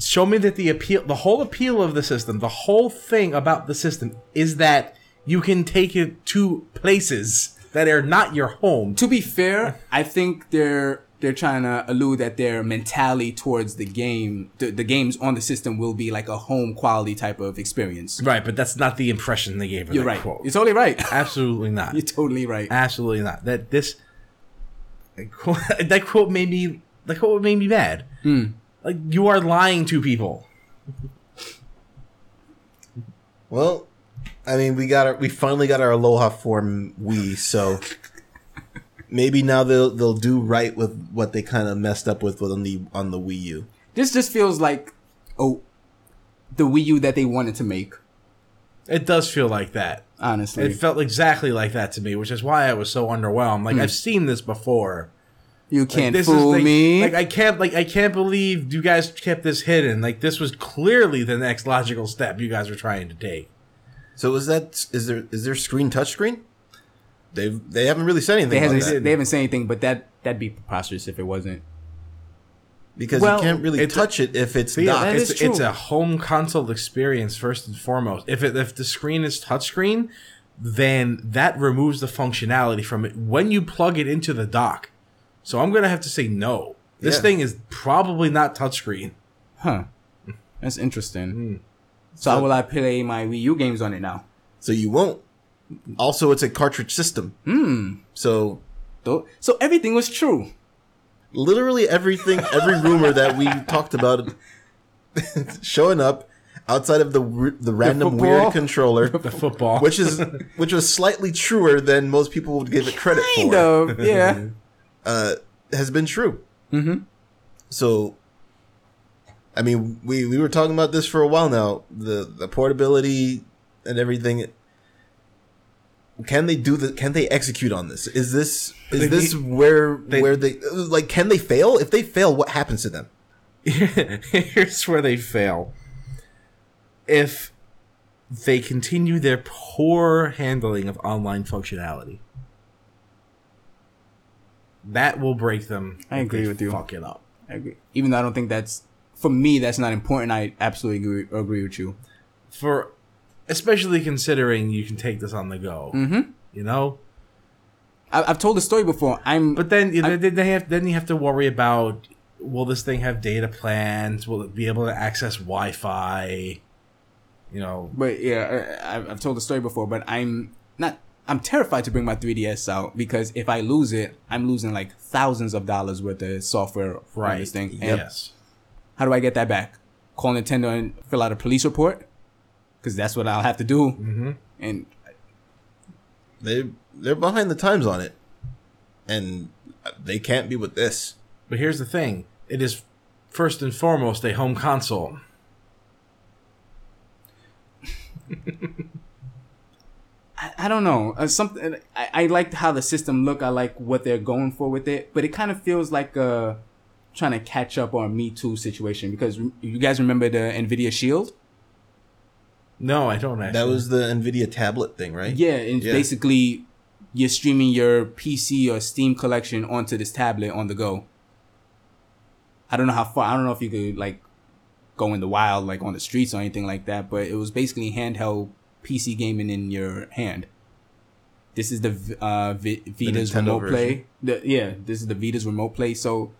C: show me that the appeal the whole appeal of the system the whole thing about the system is that you can take it to places that are not your home
B: To be fair, I think they're they're trying to allude that their mentality towards the game, the, the games on the system, will be like a home quality type of experience.
C: right but that's not the impression they gave in
B: You're
C: that
B: right.
C: quote Uh,
B: You're totally right. *laughs*
C: absolutely not
B: You're totally right.
C: absolutely not that this that quote, *laughs* that quote made me that quote made me mad
B: Hmm.
C: like you are lying to people
A: Well, I mean, we got our, we finally got our Aloha form Wii, so maybe now they'll they'll do right with what they kind of messed up with on the on the Wii U.
B: This just feels like oh, the Wii U that they wanted to make.
C: it does feel like that
B: Honestly,
C: it felt exactly like that to me which is why i was so underwhelmed like i've seen this before
B: you can't
C: this
B: Hmm. fool
C: is like,
B: me.
C: Like I can't like I can't believe you guys kept this hidden. Like this was clearly the next logical step you guys were trying to take.
A: So is that is there is there screen touchscreen? They they haven't really said
B: they
A: anything about that
B: haven't they haven't said anything, but that that'd be preposterous if it wasn't.
A: because
B: well,
A: you can't really
C: it's a-
A: touch it if it's
C: But yeah,
A: not.
B: that
C: it's,
B: is true.
C: it's a home console experience first and foremost. If it, if the screen is touchscreen, then that removes the functionality from it when you plug it into the dock. So I'm gonna have to say no. This
A: Yeah.
C: thing is probably not touchscreen.
B: Huh? That's interesting.
C: Hmm.
B: So, how will I play my Wii U games on it now?
A: so you won't. Also, it's a cartridge system.
B: Hmm.
A: So
B: Though- So everything was true.
A: literally everything, every rumor that we talked about *laughs* showing up outside of the r- the random
B: football?
A: weird controller,
C: The
B: Oh,
C: football,
A: which is which was slightly truer than most people would give it credit
B: Kind
A: for,
B: of, *laughs* yeah.
A: uh, has been true. Mm-hmm. So, I mean, we we were talking about this for a while now. The the portability and everything. Can they do the? Can they execute on this? Is this is
C: They
A: this where where they like? Can they fail? If they fail, what happens to them?
C: *laughs* here's where they fail. If they continue their poor handling of online functionality, that will break them.
B: I
C: if
B: agree
C: they
B: with you.
C: Fuck it up.
B: I agree. Even though I don't think that's for me, that's not important. I absolutely agree, agree with you.
C: For especially considering you can take this on the go. Mm-hmm. You know,
B: I, I've told the story before. I'm
C: but then you know, then they have then you have to worry about will this thing have data plans? Will it be able to access Wi-Fi? You know,
B: But yeah, I, I- I've told the story before, but I'm not. I'm terrified to bring my 3DS out because if I lose it, I'm losing like thousands of dollars worth of software on this thing. And
C: Yes.
B: How do I get that back? Call Nintendo and fill out a police report because that's what I'll have to do. Mm-hmm. And
A: They they're behind the times on it, and they can't be with this.
C: But here's the thing: it is first and foremost a home console.
B: I, I don't know. Uh, something I, I liked how the system looked. I like what they're going for with it, but it kind of feels like a trying to catch up on a Me Too situation because you guys remember the Nvidia Shield?
C: No, I don't actually.
A: That was the Nvidia tablet thing, right?
B: Yeah, and
A: Yeah.
B: basically you're streaming your PC or Steam collection onto this tablet on the go. I don't know how far. I don't know if you could like go in the wild, like on the streets or anything like that. But it was basically handheld PC gaming in your hand. This is the V- uh, v- Vita's
A: Nintendo
B: remote
A: version.
B: play. The, yeah, this is the Vita's remote play. So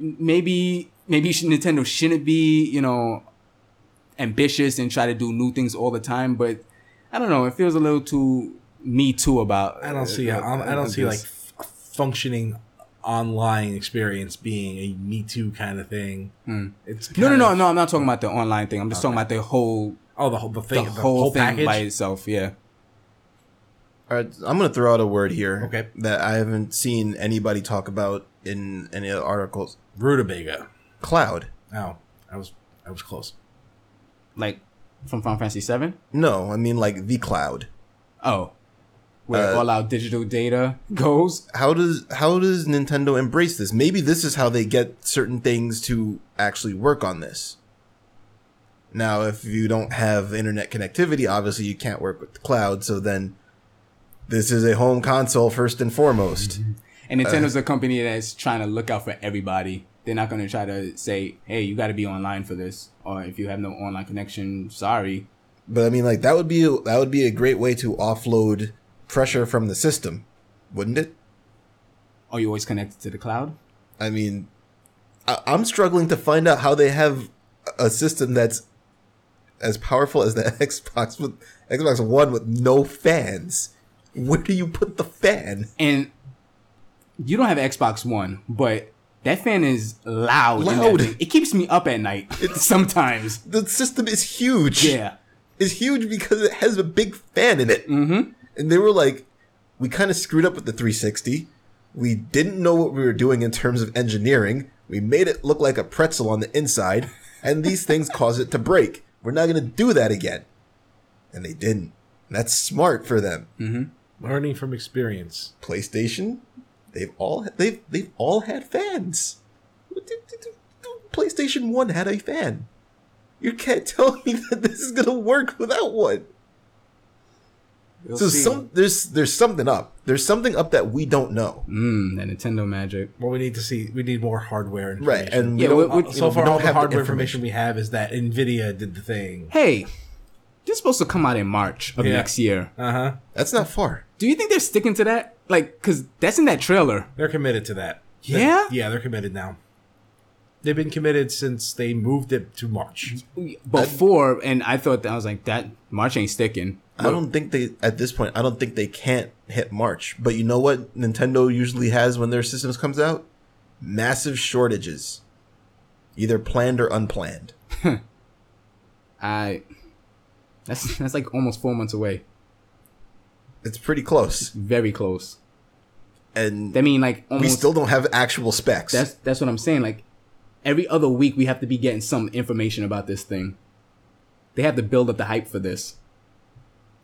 B: maybe maybe sh- Nintendo shouldn't be you know ambitious and try to do new things all the time. But I don't know. It feels a little too me too about.
C: I don't see.
B: uh,
C: I don't, I don't see like
B: this.
C: f- functioning online experience being a Me Too kind of thing.
B: Hmm.
C: It's
B: No, no,
C: kinda-
B: no, no. I'm not talking about the online thing. I'm just talking about the whole,
C: Oh, the whole the
B: the
C: thing, the,
B: whole, thing
C: package.
B: by itself. Yeah.
A: All right, I'm going to throw out a word here
C: Okay.
A: that I haven't seen anybody talk about in any of the articles.
C: Rutabaga.
A: Cloud.
C: Oh, I was I was close.
B: Like from Final Fantasy Seven.
A: No, I mean like the cloud.
B: Oh, where
A: Uh,
B: all our digital data *laughs* goes.
A: How does how does Nintendo embrace this? Maybe this is how they get certain things to actually work on this. Now, if you don't have internet connectivity, obviously you can't work with the cloud, so then this is a home console first and foremost.
B: And Nintendo's a company that's trying to look out for everybody. They're not going to try to say, "Hey, you got to be online for this," or if you have no online connection, sorry.
A: But I mean like that would be that would be a great way to offload pressure from the system, wouldn't it?
B: Are you always connected to the cloud?
A: I mean, I, I'm struggling to find out how they have a system that's as powerful as the *laughs* Xbox with Xbox One with no fans. Where do you put the fan?
B: And you don't have Xbox One, but that fan is loud. in that
A: Loud.
B: thing. It keeps me up
A: *laughs*
B: at night *laughs* sometimes.
A: The system is huge.
B: Yeah.
A: *laughs* it's huge because it has a big fan in it.
B: Mm-hmm.
A: And they were like, we kind of screwed up with the 360. We didn't know what we were doing in terms of engineering. We made it look like a pretzel on the inside, and these things *laughs* cause it to break. We're not going to do that again. And they didn't. And that's smart for them.
C: Learning from experience.
A: PlayStation, they've all they've they've all had fans. PlayStation One had a fan. You can't *laughs* tell me that this is gonna work without one. so some there's there's something up. There's something up that we don't know.
B: Mm, that Nintendo magic.
C: Well, we need to see. We need more hardware information.
A: Right, and we
B: Yeah,
A: don't,
B: what-
C: Uh,
B: what-
A: you
C: so
A: know,
C: far,
A: we don't
C: all the
A: have the
C: hardware information we have is that Nvidia did the thing.
B: Hey, this is supposed to come out in March of
C: Yeah.
B: next year.
C: Uh huh.
A: that's not far.
B: Do you think they're sticking to that? Like, cause that's in that trailer.
C: They're committed to that.
B: Yeah?
C: They're- yeah, they're committed now. They've been committed since they moved it to March.
B: Before, and I thought that I was like, that March ain't sticking.
A: I don't think they at this point. I don't think they can't hit March. But you know what Nintendo usually has when their systems comes out? Massive shortages, either planned or unplanned.
B: I. That's that's like almost four months away.
A: It's pretty close.
B: Very close.
A: and
B: That mean like
A: we
B: almost.
A: still don't have actual specs.
B: that's that's what I'm saying. Like every other week, we have to be getting some information about this thing. They have to build up the hype for this.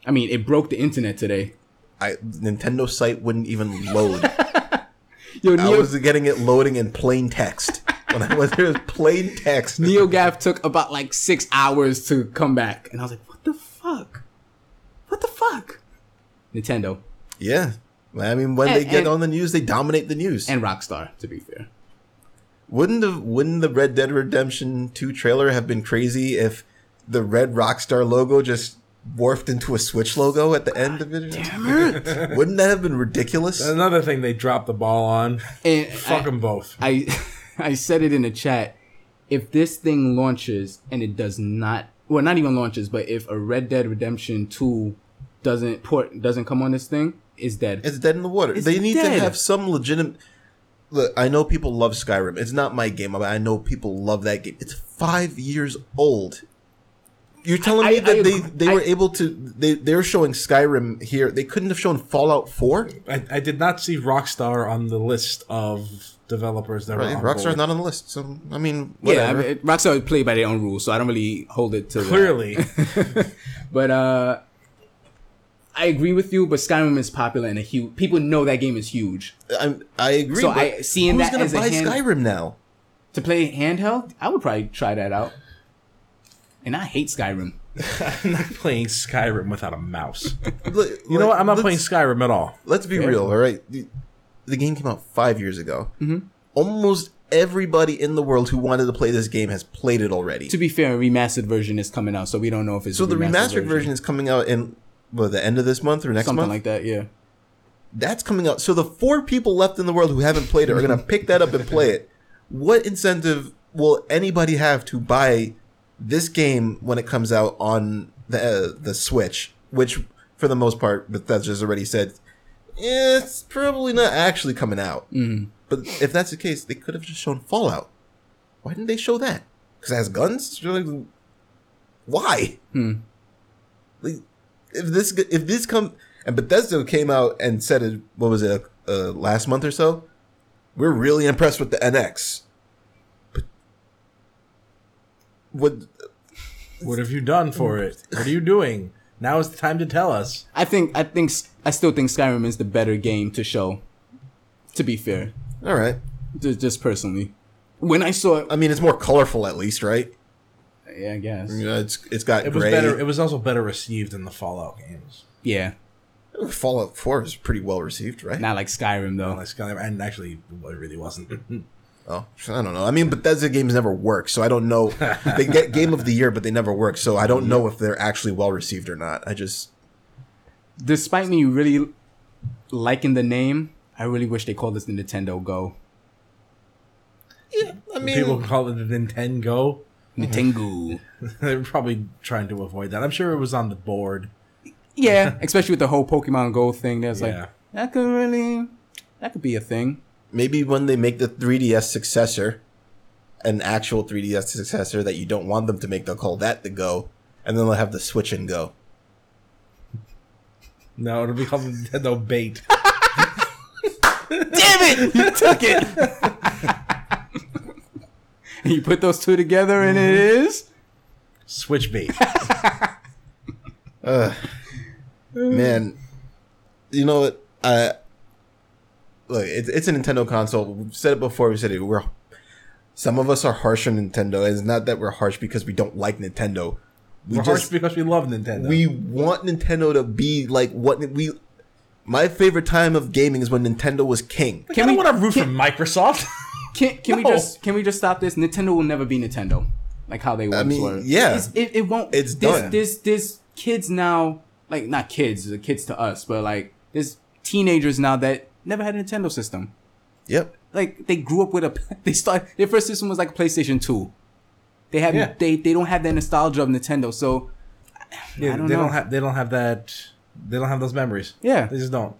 B: I mean, it broke the internet today.
A: I, Nintendo site wouldn't even
B: *laughs*
A: load.
B: Yo,
A: I
B: Neo,
A: was getting it loading in plain text. *laughs* When I was there, it was plain text.
B: *laughs* NeoGAF took about like six hours to come back, and I was like, "What the fuck? What the fuck?" Nintendo
A: Yeah. I mean, when they
B: And-
A: get
B: and-
A: on the news, they dominate the news.
B: and Rockstar, to be fair.
A: wouldn't the wouldn't the Red Dead Redemption 2 trailer have been crazy if the red Rockstar logo just morphed into a Switch logo at the end of it? *laughs* Wouldn't that have been ridiculous?
C: Another thing they dropped the ball on.
B: And
C: Fuck
B: I-
C: them both.
B: I *laughs* I said it in the chat. If this thing launches and it does not, well, not even launches, but if a Red Dead Redemption Two doesn't port doesn't come on this thing, it's dead.
A: It's dead in the water.
B: It's
A: they need to
B: dead.
A: have some legitimate. Look, I know people love Skyrim. It's not my game, but I know people love that game. It's five years old. You're telling me
B: I-
A: that
B: I
A: they,
B: agree.
A: they were
B: I-
A: able to they they're showing Skyrim here. They couldn't have shown Fallout Four.
C: I, I did not see Rockstar on the list of developers that
A: Right,
C: were on
A: Rockstar's
C: board.
A: not on the list, so I mean,
B: Yeah, I
A: whatever.
B: mean, it- Rockstar play by their own rules, so I don't really hold it to
A: *laughs*
B: that.
C: clearly.
B: But uh, I agree with you. But Skyrim is popular and a huge. People know that game is huge.
A: I'm, I agree.
B: So
A: but
B: I seeing
A: who's
B: that
A: gonna
B: as a
A: buy
B: hand-
A: Skyrim now?
B: To play handheld, I would probably try that out. And I hate Skyrim.
C: I'm not playing Skyrim without
A: *laughs*
C: a mouse.
A: Look,
C: You know
A: like,
C: what? I'm not
A: let's-
C: playing Skyrim at all.
A: Let's be real, all right. The, the game came out five years ago. Almost everybody in the world who wanted to play this game has played it already.
B: To be fair, a remastered version is coming out, so we don't know if it's
A: so the remastered version. is coming out in well, the end of this month or next
B: something
A: month.
B: like that. Yeah,
A: That's coming out. So the four people left in the world who haven't played it are going to pick that up and play it. What incentive will anybody have to buy this game when it comes out on the uh, the Switch? Which, for the most part, Bethesda's already said "Eh, it's probably not actually coming out. But if that's the case, they could have just shown Fallout. Why didn't they show that? Because it has guns. Really? Why? Like, if this if this come and Bethesda came out and said it, what was it uh, last month or so? We're really impressed with the NX. But what
C: What have you done for it? What are you doing? Now is the time to tell us.
B: I think I think S- I still think Skyrim is the better game to show. To be fair,
A: all right.
B: just, just personally, when I saw it,
A: I mean, it's more colorful at least, right?
B: yeah, I guess,
A: You know, it's it's got
C: It was
A: gray.
C: better. It was also better received than the Fallout games.
B: yeah,
A: Fallout Four is pretty well received, right?
B: not like Skyrim though.
C: Like Skyrim, and actually, it really wasn't. *laughs*
A: Oh, I don't know. I mean, Bethesda games never work, so I don't know. they get Game of the Year, but they never work, so I
C: *laughs*
A: don't know if they're actually well received or not. I just
B: despite me really liking the name, I really wish they called this the Nintendo Go.
A: yeah. I mean,
C: People call it the *laughs* Nintendo.
B: Nintendo.
C: They were probably trying to avoid that. I'm sure it was on the board.
B: *laughs* yeah, especially with the whole Pokemon Go thing. That's
C: Yeah.
B: like that could really that could be a thing.
A: maybe when they make the 3DS successor, an actual 3DS successor that you don't want them to make, they'll call that the Go, and then they'll have the Switch and Go.
C: No, it'll be called the Nintendo Bait.
B: Damn it! *laughs* You took it. you put those two together, and it is.
C: Switch
B: *laughs*
C: Bait. Mm.
A: Man, you know what? I look. It's it's a Nintendo console. We've said it before. We said it. We're some of us are harsh on Nintendo. It's not that we're harsh because we don't like Nintendo. We
C: We're harsh
A: just
C: because we love Nintendo.
A: we want Nintendo to be like what we. My favorite time of gaming is when Nintendo was king.
C: can
B: Can
C: we
B: we-
C: want to root for
B: *laughs*
C: Microsoft?
B: Can can
C: No.
B: we just can we just stop this? Nintendo will never be Nintendo, like how they once
A: mean,
B: were.
A: yeah.
B: It's- it, it won't.
A: It's
B: this,
A: done.
B: This this kids now, like not kids, the kids to us, but like there's teenagers now that never had a Nintendo system.
A: Yep.
B: Like they grew up with a. *laughs* They start their first system was like a PlayStation Two. They have
C: Yeah.
B: they they don't have that nostalgia of Nintendo. So
C: Yeah,
B: I don't
C: they
B: know.
C: don't have. They don't have that. They don't have those memories.
B: Yeah.
C: they just don't.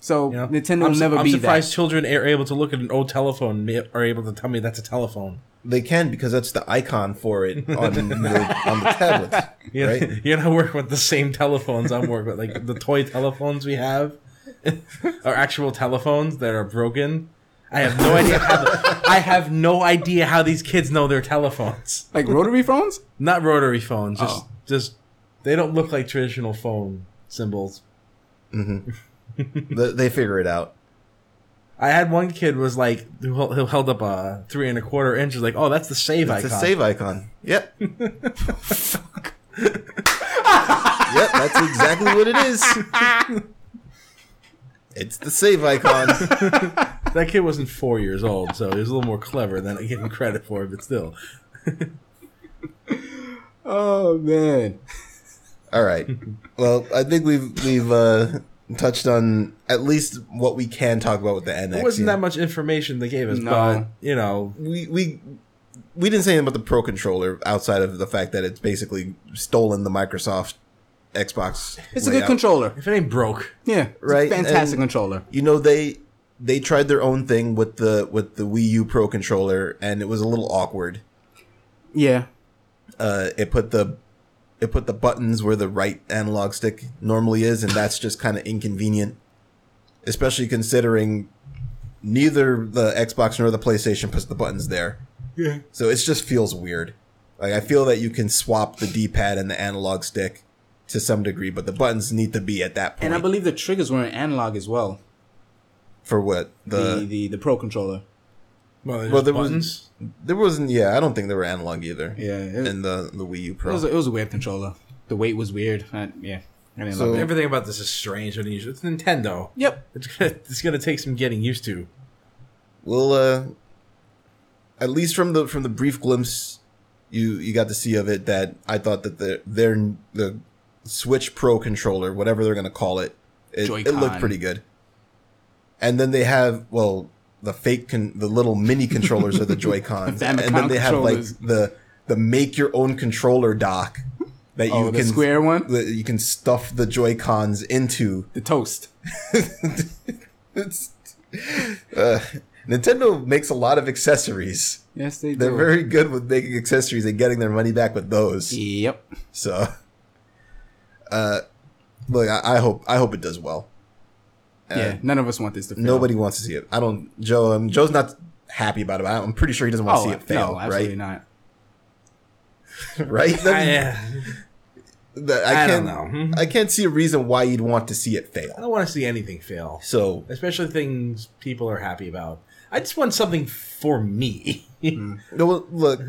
B: so
C: you know?
B: Nintendo
C: I'm
B: will
C: su-
B: never
C: I'm
B: be
C: surprised children are able to look at an old telephone and are able to tell me that's a telephone.
A: They can because that's the icon for
C: *laughs*
A: it on the, on the tablets,
C: You know,
A: right?
C: you're not working with the same telephones I'm working with. Like the toy telephones we have *laughs* are actual telephones that are broken. I have no idea. How the, I have no idea how these kids know their telephones.
B: that. Like rotary phones.
C: Not rotary phones. Just
B: Oh.
C: just they don't look like traditional phone symbols.
A: they, they figure it out.
C: I had one kid was like who held, who held up a three and a quarter inch. Was like, oh, that's the save
A: It's
C: icon.
A: a save icon.
C: *laughs*
A: Yep. yep, that's exactly what it is. It's the save
C: *laughs*
A: icon.
C: That kid wasn't four years old, so he was a little more clever than I give him credit for. But still,
B: Oh man.
A: All right. Well, I think we've we've uh, touched on at least what we can talk about with the NX.
C: it wasn't
A: you
C: that much information they gave us,
B: No.
C: but you know,
A: know. we we we didn't say anything about the Pro controller outside of the fact that it's basically stolen the Microsoft Xbox.
B: It's a
A: layout.
B: good controller.
C: if it ain't broke,
B: Yeah,
A: Right,
B: right. fantastic
A: and-
B: controller.
A: you know they they tried their own thing with the with the Wii U Pro controller and it was a little awkward.
B: Yeah,
A: Uh, it put the it put the buttons where the right analog stick normally is, and that's just kind of inconvenient, especially considering neither the Xbox nor the PlayStation puts the buttons there.
B: Yeah.
A: So it just feels weird. Like I feel that you can swap the D-pad and the analog stick to some degree, but the buttons need to be at that point.
B: And I believe the triggers were in analog as well.
A: for what
B: The
A: the,
B: the, the, Pro controller.
C: Well, there's
A: Well, there was-
C: buttons.
A: there wasn't. Yeah, I don't think they were analog either.
B: Yeah. It,
A: And the the Wii U
B: it
A: Pro.
B: was, it was a weird controller. The weight was weird. I, yeah. I didn't
A: So-
B: love it.
C: Everything about this is strange and unusual. It's Nintendo.
B: Yep.
C: It's gonna, it's gonna take some getting used to.
A: Well, uh, at least from the from the brief glimpse you you got to see of it, that I thought that the their the Switch Pro controller, whatever they're gonna call it, it, it looked
B: Joy-Con.
A: pretty good. And then they have well the fake con- the little
B: *laughs*
A: mini controllers are the Joy Cons,
B: The
A: and
B: Famicom
A: then they have like
B: controllers.
A: the the make your own controller dock that
B: Oh,
A: you
B: the
A: can
B: square one?
A: that you can stuff the Joy Cons into.
B: The toast.
A: It's, uh, Nintendo makes a lot of accessories.
B: Yes, they
A: They're
B: do.
A: very good with making accessories and getting their money back with those.
B: Yep.
A: So, uh, look, I, I hope I hope it does well. Uh,
B: yeah. None of us want this to fail.
A: Nobody wants to see it. I don't. Joe. Um, Joe's not happy about it. but I'm pretty sure he doesn't
C: Oh,
A: want to see it fail.
B: Oh, No, absolutely
A: right? *laughs*
B: not.
A: right?
C: I,
A: That-
C: uh,
A: that-
C: I
A: can't,
C: don't know. Mm-hmm.
A: I can't see a reason why you'd want to see it
C: I
A: fail.
C: don't want to see anything fail,
A: So
C: especially things people are happy about. I just want something for me.
A: No, well, look.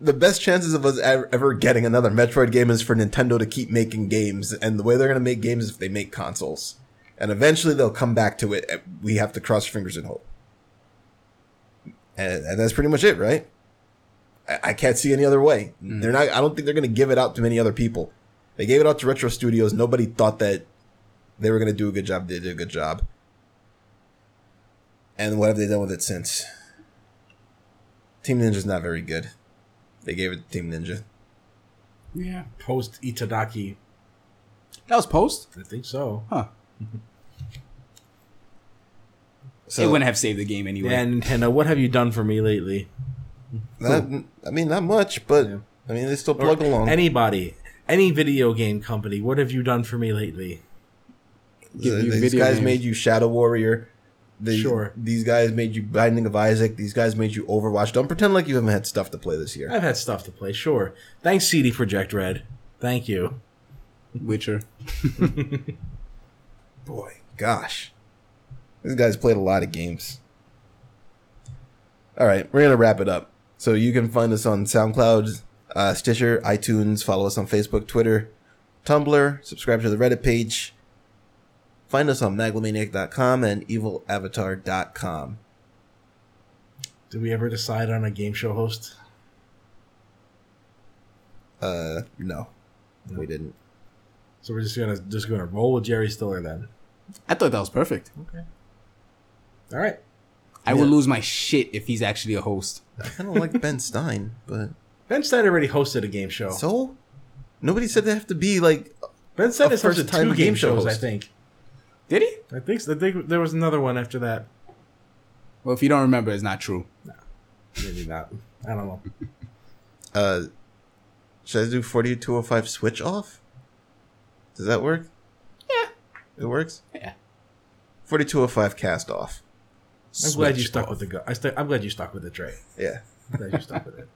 A: The best chances of us ev- ever getting another Metroid game is for Nintendo to keep making games, and the way they're going to make games is if they make consoles, and eventually they'll come back to it. and We have to cross fingers and hope, and, and that's pretty much it, right? I, I can't see any other way. They're not. I don't think they're going to give it out to many other people. They gave it out to Retro Studios. Nobody thought that they were going to do a good job. They did a good job, and what have they done with it since? Team Ninja's not very good. They gave it to Team Ninja.
B: Yeah.
C: *laughs* Post Itadaki,
B: That was post?
C: I think so.
B: Huh.
A: So
B: it wouldn't have saved the game
A: Hmm.
B: anyway.
C: And Nintendo, what have you done for me lately?
A: not, I mean, not much, but
C: Yeah.
A: I mean, they still
C: Or
A: plug along.
C: Anybody, any video game company, what have you done for me lately?
B: give you
A: these
B: video
A: guys
B: games.
A: made you Shadow Warrior. They,
C: Sure.
A: These guys made you Binding of Isaac. These guys made you Overwatch. Don't pretend like you haven't had stuff to play this year.
C: I've had stuff to play, sure. Thanks, CD Project Red. Thank you.
B: Witcher.
A: Boy, gosh, these guys played a lot of games. All right, we're gonna wrap it up. So you can find us on SoundCloud, uh, Stitcher, iTunes. Follow us on Facebook, Twitter, Tumblr. Subscribe to the Reddit page. Find us on maglemaniac.com and evilavatar.com.
C: Did we ever decide on a game show host?
A: Uh, no, we didn't.
C: So we're just gonna just gonna roll with Jerry Stiller then.
B: I thought that was perfect.
C: Okay. All right.
B: I would lose my shit if he's actually a host.
A: I kind of like Ben Stein, but
C: Ben Stein already hosted a game show.
A: so nobody said they have to be like
C: ben Stein
A: a
C: has hosted
A: first-time
C: two game,
A: game show
C: shows, I
A: host.
C: think.
B: Did he?
C: I think so. I think there was another one after that.
B: Well, if you don't remember, it's not true.
C: Maybe not. I don't know.
A: uh should I do 40205 switch off? Does that work?
B: Yeah.
A: It works?
B: Yeah.
A: 4205 cast off.
C: I'm glad you stuck with the. Go- I st- I'm glad you stuck with it, Trey.
A: Yeah.
C: I'm glad you stuck with it.